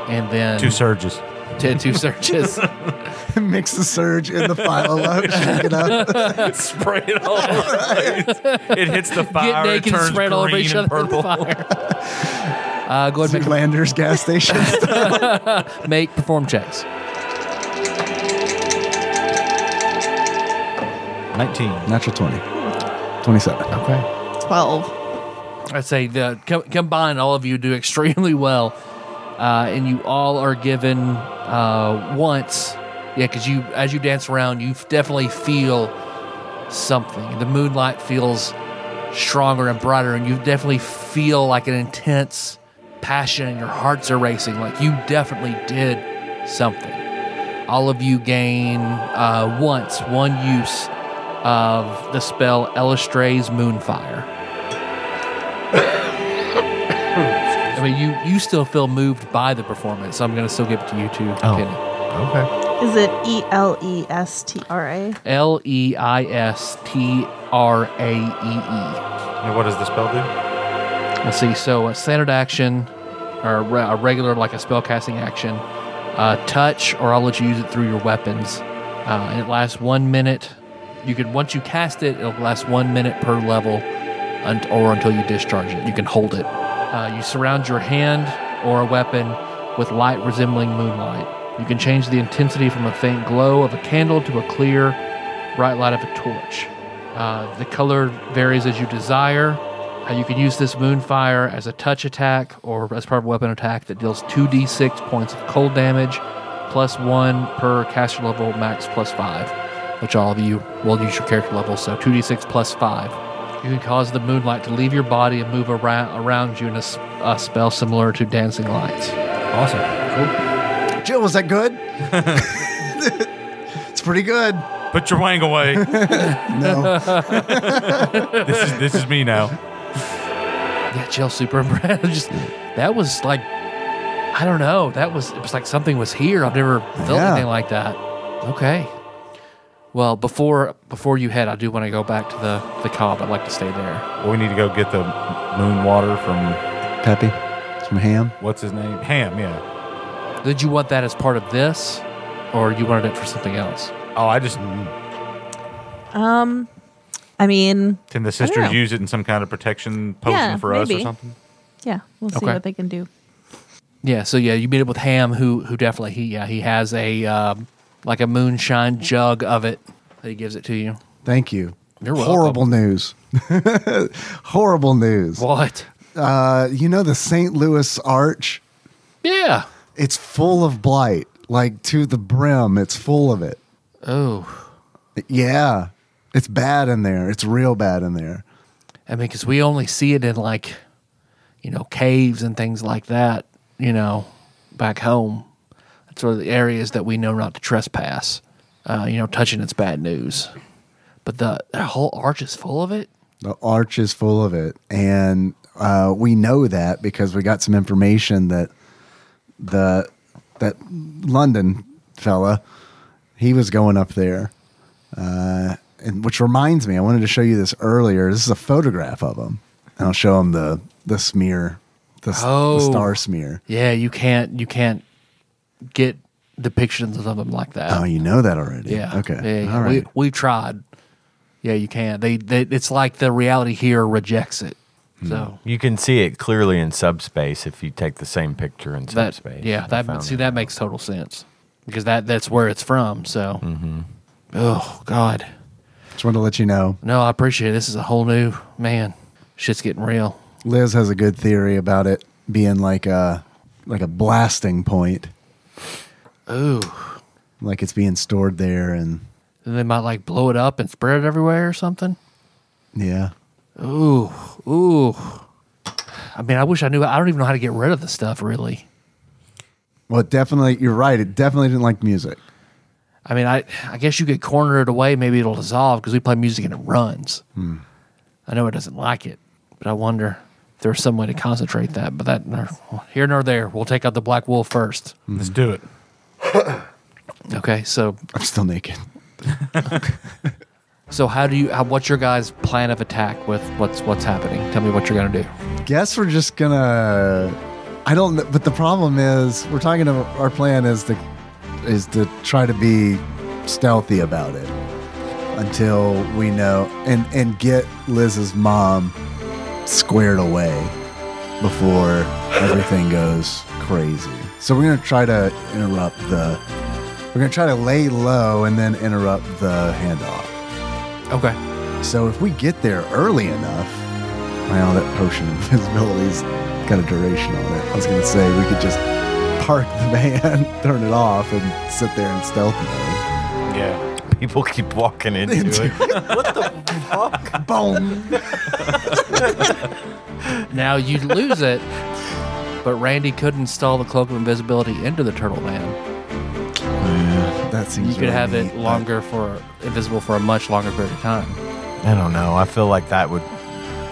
B: and then
A: [laughs]
E: Two surges.
B: to- [laughs] two
E: [laughs]
B: searches. [laughs]
C: [laughs] Mix the surge in the file up. Shake it
B: [laughs]
C: up.
E: Spray it all over. [laughs] it hits the
B: Get
E: fire. It
B: naked, and
E: turns
B: spread
E: green
B: all over each
E: and
B: other.
E: purple.
B: Fire. [laughs] Uh, go ahead and make
C: Landers gas
B: [laughs]
C: station. [laughs]
B: make perform checks.
E: Nineteen.
C: Natural 20. 27.
B: Okay.
F: Twelve.
B: I'd say the co- combined, all of you do extremely well, uh, and you all are given uh, once. Yeah, because you as you dance around, you definitely feel something. The moonlight feels stronger and brighter, and you definitely feel like an intense passion, and your hearts are racing. Like you definitely did something. All of you gain uh, once one use of the spell Elistray's Moonfire. [coughs] I mean, you you still feel moved by the performance, so I'm gonna still give it to you too, Kenny.
A: Okay.
F: Is it E L E S T R A?
B: L e i s t r a e e.
E: And what does the spell do?
B: Let's see. So a standard action, or a re- a regular like a spell casting action, uh, touch, or I'll let you use it through your weapons. Uh, it lasts one minute. You could once you cast it, it'll last one minute per level, un- or until you discharge it. You can hold it. Uh, you surround your hand or a weapon with light resembling moonlight. You can change the intensity from a faint glow of a candle to a clear, bright light of a torch. Uh, the color varies as you desire. Uh, you can use this moonfire as a touch attack or as part of a weapon attack that deals 2d6 points of cold damage, plus one per caster level, max plus five, which all of you will use your character level, so 2d6 plus five. You can cause the moonlight to leave your body and move around, around you in a, s- a spell similar to dancing lights.
E: Awesome.
C: Jill, was
B: [laughs]
C: that good? [laughs] it's pretty good.
E: Put your
A: [laughs]
E: wang away.
C: No.
E: this is this is me now.
B: Yeah, Jill, super impressed. [laughs] Just that was like, I don't know. That was it was like something was here. I've never felt
C: Yeah.
B: anything like that. Okay. Well, before before you head, I do want to go back to the the cob. I'd like to stay there.
E: We need to go get the moon water from
C: Peppy, some ham.
E: what's his name? Ham, yeah.
B: Did you want that as part of this, or you wanted it for something else?
E: Oh, I just
F: Um, I mean,
E: can the
F: know.
E: sisters use it in some kind of protection potion
F: Oh. Yeah,
E: for us or
F: maybe.
E: something?
F: yeah, we'll see
B: Okay.
F: what they can do.
B: Yeah. So yeah, you meet up with Ham, who who definitely he yeah he has a um, like a moonshine jug of it that he gives it to you.
C: Thank you.
B: You're welcome.
C: Horrible news. [laughs] Horrible news.
B: What?
C: Uh, you know the St. Louis Arch?
B: Yeah.
C: It's full of blight, like to the brim. It's full of it.
B: Oh.
C: Yeah. It's bad in there. It's real bad in there.
B: I mean, because we only see it in like, you know, caves and things like that. You know, back home, that's sort of the areas that we know not to trespass. Uh, you know, touching it's bad news. But the, the whole arch is full of it.
C: The arch is full of it, and uh, we know that because we got some information that the that London fella he was going up there, uh, and which reminds me, I wanted to show you this earlier. This is a photograph of him, and I'll show him the the smear, the, s-
B: Oh.
C: the star smear.
B: Yeah, you can't you can't get depictions of them like that.
C: Oh, you know that already.
B: Yeah.
C: Okay.
B: Yeah, yeah.
C: All right.
B: We we tried. Yeah, you can't. They, they it's like the reality here rejects it.
C: Hmm.
B: So
A: You can see it clearly in subspace if you take the same picture in
B: that
A: subspace.
B: yeah
A: I
B: that
A: found
B: see that makes total sense because that that's where it's from so oh god
C: Just wanted to let you know.
B: no i appreciate it this is a whole new man shit's getting real
C: Liz has a good theory about it being like a like a blasting point.
B: ooh
C: like it's being stored there and
B: and they might like blow it up and spread it everywhere or something
C: yeah
B: ooh ooh i mean i wish i knew i don't even know how to get rid of the stuff really
C: well it definitely you're right it definitely didn't like music
B: i mean i i guess you could corner it away maybe it'll dissolve because we play music and it runs i know it doesn't like it but i wonder if there's some way to concentrate that but that here nor there we'll take out the black wolf first
E: Let's do it.
B: Okay, so
C: i'm still naked
B: so how do you? How, what's your guys' plan of attack with what's what's happening? Tell me what you're gonna do.
C: guess we're just gonna i don't kn- but the problem is we're talking about our plan is to is to try to be stealthy about it until we know and and get liz's mom squared away before everything goes crazy so we're gonna try to interrupt the we're gonna try to lay low and then interrupt the handoff
B: Okay.
C: so if we get there early enough, well, that potion of invisibility's got a duration on it. I was gonna say we could just park the van, [laughs] turn it off, and sit there in stealth mode.
G: Yeah.
A: out. [laughs] people keep walking
C: [laughs]
A: into it.
C: Boom!
B: Now you lose it, but Randy could install the cloak of invisibility into the turtle man.
C: That seems.
B: You could
C: really
B: have
C: neat,
B: it
C: but
B: longer for invisible for a much longer period of time.
A: I don't know. I feel like that would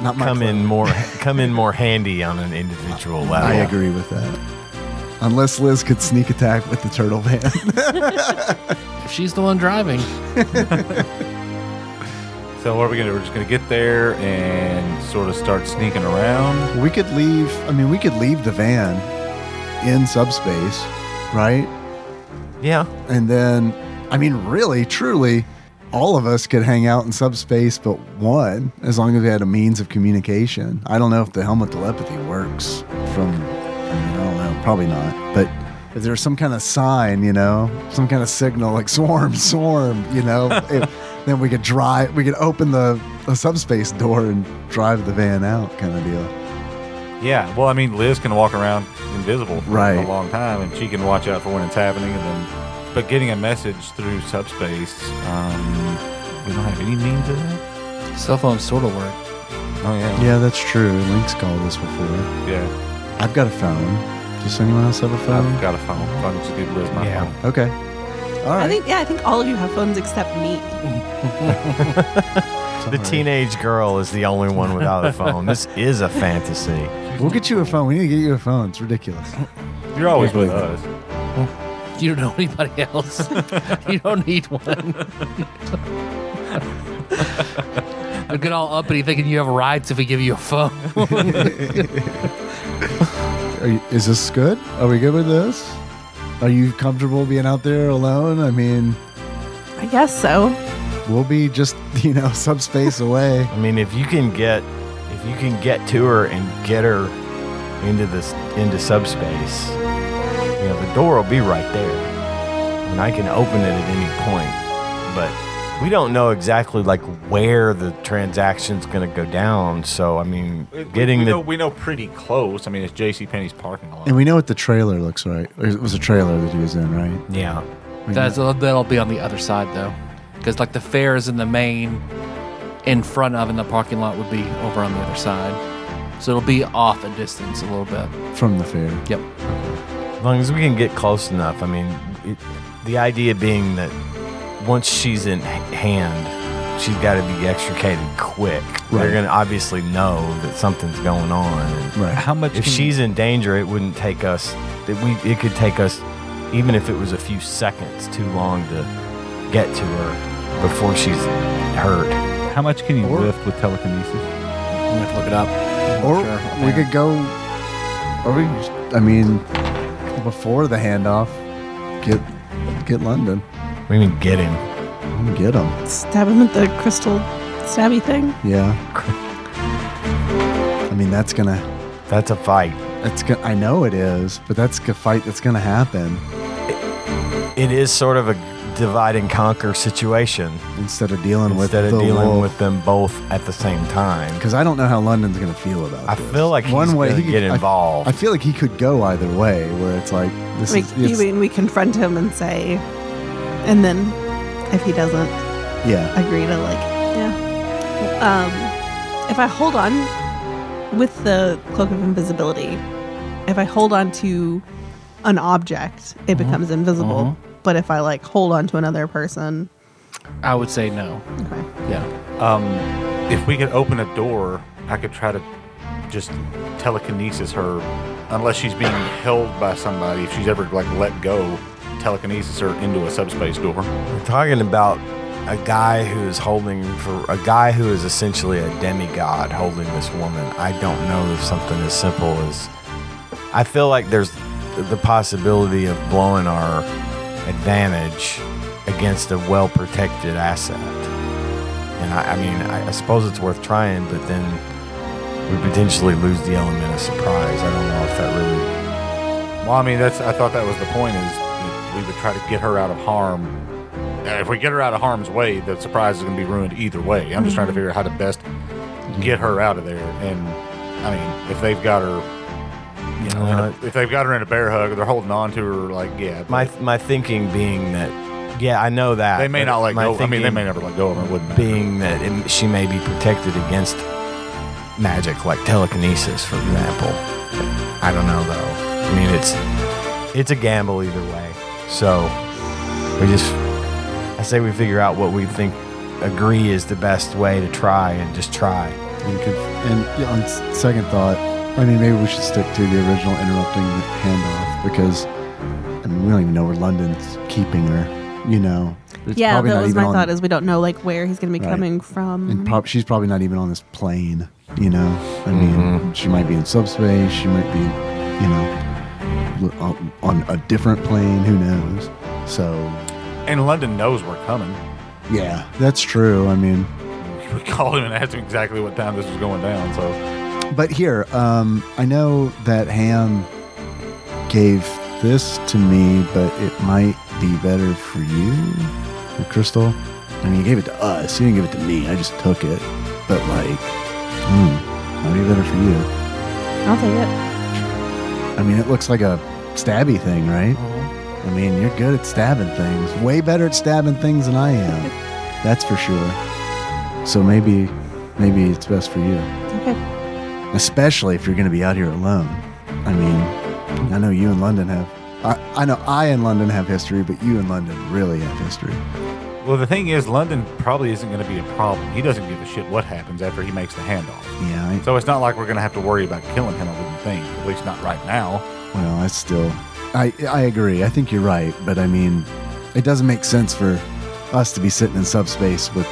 C: Not my
A: come
C: plan.
A: in more come in more handy on an individual level.
C: I agree with that. Unless Liz could sneak attack with the turtle van. [laughs]
B: If she's the one driving,
E: So what are we gonna do? We're just gonna get there and sort of start sneaking around.
C: we could leave. I mean, we could leave the van in subspace, right?
A: Yeah.
C: and then I mean, really, truly, all of us could hang out in subspace but one, as long as we had a means of communication. I don't know if the helmet telepathy works from, I, mean, I don't know, probably not. But if there's some kind of sign, you know, some kind of signal like swarm, [laughs] swarm, you know, it, then we could drive, we could open the, the subspace door and drive the van out kind of deal.
E: Yeah, well, I mean, Liz can walk around invisible for
C: Right.
E: a long time, and she can watch out for when it's happening. And then, but getting a message through subspace, um, we don't have any means of that.
B: Cell phones sort of work.
E: Oh yeah,
C: Yeah, that's true. Link's called us before.
E: yeah.
C: I've got a phone. Does anyone else have a
E: I've
C: phone?
E: got a phone. If I can just give Liz my
A: Yeah.
E: phone.
C: Okay. All right.
F: I think yeah, I think all of you have phones except me.
A: The teenage girl is the only one without a phone. This
E: [laughs]
A: is a fantasy.
C: We'll get you a phone. We need to get you a phone. It's ridiculous.
E: You're always with us.
B: You don't know anybody [laughs] else. you don't need one. Don't get all uppity thinking you have rights if we give you a phone.
C: Are you, is this good? Are we good with this? Are you comfortable being out there alone? I mean,
F: I guess so.
C: we'll be just [laughs] you know subspace away.
A: I mean, if you can get if you can get to her and get her into this into subspace, you know, the door will be right there. And I can open it at any point. But we don't know exactly like where the transaction's going to go down. So I mean, getting
E: we,
A: the
E: know, we know pretty close. I mean, it's J.C. Penney's parking lot.
C: And we know what the trailer looks like. Or It was a trailer that he was in, right?
A: yeah.
B: [laughs]
C: We
B: That's, uh,
C: know-
B: that'll be on the other side though, because like the fair is in the main, in front of, and the parking lot would be over on the other side. So it'll be off a distance a little bit.
C: from the fair.
B: Yep.
A: As long as we can get close enough. I mean, it, the idea being that once she's in h- hand, she's got to be extricated quick. They're
C: Right.
A: going to obviously know that something's going on. And
C: Right.
H: How much?
A: if
H: can-
A: she's in danger, it wouldn't take us. It, we, it could take us, even if it was a few seconds too long to get to her before she's hurt.
H: how much can you
C: Or-
H: lift with telekinesis?
B: I'm gonna have to look it up.
C: Or
B: Sure.
C: we could go. Or we. just- I mean, before the handoff, get get London.
A: We can get him.
C: Get him.
F: Stab him with the crystal stabby thing.
C: Yeah. I mean, that's gonna.
A: That's a fight.
C: That's go- I know it is, but that's a fight that's going to happen
A: It is sort of a divide and conquer situation
C: instead of dealing with
A: instead of dealing with them both at the same time.
C: because I don't know how London's going to feel about.
A: I
C: this.
A: feel like he's gonna
C: could-
A: get
C: I-
A: involved.
C: I, feel like he could go either way, where it's like this
F: Like
C: is
F: you
C: it's-
F: mean we confront him and say, and then if he doesn't
C: yeah.
F: agree to like yeah, um, if I hold on with the cloak of invisibility, if I hold on to an object, it
C: Uh-huh.
F: becomes invisible. But if I like hold on to another person,
B: I would say no.
F: okay.
B: Yeah.
E: Um, if we could open a door, I could try to just telekinesis her, unless she's being held by somebody. If she's ever like let go, telekinesis her into a subspace door.
A: We're talking about a guy who is holding for a guy who is essentially a demigod holding this woman. I don't know if something as simple as I feel like there's the possibility of blowing our advantage against a well protected asset. And I, I mean, I, I suppose it's worth trying, but then we potentially lose the element of surprise. I don't know if that really.
E: Well, I mean, that's I thought that was the point is that we would try to get her out of harm. And if we get her out of harm's way, the surprise is going to be ruined either way. I'm just
H: Mm.
E: trying to figure out how to best get her out of there. And I mean, if they've got her, you know, in a-
A: Uh,
E: if they've got her in a bear hug, they're holding on to her like yeah.
A: My my thinking being that, yeah, I know that
E: they may
A: but
E: not let
A: my
E: go. I mean, they
A: thinking-
E: may never let go of her. It wouldn't matter.
A: being that it, she may be protected against magic like telekinesis for example i don't know though i mean it's it's a gamble either way so we just i say we figure out what we think agree is the best way to try and just try
C: And, could, and yeah, on s- second thought, I mean maybe we should stick to the original interrupting the handoff because I mean we don't even know where London's keeping her. You know. It's
F: yeah,
C: probably
F: that
C: not
F: was
C: even
F: my
C: on-
F: thought. Is we don't know like where he's going to be
C: Right.
F: coming
C: And
F: from.
C: prob- she's probably not even on this plane, you know. I mean, she might be in subspace. She might be, uh, you know, l- on- on a different plane. Who knows? So
G: And London knows we're coming. [laughs]
C: Yeah, that's true. I mean,
G: We called him and asked him exactly what time this was going down. So
C: but here, um, I know that Ham gave this to me, but it might be better for you, the crystal. I mean, he gave it to us. He didn't give it to me. I just took it. But like, hmm, might be better for you.
F: I'll take it.
C: I mean, it looks like a stabby thing, right? I mean, you're good at stabbing things. Way better at stabbing things than I am. That's for sure. So maybe, maybe it's best for you.
F: Okay.
C: Especially if you're going to be out here alone. I mean, I know you and London have. I, I know I and London have history, but you and London really have history.
G: well the thing is London probably isn't gonna be a problem. He doesn't give a shit what happens after he makes the handoff.
C: Yeah.
G: So it's not like we're gonna have to worry about killing him, I wouldn't think. At least not right now.
C: I, well, I still. I I agree. I think you're right, but I mean, it doesn't make sense for us to be sitting in subspace with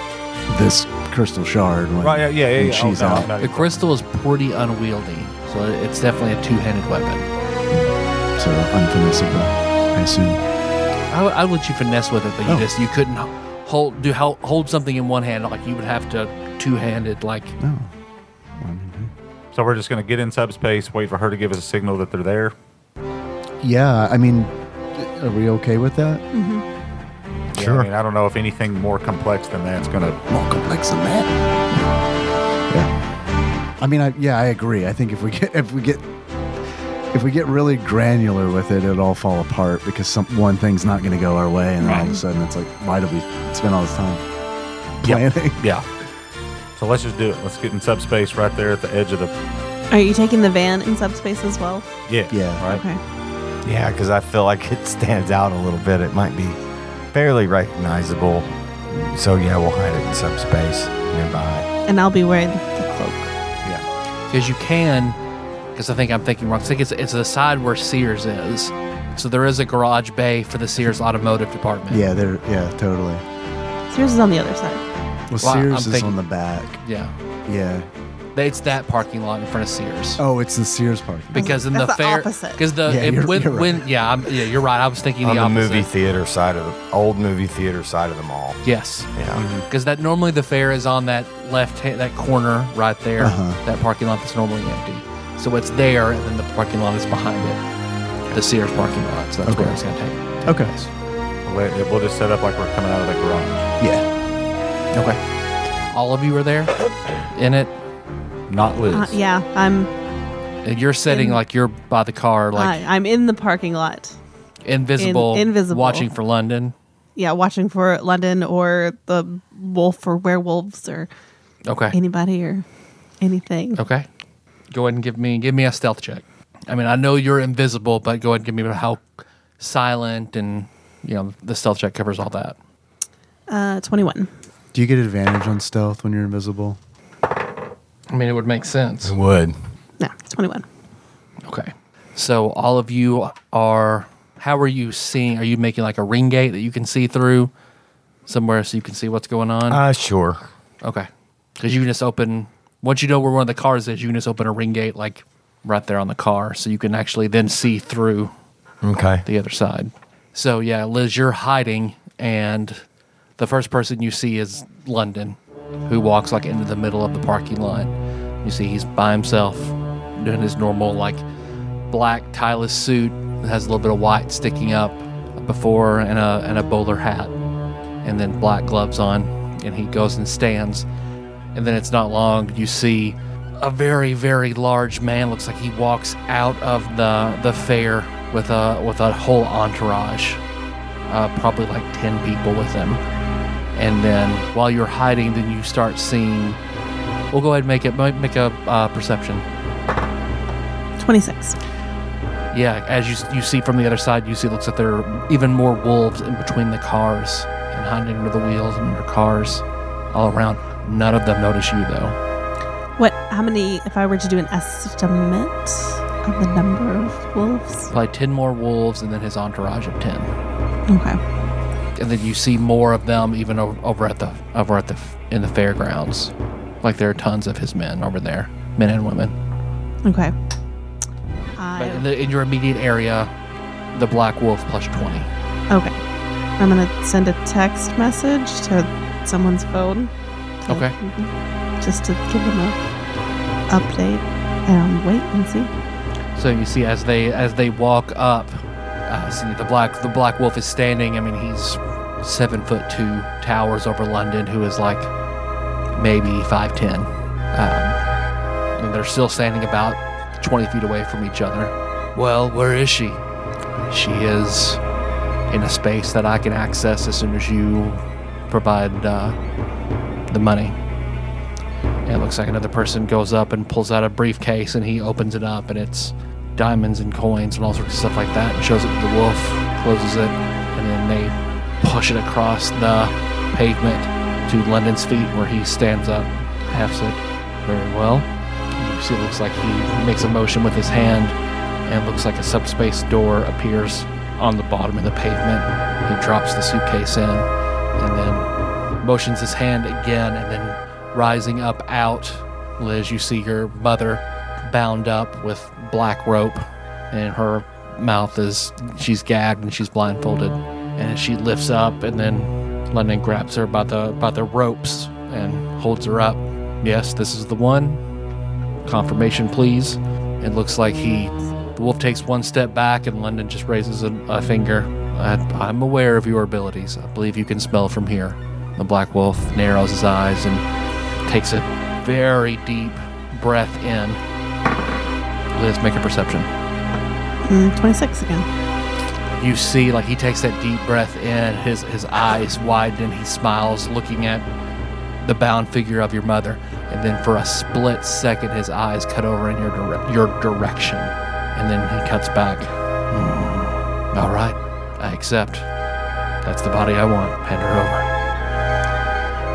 C: this crystal shard when,
G: Right, yeah, yeah, yeah.
C: when
G: yeah.
C: she's
G: Oh, no,
C: out.
G: no,
B: The crystal is pretty unwieldy, so it's definitely a two-handed weapon.
C: so uh, unfinishable, I assume.
B: I would, I would let you finesse with it, but you
C: Oh.
B: just you couldn't h- hold do hel- hold something in one hand like you would have to two-handed like
C: No.
G: So we're just gonna get in subspace, wait for her to give us a signal that they're there.
C: Yeah, I mean, are we okay with that?
G: Yeah,
A: Sure.
G: I mean, I don't know if anything more complex than that's gonna
C: More complex than that. Yeah. I mean, I, yeah, I agree. I think if we get if we get if we get really granular with it, it'll all fall apart because some one thing's not going to go our way, and then all of a sudden it's like, why did we spend all this time
G: Yep.
C: planning? [laughs]
G: Yeah. So let's just do it. Let's get in subspace right there at the edge of the.
F: Are you taking the van in subspace as well?
G: Yeah.
C: Yeah.
G: Right.
F: Okay.
A: Yeah, because I feel like it stands out a little bit. It might be fairly recognizable. So yeah, we'll hide it in subspace nearby.
F: And I'll be wearing the cloak.
B: because you can because I think I'm thinking wrong. I think it's it's the side where Sears is, so there is a garage bay for the Sears automotive department.
C: Yeah, there. Yeah, totally.
F: Sears is on the other side.
C: Well,
B: Well, I'm
C: Sears is
B: thinking-
C: on the back.
B: yeah,
C: Yeah.
B: it's that parking lot in front of Sears.
C: Oh, it's the Sears parking.
B: Because in
F: That's
B: the
F: the
B: fair,
F: opposite.
B: because the
C: Yeah,
B: it-
C: you're-
B: when,
C: you're right.
B: when yeah I'm, yeah you're right. I was thinking
A: On
B: the
A: the
B: opposite.
A: movie theater side of the old movie theater side of the mall.
B: Yes,
A: Yeah.
B: because that normally the fair is on that left hand, that corner right there,
C: Uh-huh.
B: that parking lot that's normally empty. So it's there, and then the parking lot is behind it, the Sears parking lot. So that's where
C: Okay.
B: it's going to take. take
C: Okay.
B: place.
G: We'll, we'll just set up like we're coming out of the garage.
C: Yeah.
B: Okay. All of you are there in it.
G: Not Liz.
F: Uh, yeah, I'm.
B: and You're sitting
F: In-
B: like you're by the car, like
F: I, I'm in the parking lot.
B: invisible,
F: in- invisible.
B: watching for London.
F: Yeah, watching for London or the wolf or werewolves or
B: Okay.
F: anybody or anything.
B: Okay. Go ahead and give me give me a stealth check. I mean, I know you're invisible, but go ahead and give me how silent and you know the stealth check covers all that.
F: Uh, 21.
C: Do you get advantage on stealth when you're invisible?
B: I mean, it would make sense.
A: Would.
F: No, 21.
B: Okay. So all of you are. How are you seeing? Are you making like a ring gate that you can see through somewhere so you can see what's going on?
A: Uh sure.
B: okay. Because you can just open once you know where one of the cars is, you can just open a ring gate like right there on the car, so you can actually then see through
A: Okay.
B: the other side. So yeah, Liz, you're hiding, and the first person you see is London, who walks like into the middle of the parking lot. You see he's by himself, doing his normal like black tyless suit that has a little bit of white sticking up before, and a and a bowler hat, and then black gloves on, and he goes and stands and then it's not long you see a very very large man looks like he walks out of the the fair with a with a whole entourage uh, probably like 10 people with him and then while you're hiding then you start seeing we'll go ahead and make it make a uh, perception
F: 26.
B: yeah, as you you see from the other side, you see looks like there are even more wolves in between the cars and hiding under the wheels and under cars, all around. None of them notice you though.
F: What, how many, if I were to do an estimate of the number of wolves?
B: Probably ten more wolves and then his entourage of ten,
F: Okay.
B: and then you see more of them even over, over at the over at the in the fairgrounds. Like there are tons of his men over there, men and women.
F: Okay.
B: But in,
F: I,
B: the, in your immediate area, the black wolf plus twenty.
F: okay. I'm gonna send a text message to someone's phone. to-
B: Okay.
F: Just to give them a update and wait and see.
B: So you see, as they as they walk up, uh, see the black the black wolf is standing. I mean, he's seven foot two, towers over London, who is like maybe five ten. Um, and they're still standing about twenty feet away from each other. Well, where is she? She is in a space that I can access as soon as you provide uh, the money. It looks like another person goes up and pulls out a briefcase and he opens it up and it's diamonds and coins and all sorts of stuff like that and shows it to the wolf, closes it, and then they push it across the pavement to London's feet where he stands up, halves it very well. You see, it looks like he makes a motion with his hand and it looks like a subspace door appears on the bottom of the pavement. He drops the suitcase in and then motions his hand again, and then rising up out, Liz, you see your mother bound up with black rope, and her mouth is she's gagged and she's blindfolded, and she lifts up, and then London grabs her by the by the ropes and holds her up. Yes, this is the one. Confirmation, please. It looks like he, the wolf takes one step back, and London just raises a, a finger. I, I'm aware of your abilities. I believe you can smell from here. The black wolf narrows his eyes and takes a very deep breath in. Liz, make a perception.
F: Mm, 26 again.
B: You see, like he takes that deep breath in, his his eyes widen, he smiles, looking at the bound figure of your mother, and then for a split second, his eyes cut over in your dire- your direction, and then he cuts back. "Hmm. All right, I accept. That's the body I want. Hand her over.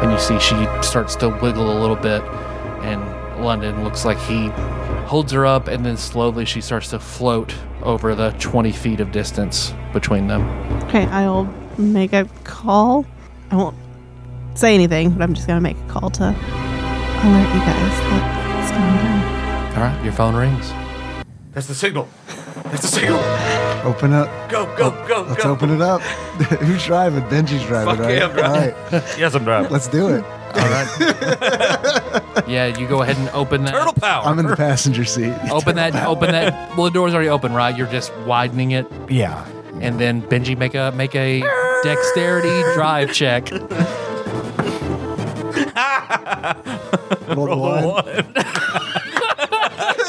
B: And you see, she starts to wiggle a little bit, and London looks like he holds her up, and then slowly she starts to float over the 20 feet of distance between them.
F: Okay, I'll make a call. I won't say anything, but I'm just gonna make a call to alert you guys that it's going down.
B: All right, your phone rings.
G: That's the signal. That's the signal.
C: Open up. Oh,
G: Go, go, go,
C: Let's
G: go.
C: open it up. [laughs] Who's driving? Benji's driving,
G: Fuck
C: right?
G: yeah, bro.
C: All right,
G: Yes, I'm driving.
C: let's do it.
B: Yeah, you go ahead and open that.
G: Turtle power.
C: I'm
G: [laughs]
C: in the passenger seat.
B: Open that. Open that. Well, the door's already open, right? You're just widening it,
A: Yeah.
B: and then Benji make a make a dexterity drive check.
C: [laughs] Roll the one. [laughs]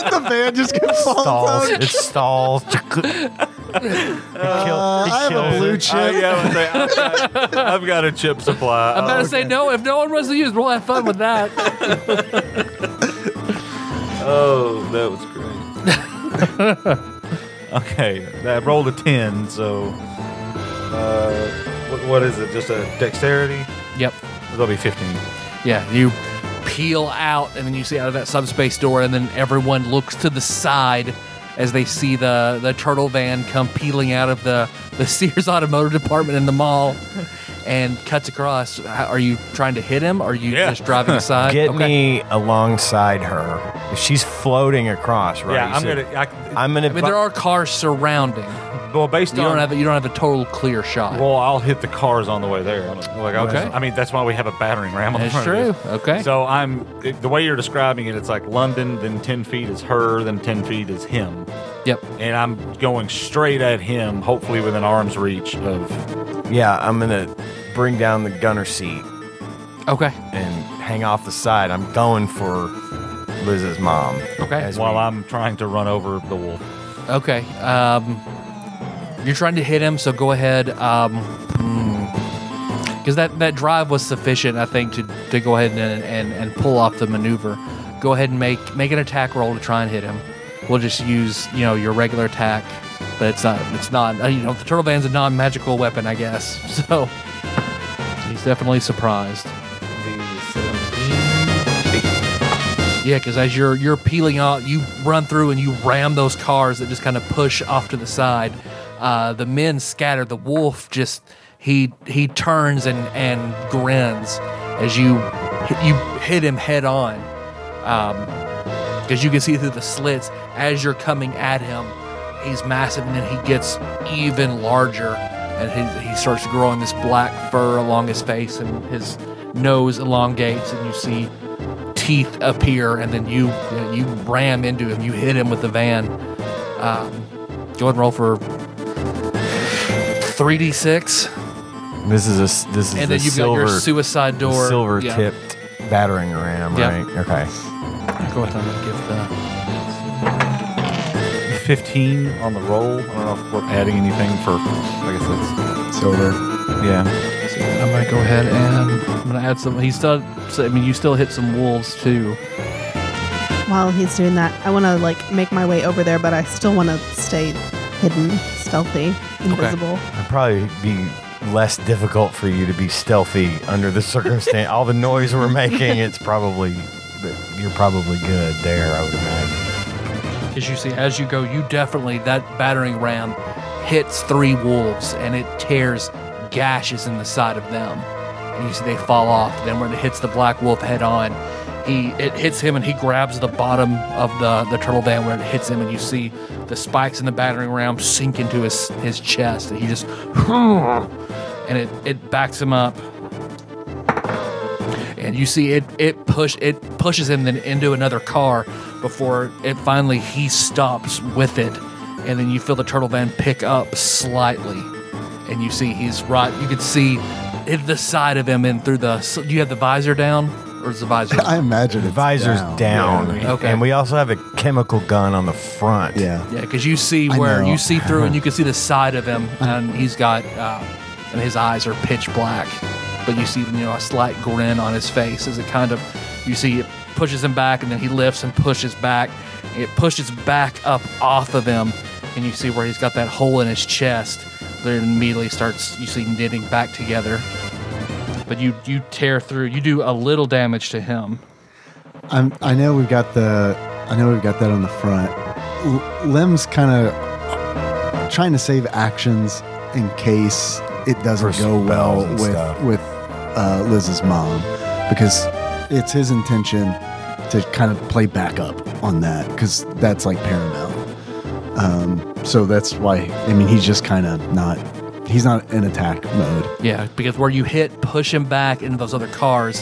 G: [laughs]
C: the van just gets
B: [laughs]
C: falls
A: Stalls.
C: out.
A: It stalls. He kill-
C: Uh,
A: he
C: I have a
A: kills
C: blue
A: it.
C: chip.
G: I, yeah, I was saying, I've, got, I've got a chip supply.
B: I'm about
G: Uh,
B: to say no. If no one wants to use, we'll have fun with that.
G: oh, that was great. okay, I rolled a 10, so. Uh, what, what is it? Just a dexterity?
B: yep.
G: That'll be 15.
B: Yeah, you peel out, and then you see out of that subspace door, and then everyone looks to the side as they see the, the turtle van come peeling out of the, the [laughs] Sears Automotive Department in the mall and cuts across. How- Are you trying to hit him? Or are you
G: Yeah.
B: just driving aside?
A: Get
B: Okay.
A: me alongside her. If she's floating across, right?
G: yeah,
A: you
G: I'm
A: said-
G: going to.
A: I'm gonna.
B: I mean, there are cars surrounding.
G: Well, based
B: You don't
G: on.
B: have you don't have a total clear shot.
G: well, I'll hit the cars on the way there. I'm Like, I'll-
B: Okay.
G: I mean, that's why we have a battering ram on the
B: That's
G: front of
B: true.
G: this.
B: Okay.
G: So I'm it- the way you're describing it. It's like London, then ten feet is her, then ten feet is him,
B: yep.
G: and I'm going straight at him, hopefully within arm's reach of.
A: yeah, I'm gonna bring down the gunner seat
B: Okay.
A: and hang off the side. I'm going for Liz's mom.
B: Okay.
A: As we-
G: While I'm trying to run over the wolf.
B: Okay. Um, you're trying to hit him, so go ahead. Um, because that, that drive was sufficient, I think, to, to go ahead and, and, and pull off the maneuver. Go ahead and make make an attack roll to try and hit him. We'll just use you know your regular attack, but it's not it's not uh, you know the turtle van's a non magical weapon, I guess. [laughs] So he's definitely surprised. Yeah, because as you're you're peeling out, you run through and you ram those cars that just kind of push off to the side. Uh, the men scatter. The wolf just he he turns and and grins as you you hit him head on, because you can see through the slits as you're coming at him. He's massive, and then he gets even larger and he, he starts growing this black fur along his face, and his nose elongates, and you see teeth appear, and then you you ram into him, you hit him with the van. Um, go ahead and roll for three d six,
A: This is a s- this is
B: and
A: the
B: then you've
A: silver
B: got your suicide door,
A: silver
B: Yeah.
A: tipped battering ram,
B: Yeah.
A: right? Okay.
B: Go ahead and give the
E: 15 on the roll. I don't know if we're adding anything for, I guess that's,
C: Silver.
E: yeah.
B: I'm gonna go ahead and I'm gonna add some. He still, so, I mean, you still hit some wolves too.
F: While he's doing that, I want to like make my way over there, but I still want to stay hidden, stealthy, invisible.
A: It'd probably be less difficult for you to be stealthy under the circumstance. All the noise we're making, it's probably you're probably good there. I would imagine.
B: As you see, as you go, you definitely that battering ram hits three wolves and it tears gashes in the side of them, and you see they fall off. Then when it hits the black wolf head on, he it hits him and he grabs the bottom of the the turtle van where it hits him, and you see the spikes in the battering ram sink into his his chest, and he just [laughs] and it it backs him up. and you see it it push it pushes him then into another car before it finally he stops with it and then you feel the turtle van pick up slightly and you see he's right you can see it, the side of him and through the so you have the visor down or is the visor
C: [laughs] I imagine it's
A: Visor's
C: down.
A: down.
B: Okay.
A: And we also have a chemical gun on the front.
C: Yeah.
B: yeah because you see
C: I
B: where
C: know.
B: you see through and you can see the side of him and he's got uh, and his eyes are pitch black but you see you know a slight grin on his face as it kind of you see it pushes him back and then he lifts and pushes back it pushes back up off of him and you see where he's got that hole in his chest then immediately starts you see knitting back together but you you tear through you do a little damage to him
C: I'm, I know we've got the I know we've got that on the front. L- Lem's kind of trying to save actions in case it doesn't
A: For
C: go well
A: spells and
C: with
A: stuff.
C: with uh, Liz's mom because it's his intention to kind of play backup on that because that's like paramount. Um, so that's why I mean he's just kind of not he's not in attack mode.
B: Yeah, because where you hit, push him back into those other cars,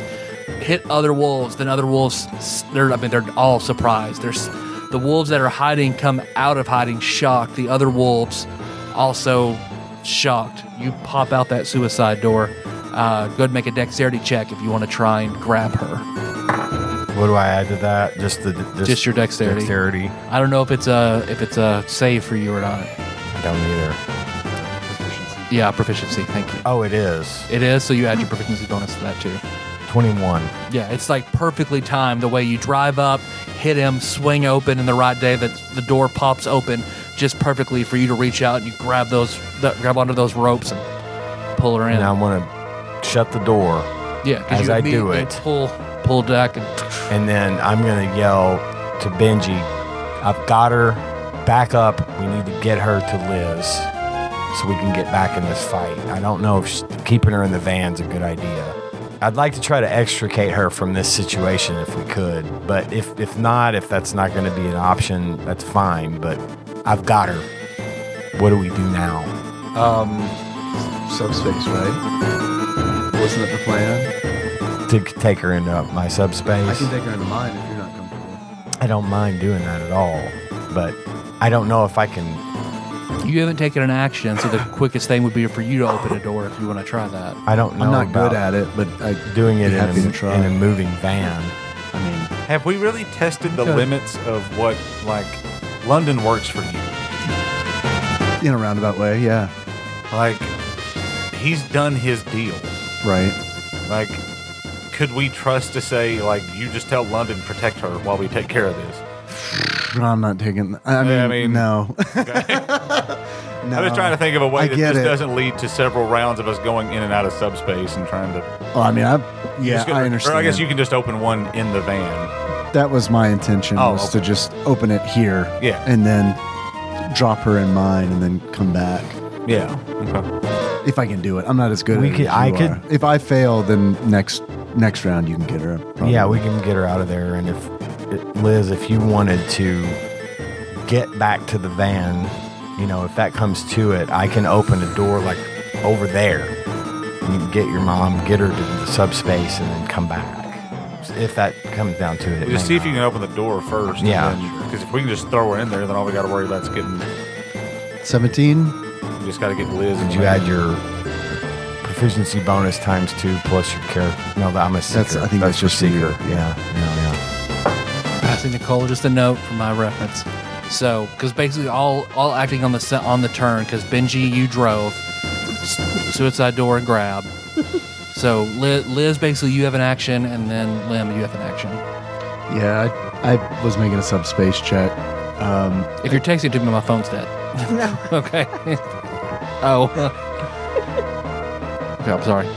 B: hit other wolves, then other wolves, s- they're, I mean, they're all surprised. There's the wolves that are hiding come out of hiding shocked. The other wolves also shocked. You pop out that suicide door. Uh, go ahead and make a dexterity check if you want to try and grab her.
A: What do I add to that? Just the
B: Just your dexterity.
A: Dexterity.
B: I don't know if it's a if it's a save for you or not.
A: I don't either.
B: Yeah, proficiency. Thank you.
A: Oh, it is
B: It is so you add your proficiency bonus to that too.
A: twenty-one.
B: Yeah, it's like perfectly timed the way you drive up, hit him, swing open in the right day that the door pops open just perfectly for you to reach out and you grab those th- grab onto those ropes and pull her in.
A: And I'm gonna shut the door,
B: yeah, 'cause
A: as
B: you
A: I do
B: immediately
A: it-
B: pull pull deck and
A: and then I'm gonna yell to Benji, "I've got her. Back up. We need to get her to Liz, so we can get back in this fight. I don't know if sh- keeping her in the van's a good idea." I'd like to try to extricate her from this situation if we could, but if, if not, if that's not going to be an option, that's fine. But I've got her. What do we do now?
C: Subspace, right? Wasn't that the plan?
A: to c- take her into my subspace.
C: take her into mine if you're not comfortable.
A: I don't mind doing that at all, but I don't know if I can.
B: you haven't taken an action, so the quickest thing would be for you to open a door if you want to try that.
A: I don't know
C: I'm not
A: about
C: good at it, but I
A: doing it
C: Be
A: in a,
C: happy to try.
A: in a moving van.
C: I mean,
G: Have we really tested the
B: Good.
G: limits of what like London works for you?
C: in a roundabout way, yeah.
G: Like he's done his deal.
C: Right.
G: Like could we trust to say like you just tell London protect her while we take care of this?
C: But I'm not taking. I mean,
G: Yeah, I mean-
C: no. [laughs] no.
G: I was trying to think of a way
C: I
G: that
C: get
G: this
C: it.
G: doesn't lead to several rounds of us going in and out of subspace and trying to.
C: Well, I mean, I. Yeah,
G: Just go-
C: I understand.
G: Or I guess you can just open one in the van.
C: That was my intention
G: Oh,
C: was
G: okay.
C: to just open it here.
G: Yeah.
C: And then drop her in mine, and then come back.
G: Yeah.
C: If I can do it, I'm not as good.
A: We
C: at it
A: could-
C: as
A: I
C: you
A: could-
C: are. If I fail, then next next round you can get her. probably.
A: Yeah, we can get her out of there. And if it- Liz, if you wanted to get back to the van, you know, if that comes to it, I can open a door like over there. You can get your mom, get her to the subspace, and then come back. If that comes down to it. it
G: Just
A: may
G: see if
A: not.
G: you can open the door first.
A: Yeah.
G: Because if we can just throw her in there, then all we got to worry about is getting.
C: 17.
G: We just got to get Liz.
A: Did you add your proficiency bonus times two plus your character? No, I'm a seeker.
C: That's- I think that's
A: your
C: just you,
A: seeker. Yeah, yeah, yeah.
B: Passing Nicole just a note for my reference. So, because basically all all acting on the se- on the turn, because Benji you drove, s- suicide door and grab. so Liz, Liz, basically you have an action, and then Lim you have an action.
C: Yeah, I, I was making a subspace check. Um,
B: If you're texting to me, my phone's dead. [laughs] okay. oh. okay, I'm sorry.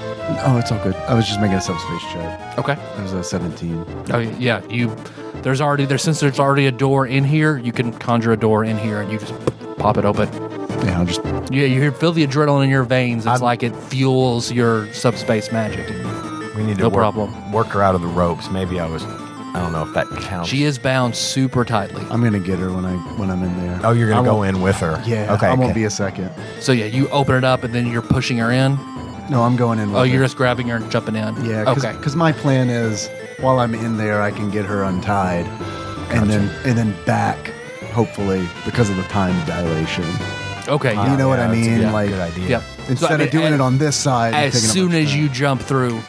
C: oh, it's all good. I was just making a subspace check.
B: Okay.
C: It was a 17.
B: Oh yeah, you. There's already there since there's already a door in here. You can conjure a door in here, and you just pop it open.
C: Yeah, I'll just.
B: Yeah, you hear, feel the adrenaline in your veins. It's
A: I'm-
B: like it fuels your subspace magic.
A: We need to
B: No
A: work,
B: problem.
A: work her out of the ropes. Maybe I was. I don't know if that counts.
B: She is bound super tightly.
C: I'm gonna get her when I when I'm in there.
A: Oh, you're gonna
B: I
A: go
B: won't-
A: in with her.
C: yeah.
A: Okay.
C: I won't
A: okay.
C: be a second.
B: So yeah, you open it up and then you're pushing her in.
C: No, I'm going in. With
B: Oh, you're
C: her.
B: just grabbing her and jumping in.
C: Yeah. Cause,
B: Okay.
C: Because my plan is while I'm in there, I can get her untied, and then and then back, hopefully because of the time dilation.
B: Okay.
C: you
B: Yeah.
C: know what I
A: that's a
C: mean?
A: good-
C: like
A: good idea.
B: Yep.
C: instead
B: So, I mean,
C: of doing
B: a-
C: it on this side, I'm
B: As
C: taking up
B: soon
C: much
B: as
C: time.
B: you jump through,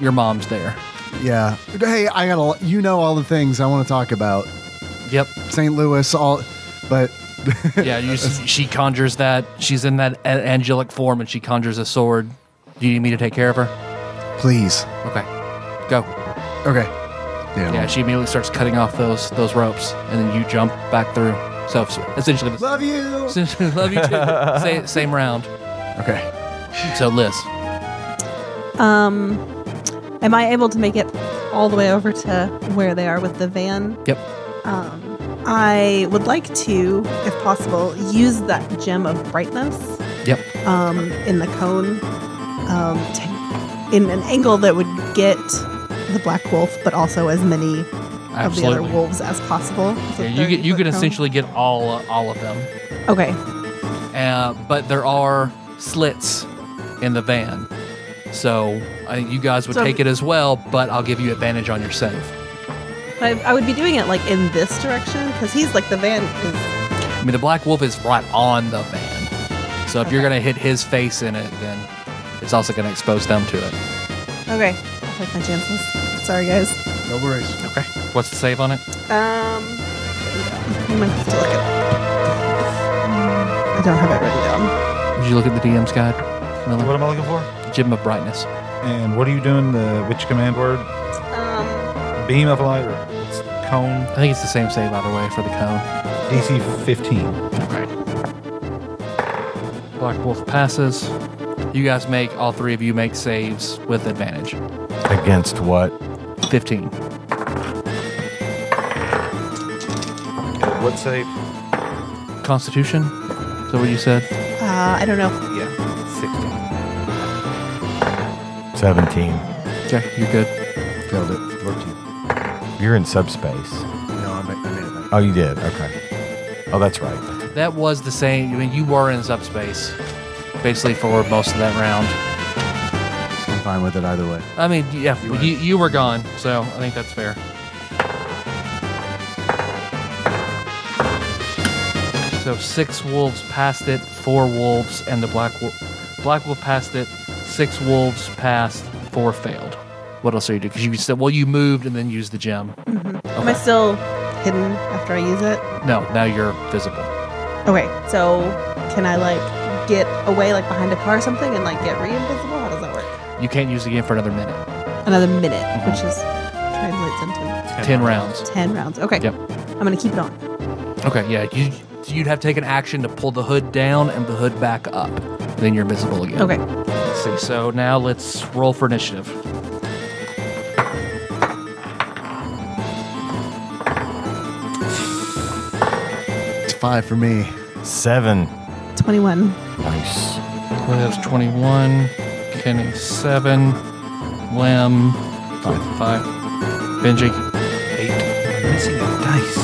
B: your mom's there.
C: yeah. Hey, I got a. You know all the things I want to talk about. [laughs]
B: Yep.
C: St. Louis, all, but
B: Yeah. You just, she conjures that. She's in that a- angelic form and she conjures a sword. Do you need me to take care of her?
C: [laughs] please.
B: Okay. Go.
C: Okay. Yeah.
B: Yeah. She immediately starts cutting off those those ropes and then you jump back through. So essentially, the
C: Love you.
B: [laughs] Love you too. Sa- same round.
C: Okay.
B: So Liz,
F: Um, am I able to make it all the way over to where they are with the van?
B: Yep.
F: Um, I would like to, if possible, use that gem of brightness.
B: Yep.
F: Um, in the cone, um, to, in an angle that would get the black wolf, but also as many of the
B: absolutely.
F: other wolves as possible. It's a
B: Yeah, you get you can
F: 30-foot cone.
B: essentially get all uh, all of them,
F: Okay.
B: uh, but there are slits in the van, so uh, you guys would
F: So-
B: take it as well. But I'll give you advantage on your save.
F: I, I would be doing it like in this direction because he's like the van is
B: I mean, the black wolf is right on the van, so if you're gonna hit his face in it, then it's also gonna expose them to it.
F: okay. I'll take my chances. Sorry, guys.
C: No worries.
B: Okay. What's the save on it?
F: Um, you might have to look it up. I don't have it written down.
B: Would you look at the DM's guide?
E: What
B: Miller?
E: am I looking for?
B: Gem of brightness.
E: And what are you doing? The which command word?
F: Um,
E: Beam of light or it's cone?
B: I think it's the same save either way for the cone.
E: DC 15.
B: Black Wolf passes. You guys make, all three of you make saves with advantage.
A: Against what?
B: 15.
G: What save?
B: Constitution? Is that what you said?
F: uh, I don't know.
G: Yeah. 16.
A: Seventeen.
B: Okay, you're good.
C: Failed it. 14.
A: You're in subspace.
C: No, I made, I made it back.
A: Oh, you did. Okay. Oh, that's right.
B: That was the same. I mean, you were in subspace basically for most of that round.
C: I'm fine with it either way.
B: I mean, yeah, you, you were gone, so I think that's fair. So six wolves passed it, four wolves, and the black wolf. Black wolf passed it. Six wolves passed, four failed. What else are you doing? Because you said, well, you moved and then used the gem.
F: Am I still hidden after I use it?
B: No, now you're visible.
F: Okay, so can I like get away like behind a car or something and like get re-invisible? How does that work?
B: You can't use the game for another minute.
F: Another minute, which is translates into
B: Ten, rounds.
F: ten rounds. Okay.
B: Yep.
F: I'm gonna keep it on.
B: Okay, yeah, you you'd have taken action to pull the hood down and the hood back up. Then you're visible again.
F: Okay.
B: Let's see. So now let's roll for initiative.
C: It's five for me.
A: Seven.
F: Twenty-one.
A: Nice.
B: Liz 21, Kenny 7, Lim 5, Benji.
G: Eight. I'm missing a dice.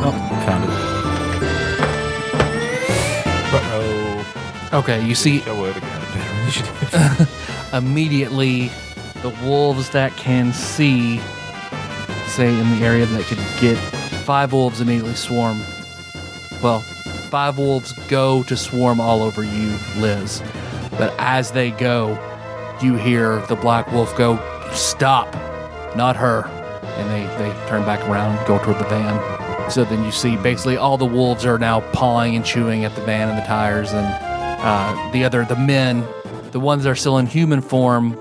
G: Oh, found it. Uh oh.
B: Okay, you see
G: I would have got a better
A: initiative.
B: immediately the wolves that can see say in the area that could get five wolves immediately swarm well five wolves go to swarm all over you liz but as they go you hear the black wolf go stop not her and they, they turn back around go toward the van so then you see basically all the wolves are now pawing and chewing at the van and the tires and uh, the other the men the ones that are still in human form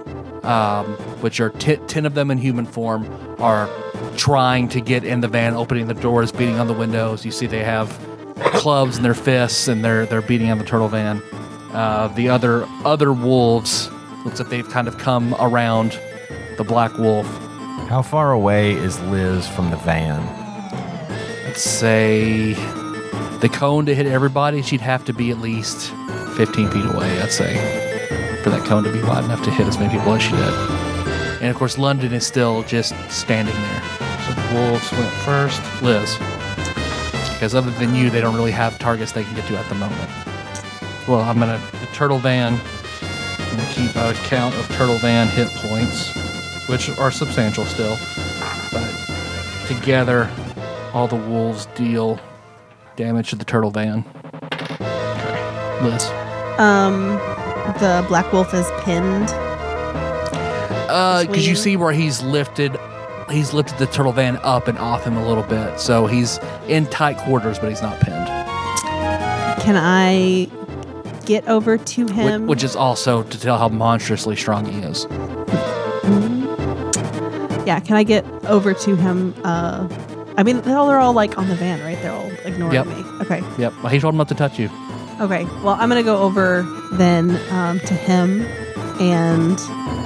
B: um, which are t- 10 of them in human form are trying to get in the van opening the doors beating on the windows you see they have clubs in their fists and they're they're beating on the turtle van uh, the other other wolves looks like they've kind of come around the black wolf
A: How far away is Liz from the van?
B: let's say the cone to hit everybody she'd have to be at least 15 feet away i'd say for that cone to be wide enough to hit as many people as she did and of course london is still just standing there so the wolves went first liz because other than you they don't really have targets they can get to at the moment well i'm gonna the turtle van i'm gonna keep a count of turtle van hit points which are substantial still but together, all the wolves deal damage to the turtle van. Liz.
F: Um, the black wolf is pinned.
B: Uh, because you
F: Swing.
B: see where he's lifted, he's lifted the turtle van up and off him a little bit, so he's in tight quarters, but he's not pinned,
F: Can I get over to
B: Whi-
F: him?
B: which is also to tell how monstrously strong he is.
F: yeah, can I get over to him? Uh, I mean, they're all, they're all like on the van, right? They're all ignoring
B: Yep.
F: me. Okay.
B: Yep, well, he told him not to touch you.
F: Okay. Well, I'm gonna go over then um, to him, and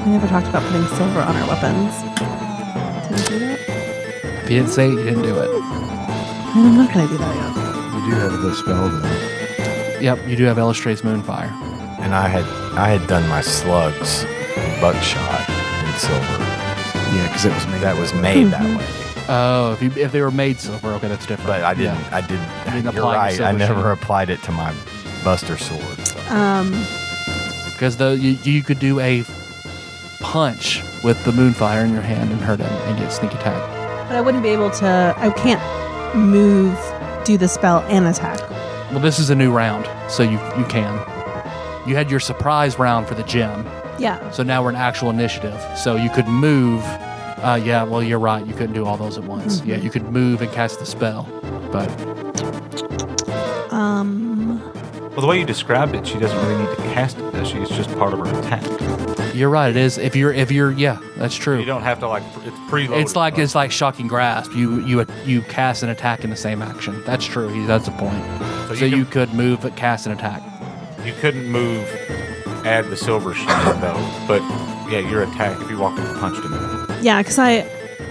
F: we never talked about putting silver on our weapons. Did we do that?
B: If he didn't say it, you didn't do it.
F: No, I'm not gonna do that yet.
I: You do have the spell though.
B: Yep, you do have Illustrate's Moonfire.
A: And I had I had done my slugs, and buckshot, and silver.
I: Yeah, because it was made.
A: That was made that way.
B: Oh, if, you, if they were made silver, okay, that's different.
A: But I didn't.
B: Yeah.
A: I didn't.
B: didn't
A: you're
B: apply the
A: right. I
B: silver
A: never
B: sheet.
A: applied it to my Buster sword.
F: Um,
B: Because though you, you could do a punch with the moonfire in your hand and hurt him and get sneak attack.
F: but I wouldn't be able to. I can't move, do the spell, and attack.
B: Well, this is a new round, so you you can. You had your surprise round for the gym,
F: Yeah.
B: so now we're an actual initiative. So you could move. Uh, yeah, well, you're right. You couldn't do all those at once. Yeah, you could move and cast the spell, but
F: Um,
G: Well, the way you described it, she doesn't really need to cast it, does she? It's just part of her attack.
B: you're right. It is if you're if you're yeah, that's true.
G: You don't have to like it's preloaded.
B: It's like it's like shocking grasp. You you you cast an attack in the same action. That's true. He, that's the point. So,
G: you
B: you,
G: can-
B: could move, but cast an attack.
G: you couldn't move, add the silver sheet though. But yeah, your attack if you walked up and punched him.
F: yeah, because I,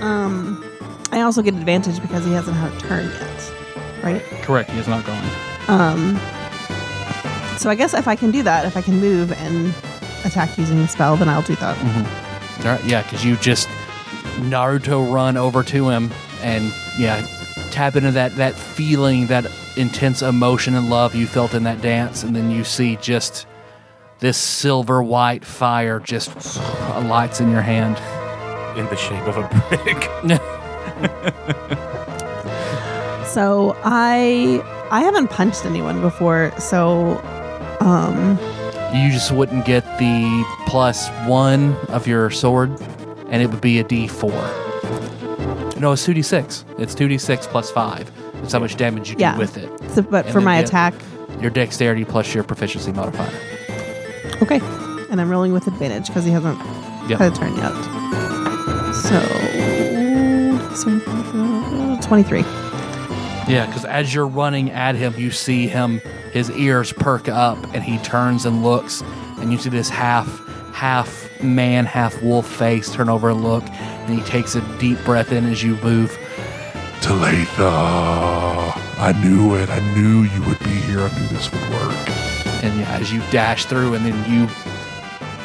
F: um, I also get advantage because he hasn't had a turn yet, right?
B: Correct. He is not gone.
F: Um, so I guess if I can do that, if I can move and attack using the spell, then I'll do that.
B: Mm-hmm. All right, yeah, because you just Naruto run over to him and yeah, tap into that that feeling, that intense emotion and love you felt in that dance, and then you see just this silver white fire just lights in your hand.
G: In the shape of a brick.
F: So I I haven't punched anyone before, so um
B: You just wouldn't get the plus one of your sword, and it would be a D4. No, it's 2d6. It's 2d6 plus 5. It's how much damage you do
F: Yeah.
B: with it.
F: so, but
B: And
F: for
B: then
F: my
B: the-
F: attack,
B: Your dexterity plus your proficiency modifier.
F: okay. And I'm rolling with advantage because he hasn't
B: Yep.
F: had a turn yet. So 23.
B: Yeah, because as you're running at him, you see him, his ears perk up, and he turns and looks, and you see this half, half man, half wolf face turn over and look, and he takes a deep breath in as you move.
J: Talitha, I knew it. I knew you would be here. I knew this would work.
B: and yeah, as you dash through, and then you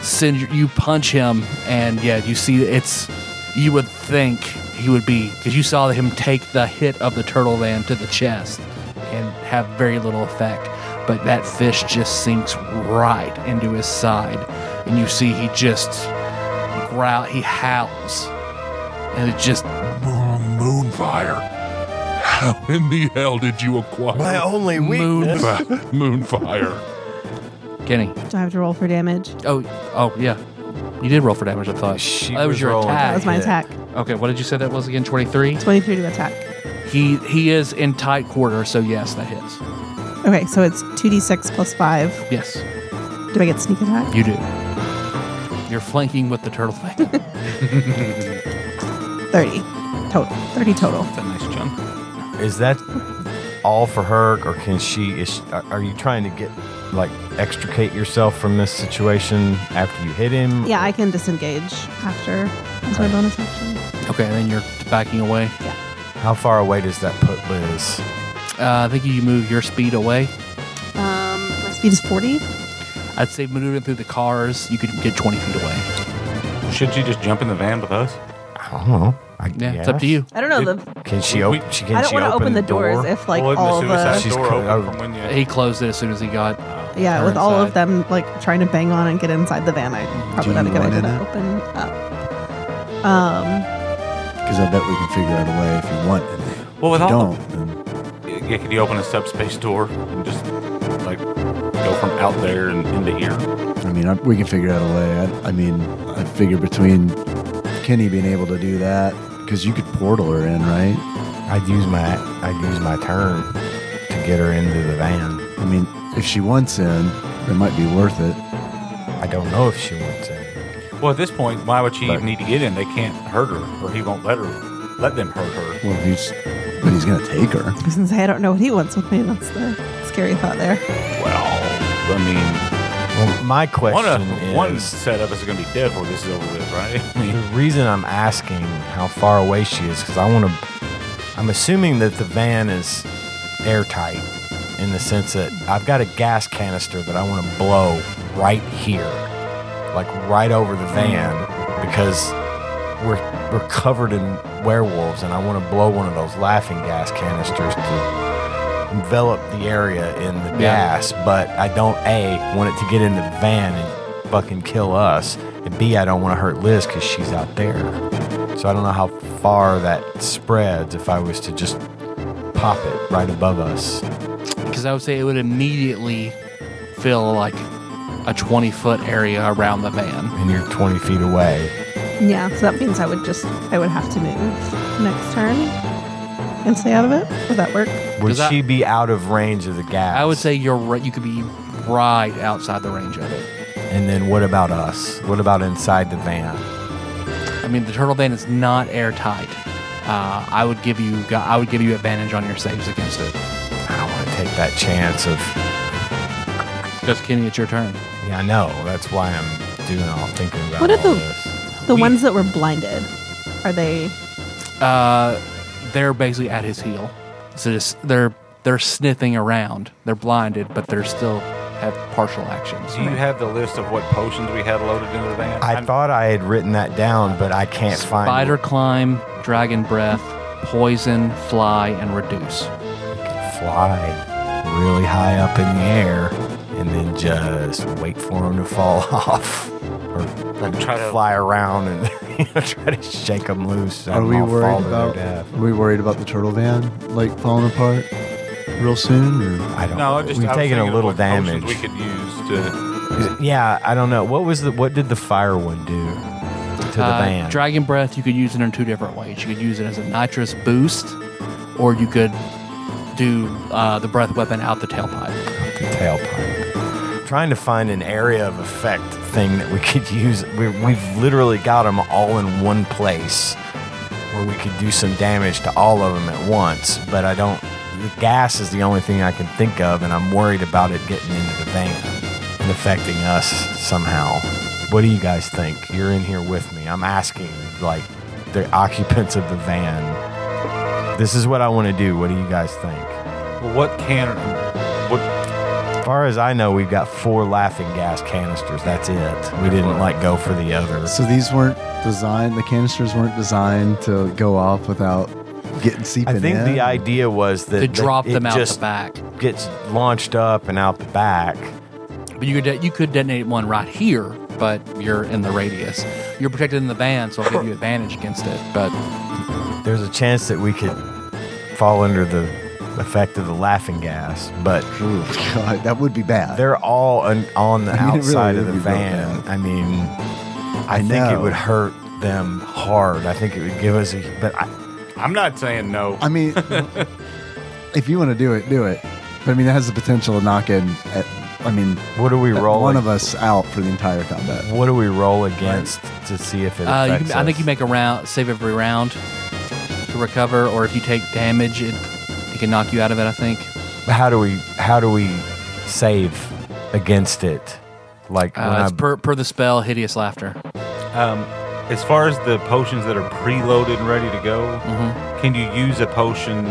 B: send you punch him, and yeah, you see it's you would think he would be because you saw him take the hit of the turtle van to the chest and have very little effect, but that fish just sinks right into his side, and you see he just growl, he howls, and it just
K: Moonfire. How in the hell did you acquire
A: My only weakness.
K: Moonfire?
B: Kenny.
F: Do I have to roll for damage?
B: Oh, oh yeah, you did roll for damage. I thought
A: She
B: that was,
A: was
B: your
A: rolling.
B: attack.
F: That was my
A: Yeah.
F: attack.
B: Okay, what did you say that was again? Twenty three.
F: 23 to attack.
B: He he is in tight quarter, so yes, that hits.
F: Okay, so it's 2d6 plus 5.
B: Yes,
F: Do I get sneak attack?
B: you do. You're flanking with the turtle [laughs] thing.
F: 30 total. 30 total.
L: That's a nice chunk.
A: Is that all for her, or can she? Is are are you trying to get like extricate yourself from this situation after you hit him?
F: Yeah, I can disengage after as my bonus action.
B: okay, and then you're backing away.
A: How far away does that put Liz?
B: Uh, I think you move your speed away.
F: Um, my speed is 40.
B: I'd say maneuvering through the cars, you could get 20 feet away.
E: Should she just jump in the van with us?
A: I don't know. I,
B: Yeah, it's up to you.
F: I don't know.
E: Did-
F: the,
A: Can she
E: We-
A: open? She can
F: I don't
A: she
F: want to open the
A: door?
F: doors if like
E: Well, isn't
F: all
E: the
F: the
E: suicide
A: She's
E: door
A: clear.
E: open from when you.
B: He closed it as soon as he got.
F: yeah,
B: Or
F: with all of
B: inside.
F: them like trying to bang on and get inside the van, I
C: Do
F: probably not a
C: you
F: good
C: want
F: idea
C: in
F: to
C: it?
F: open up. Um,
C: Because I bet we can figure out a way if you want. And if
E: Well, with
C: you
E: all
C: don't, then
E: the, yeah, could you open a subspace door and just like go from out there and into here?
C: I mean, I, we can figure out a way. I, I mean, I figure between Kenny being able to do that, because you could portal her in, right?
A: I'd use my I'd use my turn to get her into the van.
C: I mean, if she wants in, it might be worth it.
A: I don't know if she wants it.
E: Well, at this point, why would she
A: But-
E: even need to get in? They can't hurt her, or he won't let her let them hurt her.
C: Well, he's, but he's gonna take her.
F: I was gonna say I don't know what he wants with me. That's the scary thought there.
E: Well, I mean,
A: Well, my
E: one
A: question
E: of, one
A: is
E: setup is going to be dead before this is over with, right? [laughs] I mean,
A: the reason I'm asking how far away she is because I want to. I'm assuming that the van is airtight in the sense that I've got a gas canister that I want to blow right here, like right over the van, because we're we're covered in werewolves, and I want to blow one of those laughing gas canisters to envelop the area in the gas. But I don't a want it to get in the van and fucking kill us, and b I don't want to hurt Liz because she's out there. So I don't know how far that spreads if I was to just pop it right above us.
B: Because I would say it would immediately fill like a 20 foot area around the van.
A: and you're 20 feet away.
F: Yeah, so that means I would just I would have to move next turn and stay out of it. Would that work?
A: Would
B: Does
A: she
B: that-
A: be out of range of the gas?
B: I would say you're right. You could be right outside the range of it.
A: And then what about us? What about inside the van?
B: I mean, the turtle van is not airtight. Uh, I would give you gu- I would give you advantage on your saves against it.
A: I don't want to take that chance of.
B: Just Kenny, it's your turn.
A: Yeah, I know. That's why I'm doing all thinking about
F: What if
A: all
F: the-
A: this.
F: The
E: We-
F: ones that were blinded, are they?
B: Uh, they're basically at his heel. So just, they're they're sniffing around. They're blinded, but they're still have partial actions.
E: do you have the list of what potions we had loaded into the van?
A: I
E: I'm-
A: thought I had written that down, but I can't find.
B: Spider climb, dragon breath, poison, fly, and reduce.
A: Fly really high up in the air, and then just wait for him to fall [laughs] off, or
E: try to-
A: fly around and [laughs] you know, try to shake him loose.
C: Are
A: and
C: we
A: all fall
C: worried
A: to their
C: about?
A: death.
C: Are we worried about the turtle van like falling apart real soon? Or
A: I don't.
E: No, I
A: know.
E: just
A: we've
E: I was
A: taken a
E: thinking of
A: little
E: what potions
A: damage.
E: We could use to.
A: Yeah, I don't know. What was the what did the fire one do to the
B: Uh,
A: van?
B: Dragon breath, you could use it in two different ways. You could use it as a nitrous boost, or you could do uh, the breath weapon out the tailpipe.
A: the tailpipe. Trying to find an area of effect thing that we [laughs] could use. We, we've literally got them all in one place where we could do some damage to all of them at once. But I don't. The gas is the only thing I can think of, and I'm worried about it getting into the van and affecting us somehow. What do you guys think? You're in here with me. I'm asking, like, the occupants of the van. This is what I want to do. What do you guys think?
E: Well, what can? What
A: As far as I know, we've got four laughing gas canisters. That's it. We didn't like go for the other.
C: so these weren't designed. The canisters weren't designed to go off without getting seeping
A: I think
C: in.
A: the idea was that
B: To drop
A: that
B: them
A: it
B: out
A: just
B: the back.
A: gets launched up and out the back.
B: But you could de- you could detonate one right here but you're in the radius. You're protected in the band, so I'll give you advantage against it. But
A: There's a chance that we could fall under the effect of the laughing gas, but
C: Ooh, God, that would be bad.
A: they're all on, on the
C: [laughs] I mean, it
A: outside
C: really
A: of the
C: would be real
A: van. I mean, I, think it
C: know.
A: would hurt them hard. I think it would give us a. But I,
E: I'm not saying no.
A: [laughs]
C: I mean, if you want to do it, do it. But I mean, that has the potential of knocking. At, I mean,
A: what do we roll?
C: one
A: ag-
C: of us out for the entire combat.
A: What do we roll against to see if it
B: uh, you
A: affects
B: can, I think
A: us?
B: you make a round, save every round to recover, or if you take damage, it, it can knock you out of it. I think.
A: How do we? How do we save against it? Like when
B: Uh,
A: I-
B: it's per, per the spell, hideous laughter.
E: Um, as far as the potions that are preloaded and ready to go, can you use a potion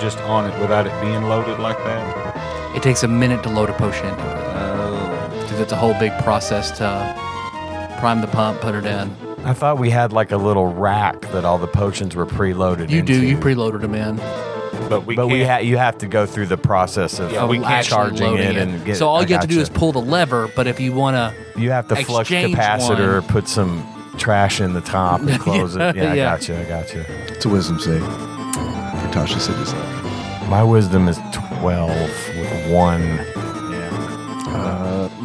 E: just on it without it being loaded like that?
B: It takes a minute to load a potion into it
A: Oh.
B: because it's a whole big process to prime the pump, put it in.
A: I thought we had like a little rack that all the potions were preloaded.
B: You do.
A: into.
B: You preloaded them in.
E: But we
A: But we
E: can't.
A: ha- you have to go through the process of
E: Yeah, we
B: Of
E: can't
B: Oh, actually
A: charging
B: loading
A: it and get.
B: so all
A: I
B: you have to do
A: gotcha.
B: is pull the lever. But if you want to,
A: You have to flush
B: exchange
A: capacitor,
B: one.
A: put some trash in the top, [laughs] and close it. Yeah,
B: Yeah.
A: I gotcha. I gotcha.
C: It's a wisdom save. For Tasha City's life.
A: My wisdom is twelve with one.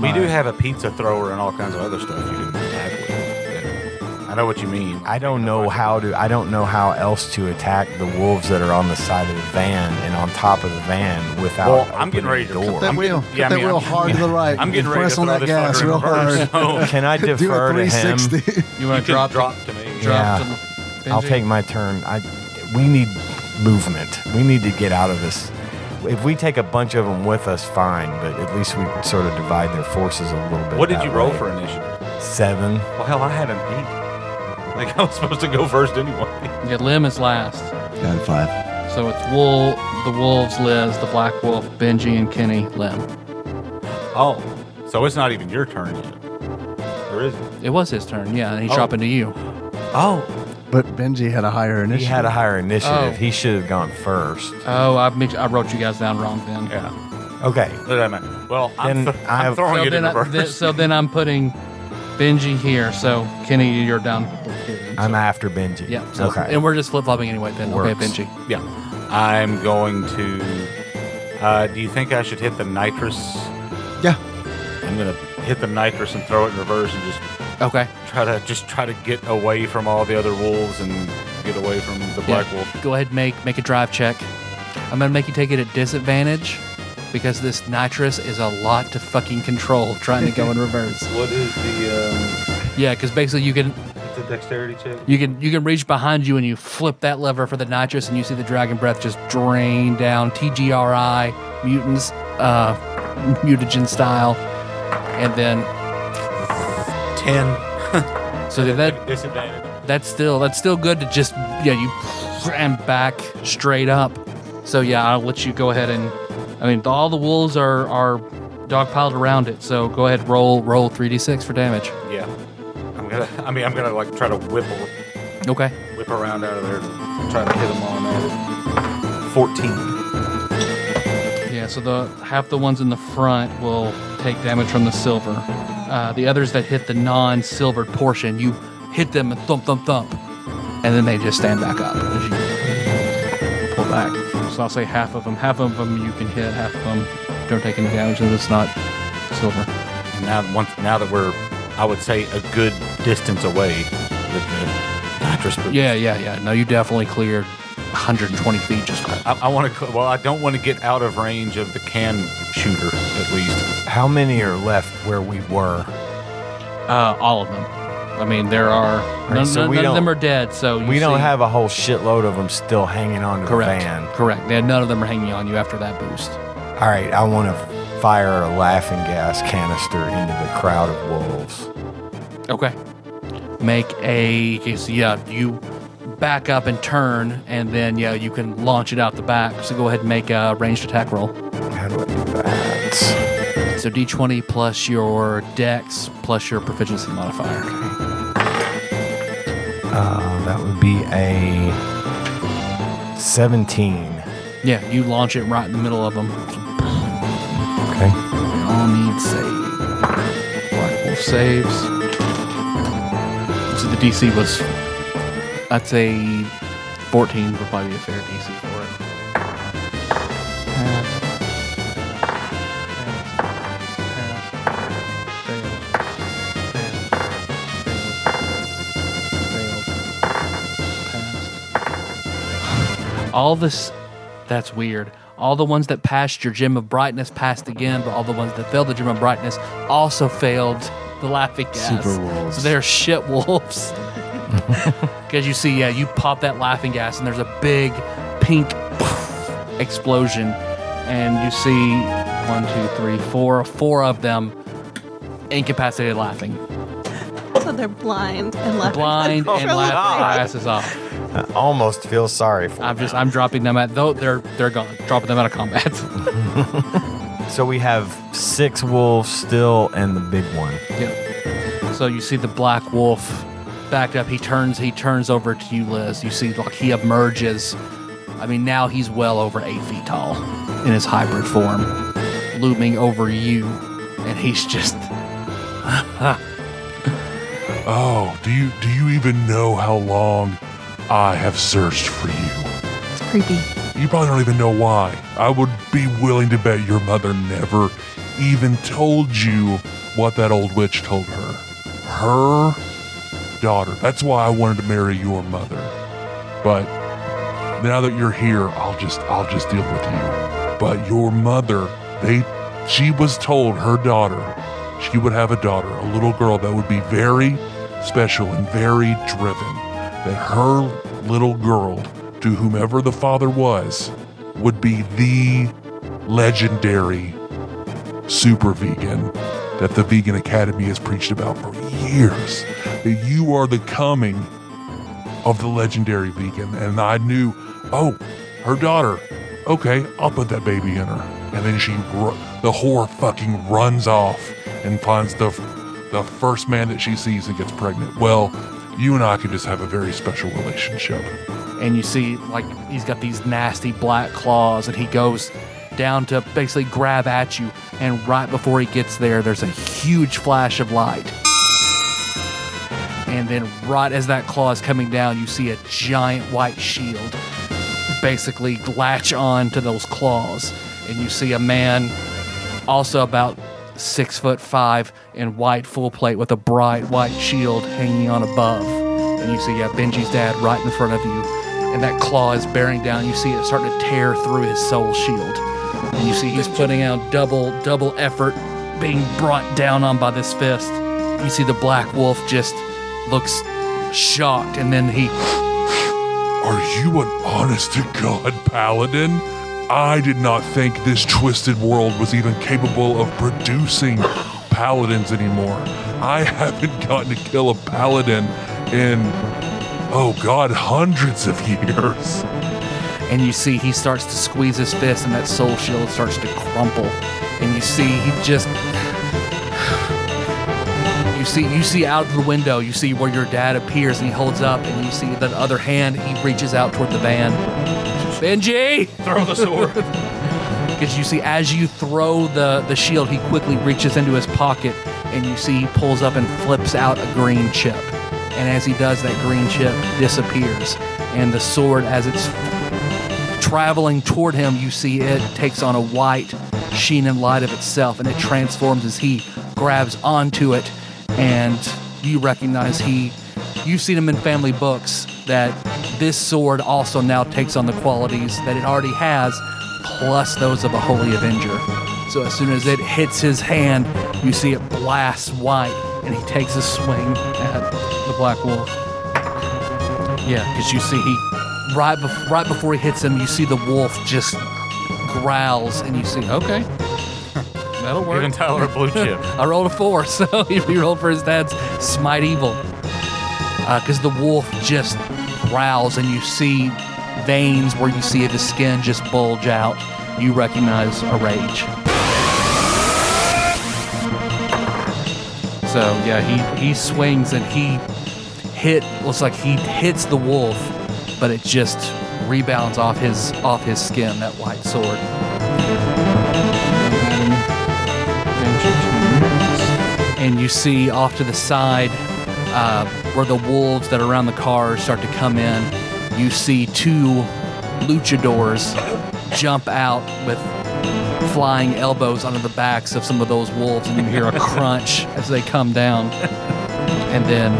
E: We do have a pizza thrower and all kinds of other stuff you can attack with. I know what you mean.
A: I don't know how to. I don't know how else to attack the wolves that are on the side of the van and on top of the van without.
E: Well, I'm
A: opening
E: getting ready to
A: the
E: cut
A: door.
C: That
E: I'm
C: wheel,
E: getting- yeah,
C: Cut that
E: I mean,
C: wheel
E: I'm-
C: hard to the right.
E: I'm getting ready to
C: Press
E: throw
C: on that
E: this
C: gas
E: fucker
C: real
E: in reverse.
C: hard.
A: [laughs]
E: So,
A: Can
E: [laughs]
A: I
C: Do a
A: defer to him?
C: [laughs] 360.
B: you
E: you
B: want
E: can
B: to drop, drop,
E: drop to me.
A: Yeah.
B: to
A: I'll
B: Benji?
A: take my turn. I, we need movement. We need to get out of this. If we take a bunch of them with us, fine. But at least we sort of divide their forces a little bit.
E: What did
A: that
E: you roll
A: way.
E: for initiative?
A: Seven.
E: Well, hell, I had an eight. Like [laughs] I was supposed to go first anyway.
B: Yeah, Lim is last.
C: Got five.
B: So it's Wool, the Wolves, Liz, the Black Wolf, Benji, and Kenny, Lim.
E: Oh, so it's not even your turn yet. There is.
B: It was his turn, yeah, and he's
E: Oh.
B: dropping to you.
E: Oh,
C: But Benji had a higher initiative.
A: He had a higher initiative.
B: Oh.
A: He should have gone first.
B: Oh, I mixed, I wrote you guys down wrong then.
E: yeah.
A: Okay.
E: Look at that. Well, I'm,
A: Then
E: th-
A: I
E: I'm
A: have-
E: throwing
B: So
E: it in
B: then, I,
E: reverse.
B: then- so then I'm putting Benji here. So Kenny, you're down.
A: I'm after Benji.
B: Yeah. So,
A: okay.
B: And we're just flip flopping anyway. Then okay,
A: Works.
B: Benji.
E: [laughs] Yeah. I'm going to. Uh, do you think I should hit the nitrous?
C: Yeah.
E: I'm gonna hit the nitrous and throw it in reverse and just
B: Okay.
E: try to just try to get away from all the other wolves and get away from the black
B: Yeah.
E: wolf.
B: Go ahead and make make a drive check. I'm gonna make you take it at disadvantage because this nitrous is a lot to fucking control trying to [laughs] go in reverse.
E: What is the
B: Yeah, because basically you can
E: um, the dexterity check?
B: you can you can reach behind you and you flip that lever for the nitrous and you see the dragon breath just drain down TGRI mutants uh, [laughs] mutagen style, and then
E: Ten.
B: so that
E: disadvantage.
B: that's still that's still good to just yeah you ram back straight up so yeah i'll let you go ahead and i mean all the wolves are are dog piled around it so go ahead roll roll 3d6 for damage
E: Yeah. I'm gonna. I mean, I'm gonna like try to whipple
B: okay
E: whip around out of there to try to hit them on there. Fourteen.
B: yeah so the half the ones in the front will take damage from the silver uh, the others that hit the non-silvered portion you hit them and thump thump thump and then they just stand back up as you pull back. So I'll say half of them. Half of them you can hit. Half of them don't take any damage, and it's not silver.
E: And now, once now that we're, I would say a good distance away with the nitrous. boots.
B: Yeah, yeah, yeah. No, you definitely cleared 120 feet just.
E: I, I want to. Well, I don't want to get out of range of the can shooter at least.
A: How many are left where we were?
B: Uh, all of them. I mean, there are none,
A: so
B: none-
A: we
B: none of
A: don't-
B: them are dead. So you
A: We don't
B: see-
A: have a whole shitload of them still hanging on to
B: correct.
A: the van.
B: Correct. Yeah, none of them are hanging on you after that boost.
A: All right, I want to fire a laughing gas canister into the crowd of wolves.
B: Okay. Make a okay, so yeah. You back up and turn, and then yeah, you can launch it out the back. So go ahead and make a ranged attack roll.
A: How do I do that?
B: So d20 plus your dex plus your proficiency modifier.
A: Uh, that would be a 17.
B: Yeah, you launch it right in the middle of them.
A: Okay.
B: They all need save. Black wolf saves. So the DC was, I'd say, 14 would probably be a fair DC for it. All this, that's weird. All the ones that passed your gem of brightness passed again, but all the ones that failed the gem of brightness also failed the laughing gas.
I: Super wolves.
B: So they're shit
I: [laughs]
B: wolves. Because you see, yeah, you pop that laughing gas, and there's a big pink explosion, and you see one, two, three, four, four of them incapacitated laughing,
F: So they're blind and laughing. [laughs]
B: blind and
F: uncontrollably.
B: laughing their asses off.
A: I almost feel sorry for
B: I'm just, I'm dropping them out. Though they're, they're gone. Dropping them out of combat. [laughs]
A: So we have six wolves still and the big one.
B: Yep. So you see the black wolf backed up. He turns. He turns over to you, Liz. You see, like he emerges. I mean, now he's well over eight feet tall in his hybrid form, looming over you, and he's just.
J: Oh, do you do you even know how long I have searched for you?
F: It's creepy.
J: You probably don't even know why. I would be willing to bet your mother never even told you what that old witch told her. Her daughter. That's why I wanted to marry your mother. But now that you're here, I'll just I'll just deal with you. But your mother, they she was told her daughter, she would have a daughter, a little girl that would be very special and very driven. That her little girl, to whomever the father was, would be the legendary super vegan that the Vegan Academy has preached about for years. That you are the coming of the legendary vegan. And I knew, oh, her daughter. Okay, I'll put that baby in her. And then she, ru- the whore fucking runs off and finds the, the first man that she sees and gets pregnant. Well, you and I could just have a very special relationship.
B: and you see like he's got these nasty black claws and he goes down to basically grab at you and right before he gets there there's a huge flash of light and then right as that claw is coming down you see a giant white shield basically latch on to those claws and you see a man also about six foot five in white full plate with a bright white shield hanging on above. And you see, yeah, Benji's dad right in front of you. And that claw is bearing down. You see it starting to tear through his soul shield. And you see he's putting out double, double effort, being brought down on by this fist. You see the black wolf just looks shocked and then he
J: Are you an honest to God paladin? I did not think this twisted world was even capable of producing paladins anymore. I haven't gotten to kill a paladin in, oh God, hundreds of years.
B: and you see he starts to squeeze his fist and that soul shield starts to crumple and you see he just you see you see out of the window you see where your dad appears and he holds up and you see that other hand he reaches out toward the van benji
E: Throw the
B: [laughs]
E: sword.
B: because you see as you throw the the shield he quickly reaches into his pocket and you see he pulls up and flips out a green chip and as he does that green chip disappears and the sword as it's traveling toward him you see it takes on a white sheen and light of itself and it transforms as he grabs onto it and you recognize he you've seen him in family books that this sword also now takes on the qualities that it already has plus those of a holy avenger so as soon as it hits his hand you see it blast white and he takes a swing at the black wolf yeah, because you see he right bef- right before he hits him, you see the wolf just growls, and you see okay, [laughs] that'll work.
E: Even Tyler blue chip.
B: I rolled a four, [laughs] so if he rolled for his dad's smite evil, because the wolf just growls, and you see veins where you see the skin just bulge out. You recognize a rage. So yeah, he he swings and he hit looks like he hits the wolf, but it just rebounds off his off his skin, that white sword. And you see off to the side uh, where the wolves that are around the cars start to come in. You see two luchadors jump out with flying elbows onto the backs of some of those wolves, and you hear a crunch as they come down. And then,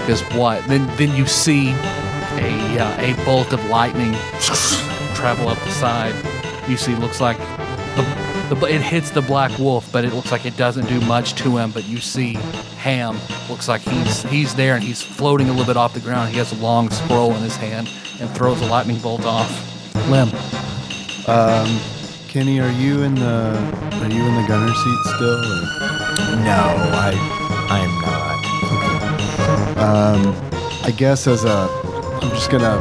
B: because what? Then then you see a uh, a bolt of lightning travel up the side. You see, looks like the, the, it hits the black wolf, but it looks like it doesn't do much to him. But you see, Ham looks like he's he's there and he's floating a little bit off the ground. He has a long scroll in his hand and throws a lightning bolt off. Lim,
C: Kenny, are you in the are you in the gunner seat still? Or?
A: No, I, I'm not.
C: I guess as a, I'm just gonna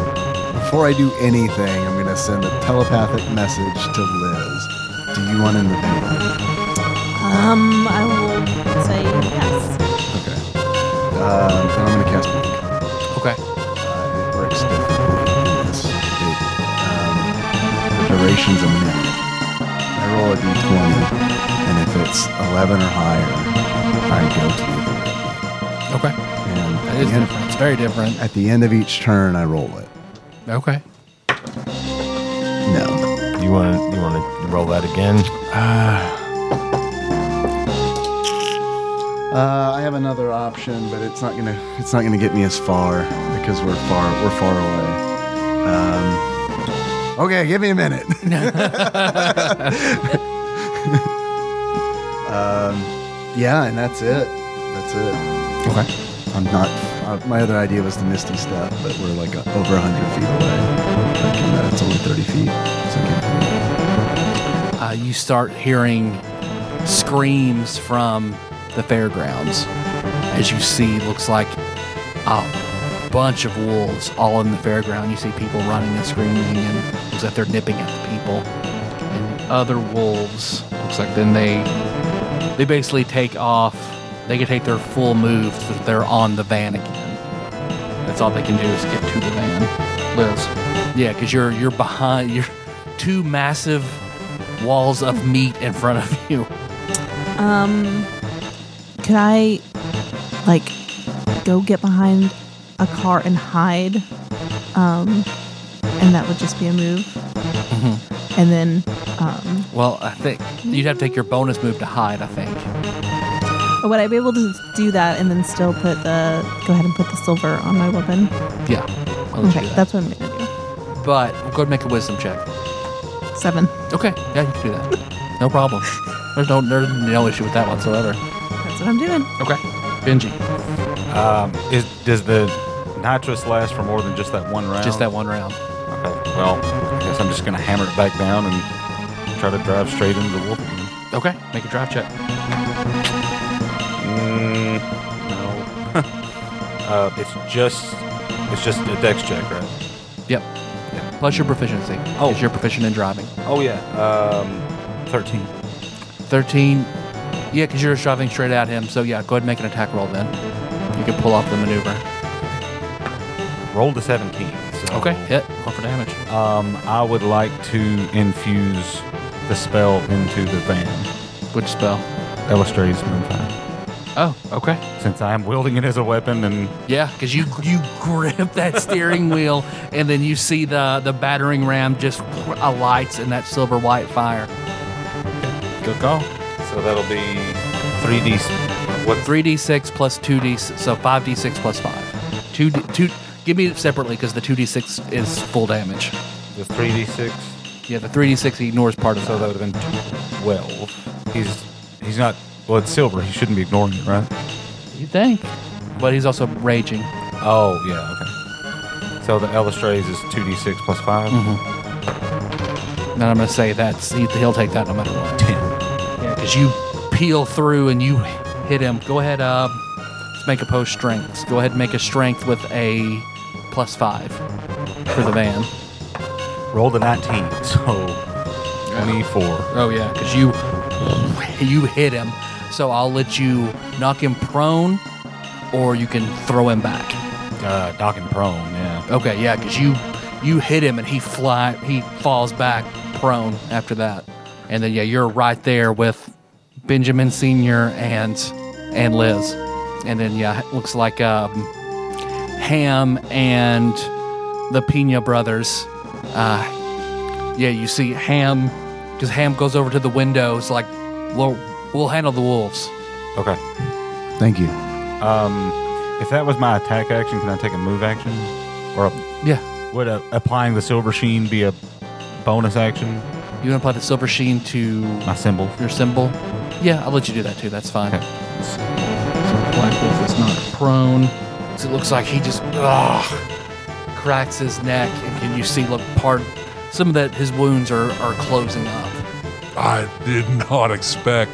C: before I do anything, I'm gonna send a telepathic message to Liz. Do you want in the panel?
F: Um, I will say yes.
C: Okay. Um, then I'm gonna cast Blink.
B: okay,
C: Uh, it works differently in this. It, um, the duration's a minute. I roll a d20, and if it's 11 or higher, I go to the
B: okay,
C: ability. And at
B: it's
C: the, end,
B: different. It's very different.
C: at the end of each turn, I roll it.
B: Okay,
C: No.
A: You want to you want to roll that again?
C: Uh, I have another option, but it's not gonna it's not gonna get me as far because we're far we're far away. Um, okay, give me
I: [laughs]
C: a minute. [laughs] um, Um, yeah, and that's it. That's it.
B: okay.
C: I'm not. Uh, my other idea was the misty step, but we're like uh, over 100 feet away. Like, and that it's only 30 feet. So I can't do it.
B: uh, you start hearing screams from the fairgrounds as you see looks like a bunch of wolves all in the fairground you see people running and screaming and looks like they're nipping at the people and other wolves looks like then they they basically take off they can take their full move so that they're on the van again that's all they can do is get to the van liz yeah because you're you're behind you're two massive walls of meat in front of you.
F: Um, could I like go get behind a car and hide? Um, and that would just be a move.
B: Mm-hmm.
F: And then, um,
B: Well, I think you'd have to take your bonus move to hide, I think.
F: would I be able to do that and then still put the go ahead and put the silver on my weapon?
B: Yeah. I'll let you
F: Okay,
B: do that.
F: that's what I'm gonna do.
B: But go ahead and make a wisdom check.
F: Seven.
B: Okay. Yeah, you can do that. No problem. There's no there's no issue with that whatsoever.
F: That's what I'm doing.
B: Okay. Benji,
E: Um, [laughs] is, does the nitrous last for more than just that one round?
B: just that one round.
E: Okay. Well, I guess I'm just gonna hammer it back down and try to drive straight into the wolf. again.
B: Okay. Make a drive check.
E: Mm, no. [laughs] uh, it's just it's just a dex check, right?
B: Yep. Plus your proficiency.
E: Oh.
B: Oh. You're proficient in driving.
E: Oh yeah. Um, thirteen.
B: 13. Yeah, because you're driving straight at him. So, yeah, go ahead and make an attack roll then. You can pull off the maneuver.
E: Rolled a seventeen. So,
B: Okay. Hit. Roll for damage.
E: Um, I would like to infuse the spell into the van.
B: Which spell?
E: Illustrates moonfire.
B: Oh, okay.
E: Since I am wielding it as a weapon and
B: Yeah, because you you grip that steering wheel, and then you see the the battering ram just alights in that silver white fire.
E: good call. So that'll be three D. What
B: Three d six plus two d so five d six plus five. Two d two. Give me it separately because the two d six is full damage.
E: the three D six?
B: Yeah, the three d six ignores part of
E: So that
B: that.
E: would have been twelve. He's he's not. Well, it's silver. He shouldn't be ignoring it, right?
B: You think? But he's also raging.
E: Oh yeah. Okay. So the Elistrays is two D six plus five.
B: And I'm gonna say that's he, he'll take that no matter what. Ten. Yeah, because you peel through and you hit him. Go ahead. Uh, let's make a post strength. Go ahead and make a strength with a plus five for the van.
E: Rolled a nineteen. [laughs] So twenty four.
B: Oh yeah, because you [laughs] you hit him. So I'll let you knock him prone, or you can throw him back.
E: Uh, knocking prone. Yeah.
B: Okay, yeah, because you you hit him and he fly he falls back prone after that, and then yeah, you're right there with Benjamin Senior and and Liz. And then, yeah, it looks like um, Ham and the Pena brothers. Uh, yeah, you see Ham, because Ham goes over to the window. It's like, we'll, we'll handle the wolves.
G: Okay.
C: Thank you.
G: Um, if that was my attack action, can I take a move action? Or a,
B: Yeah.
G: would a, applying the silver sheen be a bonus action?
B: You want to apply the silver sheen to
G: My symbol.
B: your symbol? Yeah, I'll let you do that too. That's fine.
G: Okay.
B: Black Wolf is not prone. 'cause it looks like he just ugh, cracks his neck, and can you see look part some of that his wounds are, are closing up.
J: I did not expect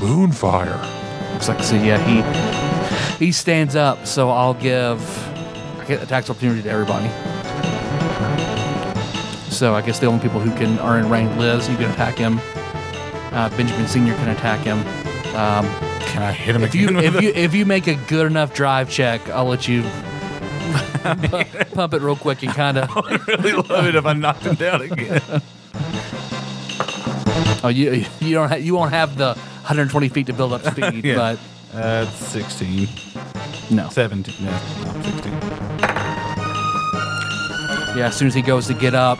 J: Moonfire.
B: Looks like so yeah he he stands up. So I'll give I get attacks of opportunity to everybody. So I guess the only people who can are in range Liz. You can attack him. Uh, Benjamin Senior can attack him. Um,
G: Can I hit him
B: If
E: [laughs]
G: [laughs]
B: you if you if you make a good enough drive check, I'll let you pu- pump it real quick and kind of.
G: really love it if I knocked him down again.
B: Oh, you you don't have, you won't have the 120 feet to build up speed,
G: Yeah.
B: but
G: Uh, 16.
B: no.
G: 17. No, no, 16.
B: Yeah, as soon as he goes to get up,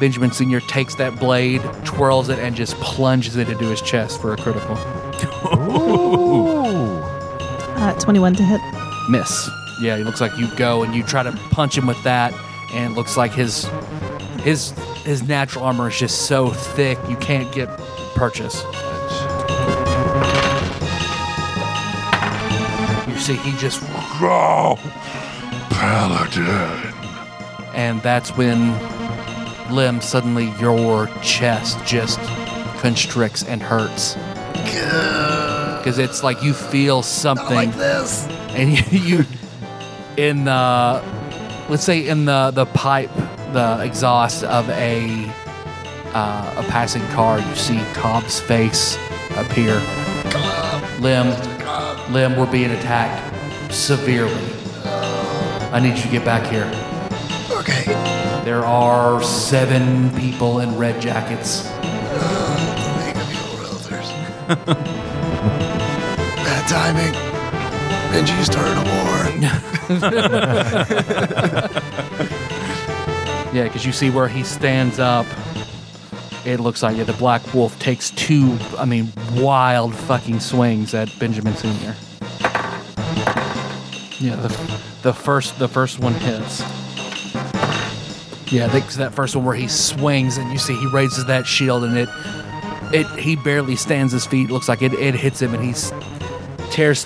B: Benjamin Senior takes that blade, twirls it, and just plunges it into his chest for a critical
F: Uh, 21 to hit.
B: miss. Yeah, it looks like you go and you try to punch him with that, and it looks like his his his natural armor is just so thick you can't get purchase. You see, he just,
J: Go, Paladin.
B: and that's when Lim suddenly your chest just constricts and hurts. Because it's like you feel something.
I: this.
B: and [laughs] you, you in the let's say in the the pipe the exhaust of a uh, a passing car you see Cobb's face appear limb limb we're being attacked severely I need you to get back here
I: Okay.
B: there are seven people in red jackets
I: League of Evil Realtors. [laughs] Bad timing. Benji's turn of war.
B: Yeah, because you see where he stands up. It looks like yeah, the Black Wolf takes two, I mean, wild fucking swings at Benjamin Senior. Yeah, the, the first the first one hits. Yeah, that's that first one where he swings and you see he raises that shield and it it he barely stands his feet. Looks like it, it hits him and he's tears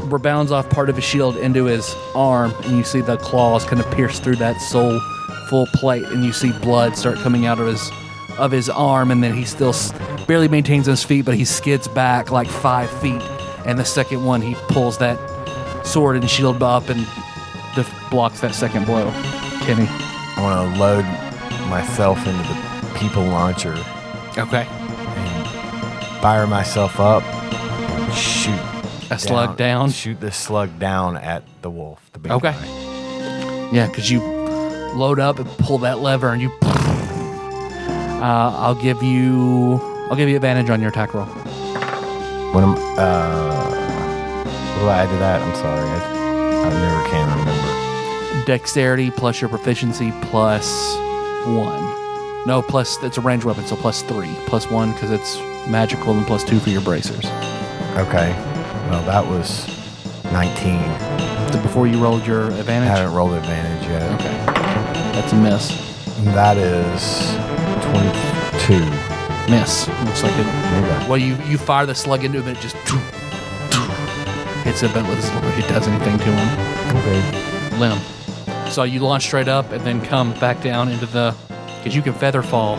B: rebounds off part of his shield into his arm, and you see the claws kind of pierce through that soul full plate, and you see blood start coming out of his of his arm, and then he still s- barely maintains his feet, but he skids back like five feet, and the second one he pulls that sword and shield up and def- blocks that second blow. Kenny.
A: I want to load myself into the people launcher
B: Okay.
A: and fire myself up. and Shoot.
B: A slug down.
A: Shoot this slug down at the wolf. The big
B: Okay.
A: guy.
B: Yeah, because you load up and pull that lever, and you. Uh, I'll give you. I'll give you advantage on your attack roll.
A: When I'm, uh, what do I add to that? I'm sorry. I, I never can remember.
B: Dexterity plus your proficiency plus one. No, plus it's a ranged weapon, so plus three, plus one because it's magical, and plus two for your bracers.
A: Okay. Well, that was 19.
B: So before you rolled your
A: I
B: advantage.
A: haven't rolled advantage yet.
B: Okay, that's a miss.
A: That is 22.
B: Miss. Looks like it.
A: Okay.
B: Well, you you fire the slug into him, and it just hits him, but it's- it does anything to him.
A: Okay.
B: limb. So you launch straight up and then come back down into the. Because you can feather fall.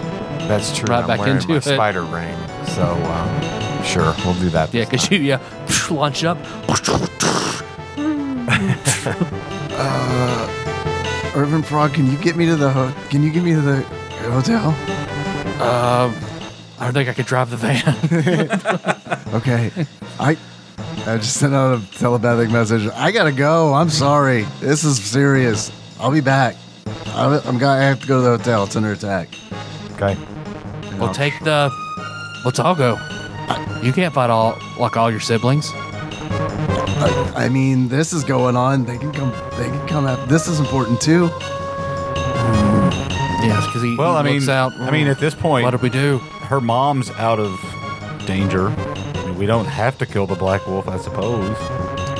A: That's true.
B: Right
A: I'm
B: back
A: wearing
B: into
A: my
B: it.
A: spider ring. So, um, sure, we'll do that.
B: Yeah,
A: this
B: because
A: time.
B: you yeah, [laughs] launch up.
C: [laughs] Irvin Frog, can you get me to the ho- can you get me to the hotel?
B: Uh, I don't think I could drive the van. [laughs]
I: [laughs]
C: Okay. I I just sent out a telepathic message. I gotta go. I'm sorry. This is serious. I'll be back. I'm, I'm gonna I have to go to the hotel. It's under attack.
A: Okay.
B: we'll take the. Let's all go. You can't fight all like all your siblings.
C: I mean, this is going on. They can come. They can come out. This is important too.
B: Yes, because he,
G: Well, I
B: he looks
G: mean,
B: out.
G: I mean, at this point,
B: what did we do?
G: her mom's out of danger. I mean, we don't have to kill the black wolf, I suppose.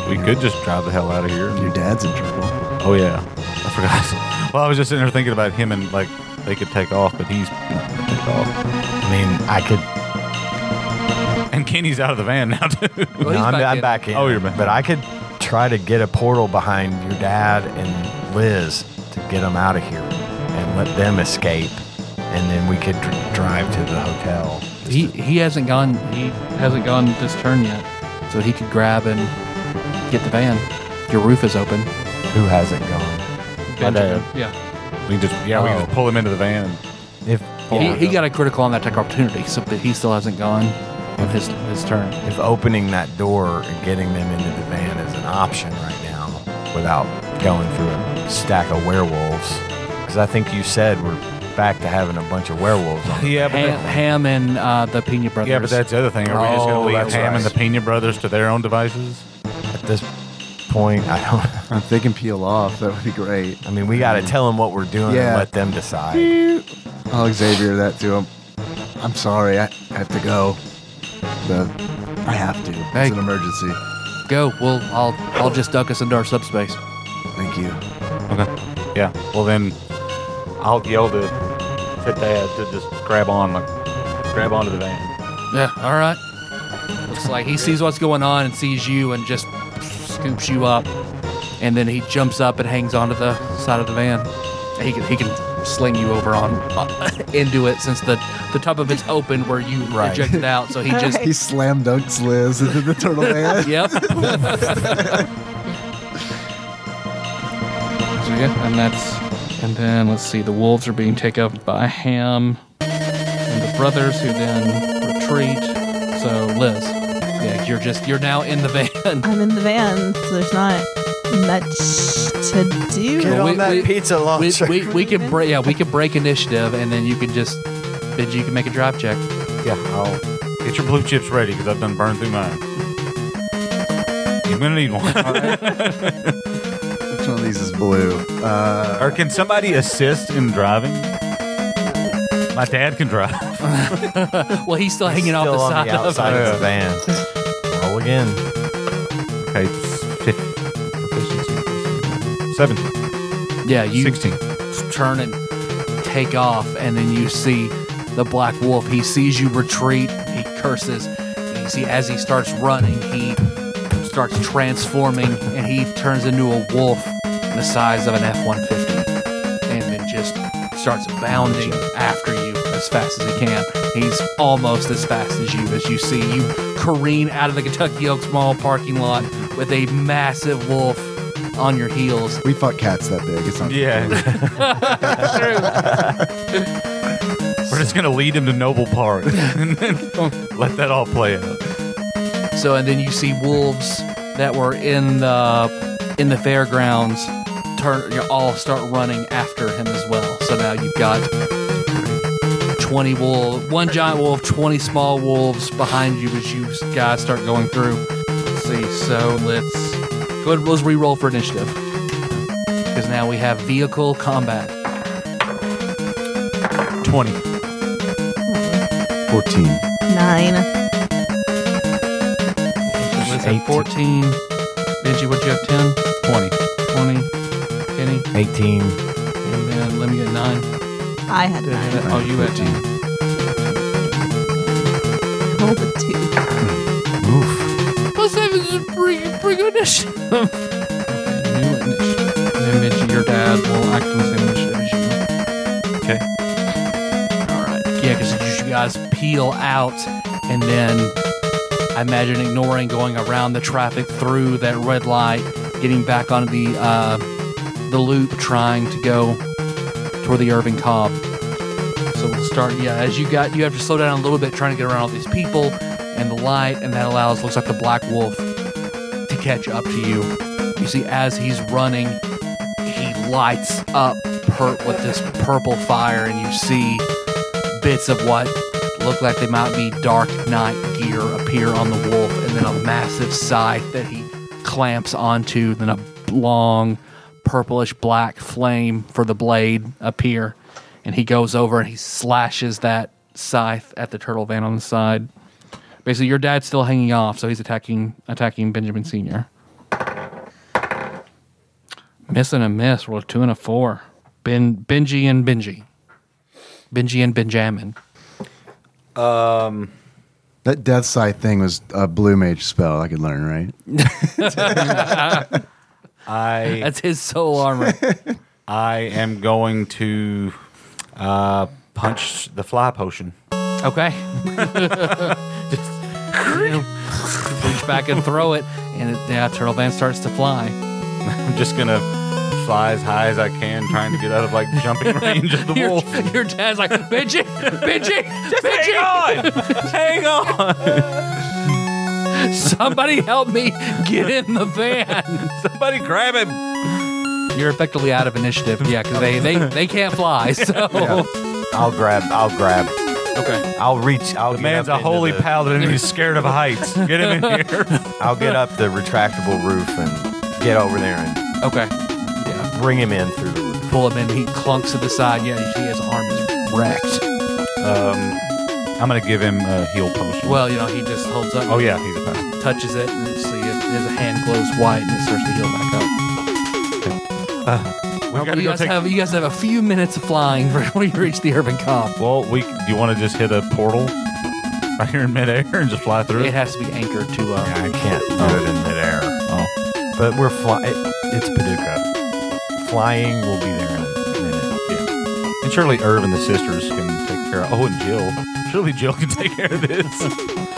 G: We could just drive the hell out of here.
C: Your dad's in trouble.
G: Oh yeah, I forgot. [laughs] Well, I was just sitting there thinking about him and like they could take off, but he's not gonna take off.
A: I mean, I could.
G: And Kenny's out of the van now [laughs] too.
B: Well, he's
A: no, I'm
B: back
A: I'm
B: in.
A: back in.
G: Oh, you're back.
A: But I could try to get a portal behind your dad and Liz to get them out of here and let them escape, and then we could dr- drive to the hotel.
B: He he hasn't gone. He hasn't gone this turn yet, so he could grab and get the van. Your roof is open.
A: Who hasn't gone?
B: Benjamin. Yeah.
G: We can just yeah, we can just
A: Oh.
G: pull him into the van. and-
A: If
B: He, he got a critical on that attack opportunity, so but he still hasn't gone on his his turn.
A: if opening that door and getting them into the van is an option right now without going through a stack of werewolves, because I think you said we're back to having a bunch of werewolves
B: [laughs]
A: on.
G: Yeah, but
B: Ham,
G: that,
B: Ham and uh, the Pena brothers.
G: yeah, but that's the other thing. Are we just
A: Oh,
G: gonna leave
A: that's
G: Ham and the
A: right.
G: Pena brothers to their own devices?
A: At this point, I don't.
C: If they can peel off, that would be great.
A: I mean, we got to tell them what we're doing and
C: Yeah.
A: let them decide.
C: I'll Xavier that to him. I'm sorry. I I have to go. The, I have to.
B: Hey.
C: It's an emergency.
B: go. Well, I'll I'll just duck us into our subspace.
C: Thank you.
G: Yeah. Well then, I'll yell to to Dad to just grab on, like grab onto the van.
B: Yeah. All right. Looks like he sees what's going on and sees you and just scoops you up, and then he jumps up and hangs onto the side of the van. He can he can sling you over on [laughs] into it since the the top of it's open where you ejected out. So he just
C: He slam dunks Liz [laughs] into the
B: [laughs]
C: turtle man.
B: yep. so yeah, and that's and then let's see, the wolves are being taken up by Ham and the brothers who then retreat. So Liz, yeah, you're just you're now in the [laughs] van.
F: I'm in the van, so there's not much to do.
A: Get
B: Well,
A: on
B: we-
A: that
B: we-
A: pizza
B: We,
A: launcher.
B: we, we can break yeah we can break initiative and then you can just then you can make a drive
A: [laughs]
B: check.
G: Yeah.
A: Oh,
G: I'll get your blue chips ready because I've done burned through mine. You're gonna need one. [laughs]
C: Which one of these is blue? Uh,
G: Or can somebody assist in driving? My dad can drive.
B: Well, he's still hanging off
A: Still
B: the
A: on
B: side
A: the outside
B: of it.
A: of the van. Roll again.
G: Okay, fifty. Seven.
B: Yeah, you
G: 16.
B: turn and take off, and then you see the black wolf. He sees you retreat. He curses. And you see as he starts running, he starts transforming, and he turns into a wolf the size of an F-150, and then just starts bounding after you as fast as he can. He's almost as fast as you as you see you careen out of the Kentucky Oaks Mall parking lot with a massive wolf on your heels.
C: we fuck cats that big. It's not.
E: [laughs]
G: Yeah. We're just gonna lead him to Noble Park [laughs] and then let that all play out.
B: So and then you see wolves that were in the in the fairgrounds turn you know, all start running after him as well. So now you've got 20 wolves, one giant wolf, 20 small wolves behind you as you guys start going through. Let's see, so let's go ahead let's re-roll for initiative. Because now we have vehicle combat.
G: Twenty.
I: 14.
F: Nine.
B: Liz had 14. Benji, what'd you have? 10? 20. 20. Kenny.
A: 18.
B: And then let me get 9.
F: I had
B: Did I
F: nine.
B: have that? Oh, you had nine.
F: Rolled a two.
B: Plus seven is pretty, pretty good [laughs] initiative. New initiative. Then mention your dad will act on the same initiative as you.
G: Okay.
B: Alright. Yeah, because you guys peel out and then I imagine ignoring going around the traffic through that red light, getting back onto the uh, the loop, trying to go toward the Irving Cobb. So we'll start. Yeah, as you got, you have to slow down a little bit, trying to get around all these people and the light, and that allows looks like the Black Wolf to catch up to you. You see, as he's running, he lights up per- with this purple fire, and you see bits of what look like they might be Dark Knight gear appear on the wolf, and then a massive scythe that he clamps onto, then a long purplish black flame for the blade appear. And he goes over and he slashes that scythe at the turtle van on the side. Basically, your dad's still hanging off, so he's attacking attacking Benjamin Senior. Missing a miss. Roll a two and a four. Ben Benji and Benji. Benji and Benjamin.
C: That death scythe thing was a blue mage spell I could learn, right?
E: I
B: That's his soul
E: [laughs]
B: armor.
E: I am going to uh, punch the fly potion.
B: Okay. reach back and throw it, and it, yeah, Turtle Van starts to fly.
E: I'm just gonna fly as high as I can, trying to get out of like
G: [laughs]
E: jumping range of the
B: Your,
E: wolf.
B: your dad's like, Benji, Benji, Benji,
E: on, hang on.
B: somebody help me get in the van.
E: Somebody grab him.
B: You're effectively out of initiative, yeah, because they, they, they can't fly, so.
A: I'll grab. I'll grab.
B: Okay.
A: I'll reach. I'll
E: The
A: get
E: man's a
A: up into
E: holy
A: the,
E: paladin and he's scared of heights. Get him [laughs] in here.
A: I'll get up the retractable roof and get over there and
B: Okay.
A: bring him in through the roof.
B: Pull him in, he clunks to the side. Yeah, you see his arm is wrecked.
E: I'm gonna give him a heal potion.
B: Well, uh, you know, he just holds up.
E: oh yeah, he's a paladin.
B: touches it and you see it, his hand glows white and it starts to heal back up.
E: gotta
B: you,
E: go
B: guys
E: take-
B: have, you guys have a few minutes of flying [laughs] before you reach the urban cop.
E: Well, we do you want to just hit a portal right here in midair and just fly through
B: It
E: it?
B: has to be anchored to. Uh,
A: I can't do it in midair.
E: Oh,
A: But we're flying. It, it's Paducah. Flying will be there in a minute.
E: yeah. And surely Irv and the sisters can take care of. Oh, and Jill. Surely Jill can take care of this.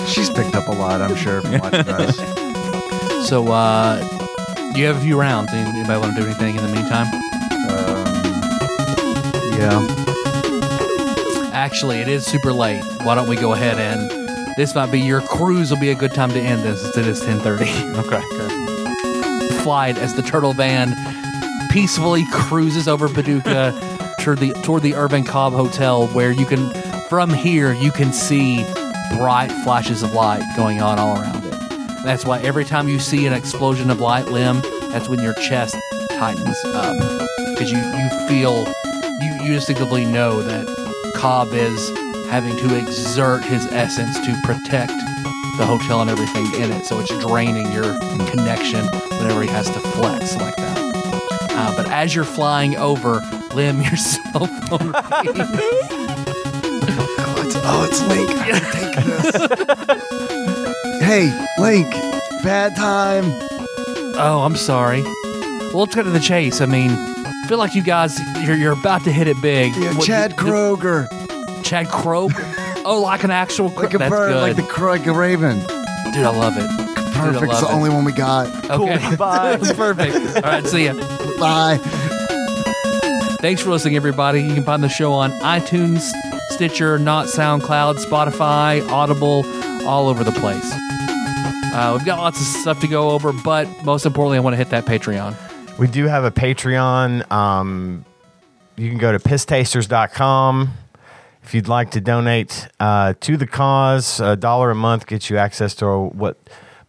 C: She's picked up a lot, I'm sure, from
B: [laughs]
C: watching us.
B: so, uh, you have a few rounds. Any- Anybody want to do anything in the meantime?
C: Yeah.
B: Actually, it is super late. Why don't we go ahead and this might be your cruise will be a good time to end this since it is [laughs] 1030.
E: Okay.
B: Flied as the turtle van peacefully cruises over Paducah toward the toward the Urban Cobb Hotel, where you can from here you can see bright flashes of light going on all around it. That's why every time you see an explosion of light limb, that's when your chest tightens up because you you feel you, you instinctively know that Cobb is having to exert his essence to protect the hotel and everything in it, so it's draining your connection whenever he has to flex like that. Uh, but as you're flying over, Lim, [laughs] your cell phone rings.
C: Oh, it's, oh, it's Link. I gotta take
B: [laughs]
C: this. hey, Link. Bad time.
B: oh, I'm sorry. Well, let's cut to the chase. I mean, I feel like you guys, you're, you're about to hit it big.
C: Yeah,
B: What-
C: Chad Kroger.
B: Chad Crow?
C: [laughs]
B: oh, like an actual crow.
C: Like a
B: That's
C: bird, like
B: good.
C: the cro- like a raven.
B: Dude, I love it. Dude, I
C: Perfect's
B: love
C: the
B: it.
C: only one we got.
B: Okay. [laughs]
A: Bye.
B: Perfect. All right, see ya.
C: Bye.
B: Thanks for listening, everybody. You can find the show on iTunes, Stitcher, Not SoundCloud, Spotify, Audible, all over the place. Uh, we've got lots of stuff to go over, but most importantly, I want to hit that Patreon.
A: We do have a Patreon. Um, you can go to pisstasters.com if you'd like to donate uh, to the cause. A dollar a month gets you access to what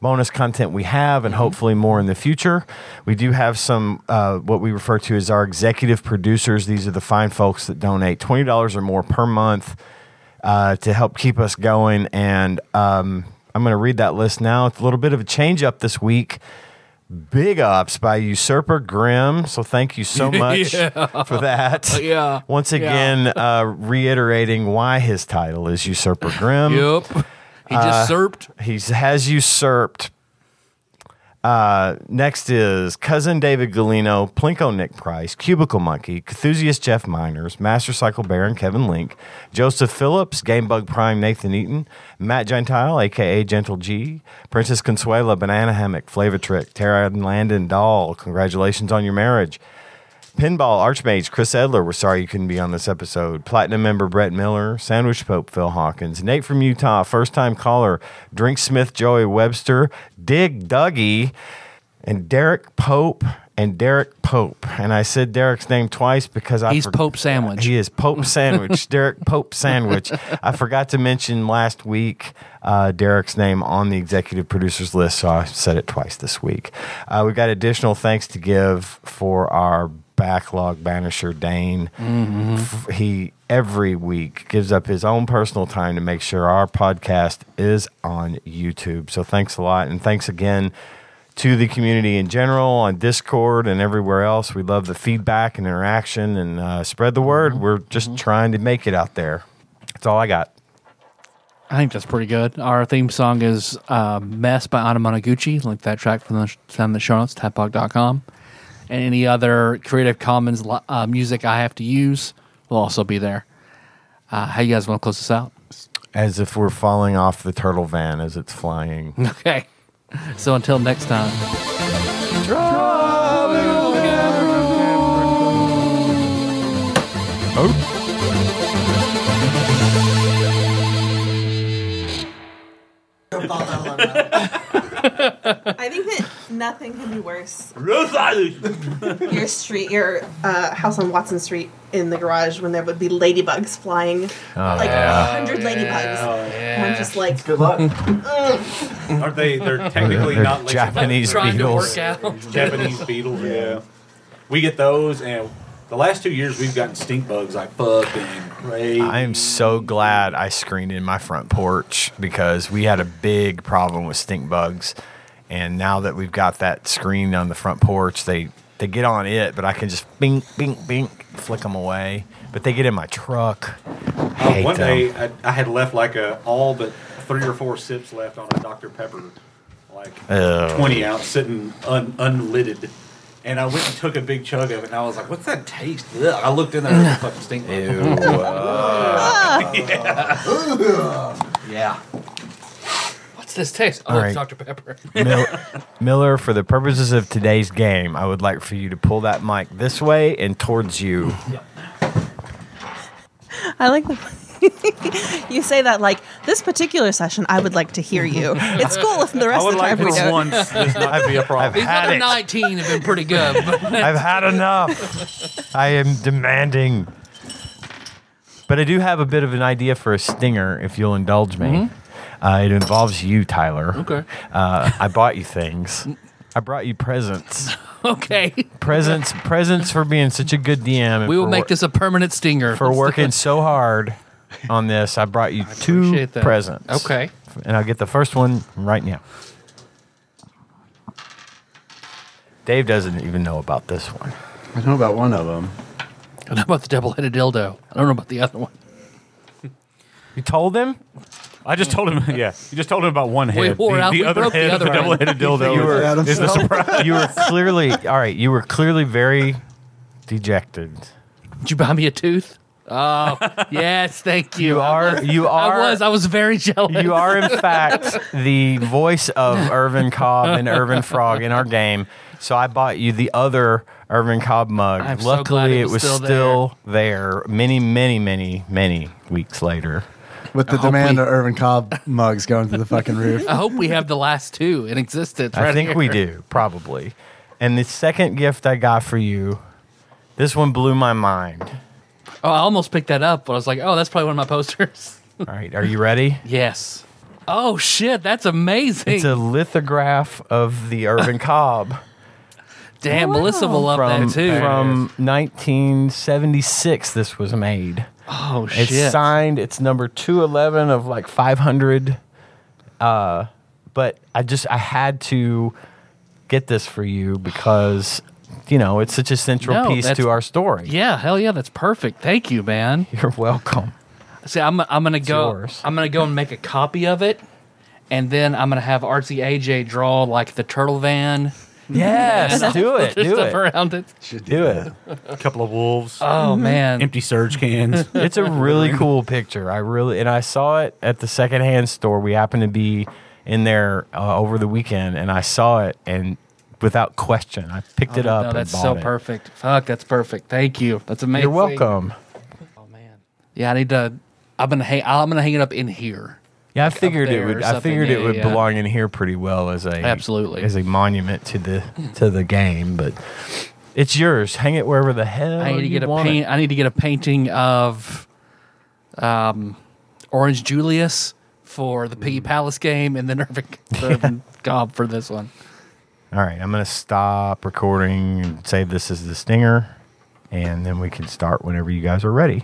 A: bonus content we have
B: Mm-hmm.
A: and hopefully more in the future. We do have some, uh, what we refer to as our executive producers. These are the fine folks that donate $20 or more per month uh, to help keep us going. And um, I'm going to read that list now. It's a little bit of a change up this week. Big ups by Usurper Grimm. So thank you
B: [laughs]
A: so much for that.
B: Yeah.
A: Once again, uh, reiterating why his title is Usurper Grimm.
B: Yep. He just usurped.
A: He has usurped. Uh, next is Cousin David Galino, Plinko Nick Price, Cubicle Monkey, Cthusiast Jeff Miners, Master Cycle Baron Kevin Link, Joseph Phillips, Gamebug Prime Nathan Eaton, Matt Gentile, aka Gentle G, Princess Consuela, Banana Hammock, Flavor Trick, Tara and Landon Dahl, congratulations on your marriage. Pinball Archmage Chris Edler. We're sorry you couldn't be on this episode. Platinum member Brett Miller, Sandwich Pope Phil Hawkins, Nate from Utah, first time caller, Drink Smith Joey Webster, Dig Dougie, and Derek Pope and Derek Pope. And I said Derek's name twice because I
B: He's
A: forg-
B: Pope Sandwich.
A: He is Pope
B: [laughs]
A: Sandwich. Derek Pope Sandwich. I forgot to mention last week uh, Derek's name on the executive producers list, so I said it twice this week. Uh, we got additional thanks to give for our backlog banisher Dane.
B: Mm-hmm.
A: F- he every week gives up his own personal time to make sure our podcast is on YouTube. So thanks a lot, and thanks again to the community in general on Discord and everywhere else. We love the feedback and interaction and uh, spread the word. We're just trying to make it out there. That's all I got.
B: I think that's pretty good. Our theme song is uh, Mess by Anna Monoguchi. Link that track from the, sh- from the show notes, tapog.com. And any other Creative Commons li- uh, music I have to use will also be there. Uh, how you guys want to close this [laughs] out?
A: As if we're falling off the turtle van as it's flying.
B: Okay. So until next time.
F: I think that nothing could be worse. your street, your uh, house on Watson Street in the garage when there would be ladybugs flying, like a hundred ladybugs. And I'm just like,
I: Good luck.
G: Aren't they?
E: [laughs]
G: They're technically
A: They're
G: not
A: [laughs] Japanese
G: lazy bugs.
A: beetles.
G: [laughs] Japanese beetles. Yeah. We get those, and the last two years we've gotten stink bugs like fucking crazy.
A: I am so glad I screened in my front porch because we had a big problem with stink bugs. And now that we've got that screen on the front porch, they, they get on it, but I can just bink, bink, bink, flick them away. But they get in my truck.
G: Uh,
A: hate
G: one
A: them.
G: [laughs] day I, I had left like a all but three or four sips left on a Dr Pepper, like
A: Ew.
G: twenty ounce, sitting un, unlidded. And I went and took a big chug of it, and I was like, "What's that taste?" Ugh. I looked in there, and it was a fucking stink bug.
I: Yeah.
B: What's this taste? Oh,
A: All
B: it's
A: right.
B: Dr. [laughs] Pepper.
A: Mil- Miller, for the purposes of today's game, I would like for you to pull that mic this way and towards you.
F: I like the. [laughs] you say that like this particular session, I would like to hear you. It's cool if the rest of the time we don't.
G: once this not be a problem.
B: [laughs] These
A: Had
B: other
A: it.
B: 19 have been pretty good.
A: [laughs]
B: But
A: I've had enough. I am demanding. But I do have a bit of an idea for a stinger, if you'll indulge me. Uh, it involves you, Tyler.
B: Mm-hmm. Okay.
A: Uh, I bought you things. I brought you presents.
B: [laughs] okay.
A: Presents, presents for being such a good DM. and
B: We will
A: for
B: make
A: wor-
B: this a permanent stinger. [laughs]
A: for working so hard on this. I brought you two
B: appreciate that.
A: presents.
B: Okay.
A: And I'll get the first one right now. Dave doesn't even know about this one.
I: I know about one of them.
B: I know about the double headed dildo. I don't know about the other one.
A: You told him
E: I just told him. Yeah, you just told him about one head.
B: wore
E: the,
B: out-
E: the
B: we
E: other
B: broke the
E: head
B: other
E: of the
B: end. [laughs]
E: double-headed dildo.
A: You were-
E: is-
I: Adam
E: is the
I: Sandler.
E: surprise.
A: you were clearly all right. You were clearly very dejected.
B: Did you buy me a tooth? Oh, yes, thank you.
A: You are. You
B: I
A: are.
B: was. I was very jealous.
A: you are in fact the voice of Irvin Cobb and Irvin Frog in our game. So I bought you the other Irvin Cobb mug.
B: I'm so
A: Luckily,
B: glad
A: it was still, there. many, many, many, many weeks later.
C: With the
B: hope
C: demand
B: we-
C: of Irvin Cobb mugs going through the fucking roof.
B: I hope we have the last two in existence.
A: I
B: right
A: think we
B: here.
A: do, probably. And the second gift I got for you, this one blew my mind.
B: Oh, I almost picked that up, but I was like, oh, that's probably one of my posters.
A: All right, are you ready?
B: [laughs] yes. Oh shit, that's amazing.
A: It's a lithograph of the Irvin Cobb
B: Damn, Melissa will love
A: from,
B: that too.
A: from 1976. This was made.
B: oh shit.
A: It's signed. It's number two eleven of like five hundred. Uh, but I just I had to get this for you because you know it's such a central
B: No,
A: piece
B: that's-
A: to our story.
B: yeah, hell yeah, that's perfect. Thank you, man.
A: [laughs] You're welcome.
B: See, I'm I'm gonna go.
A: yours.
B: I'm gonna go and make a copy of it, and then I'm gonna have Artsy AJ draw like the turtle van. [laughs]
A: Yes, do it,
B: There's
A: do
B: stuff
A: it,
B: around it.
A: do it.
G: A couple of wolves,
B: Oh man,
G: empty surge cans.
A: It's
B: [laughs]
A: a really cool picture. I really and I saw it at the secondhand store. We happened to be in there uh, over the weekend, and I saw it, and without question, I picked it up.
B: Oh, No,
A: and
B: that's
A: bought
B: so
A: it.
B: perfect. Fuck, that's perfect. Thank you. That's amazing.
A: You're welcome.
B: Oh man. Yeah, I need to. I'm gonna hang. I'm gonna hang it up in here.
A: Yeah, I
B: like, up
A: figured it
B: there
A: would.
B: or
A: I
B: something.
A: figured it
B: Yeah,
A: would
B: yeah.
A: belong in here pretty well as a
B: Absolutely.
A: as a monument to the to the game. But it's yours. Hang it wherever the hell
B: I need to
A: you
B: get a
A: want it.
B: paint. I need to get a painting of um, Orange Julius for the
A: Mm.
B: Piggy Palace game, [laughs] and then Irvin,
A: [laughs]
B: Irvin Gobb for this one.
A: All right, I'm gonna stop recording and save this as the stinger, and then we can start whenever you guys are ready.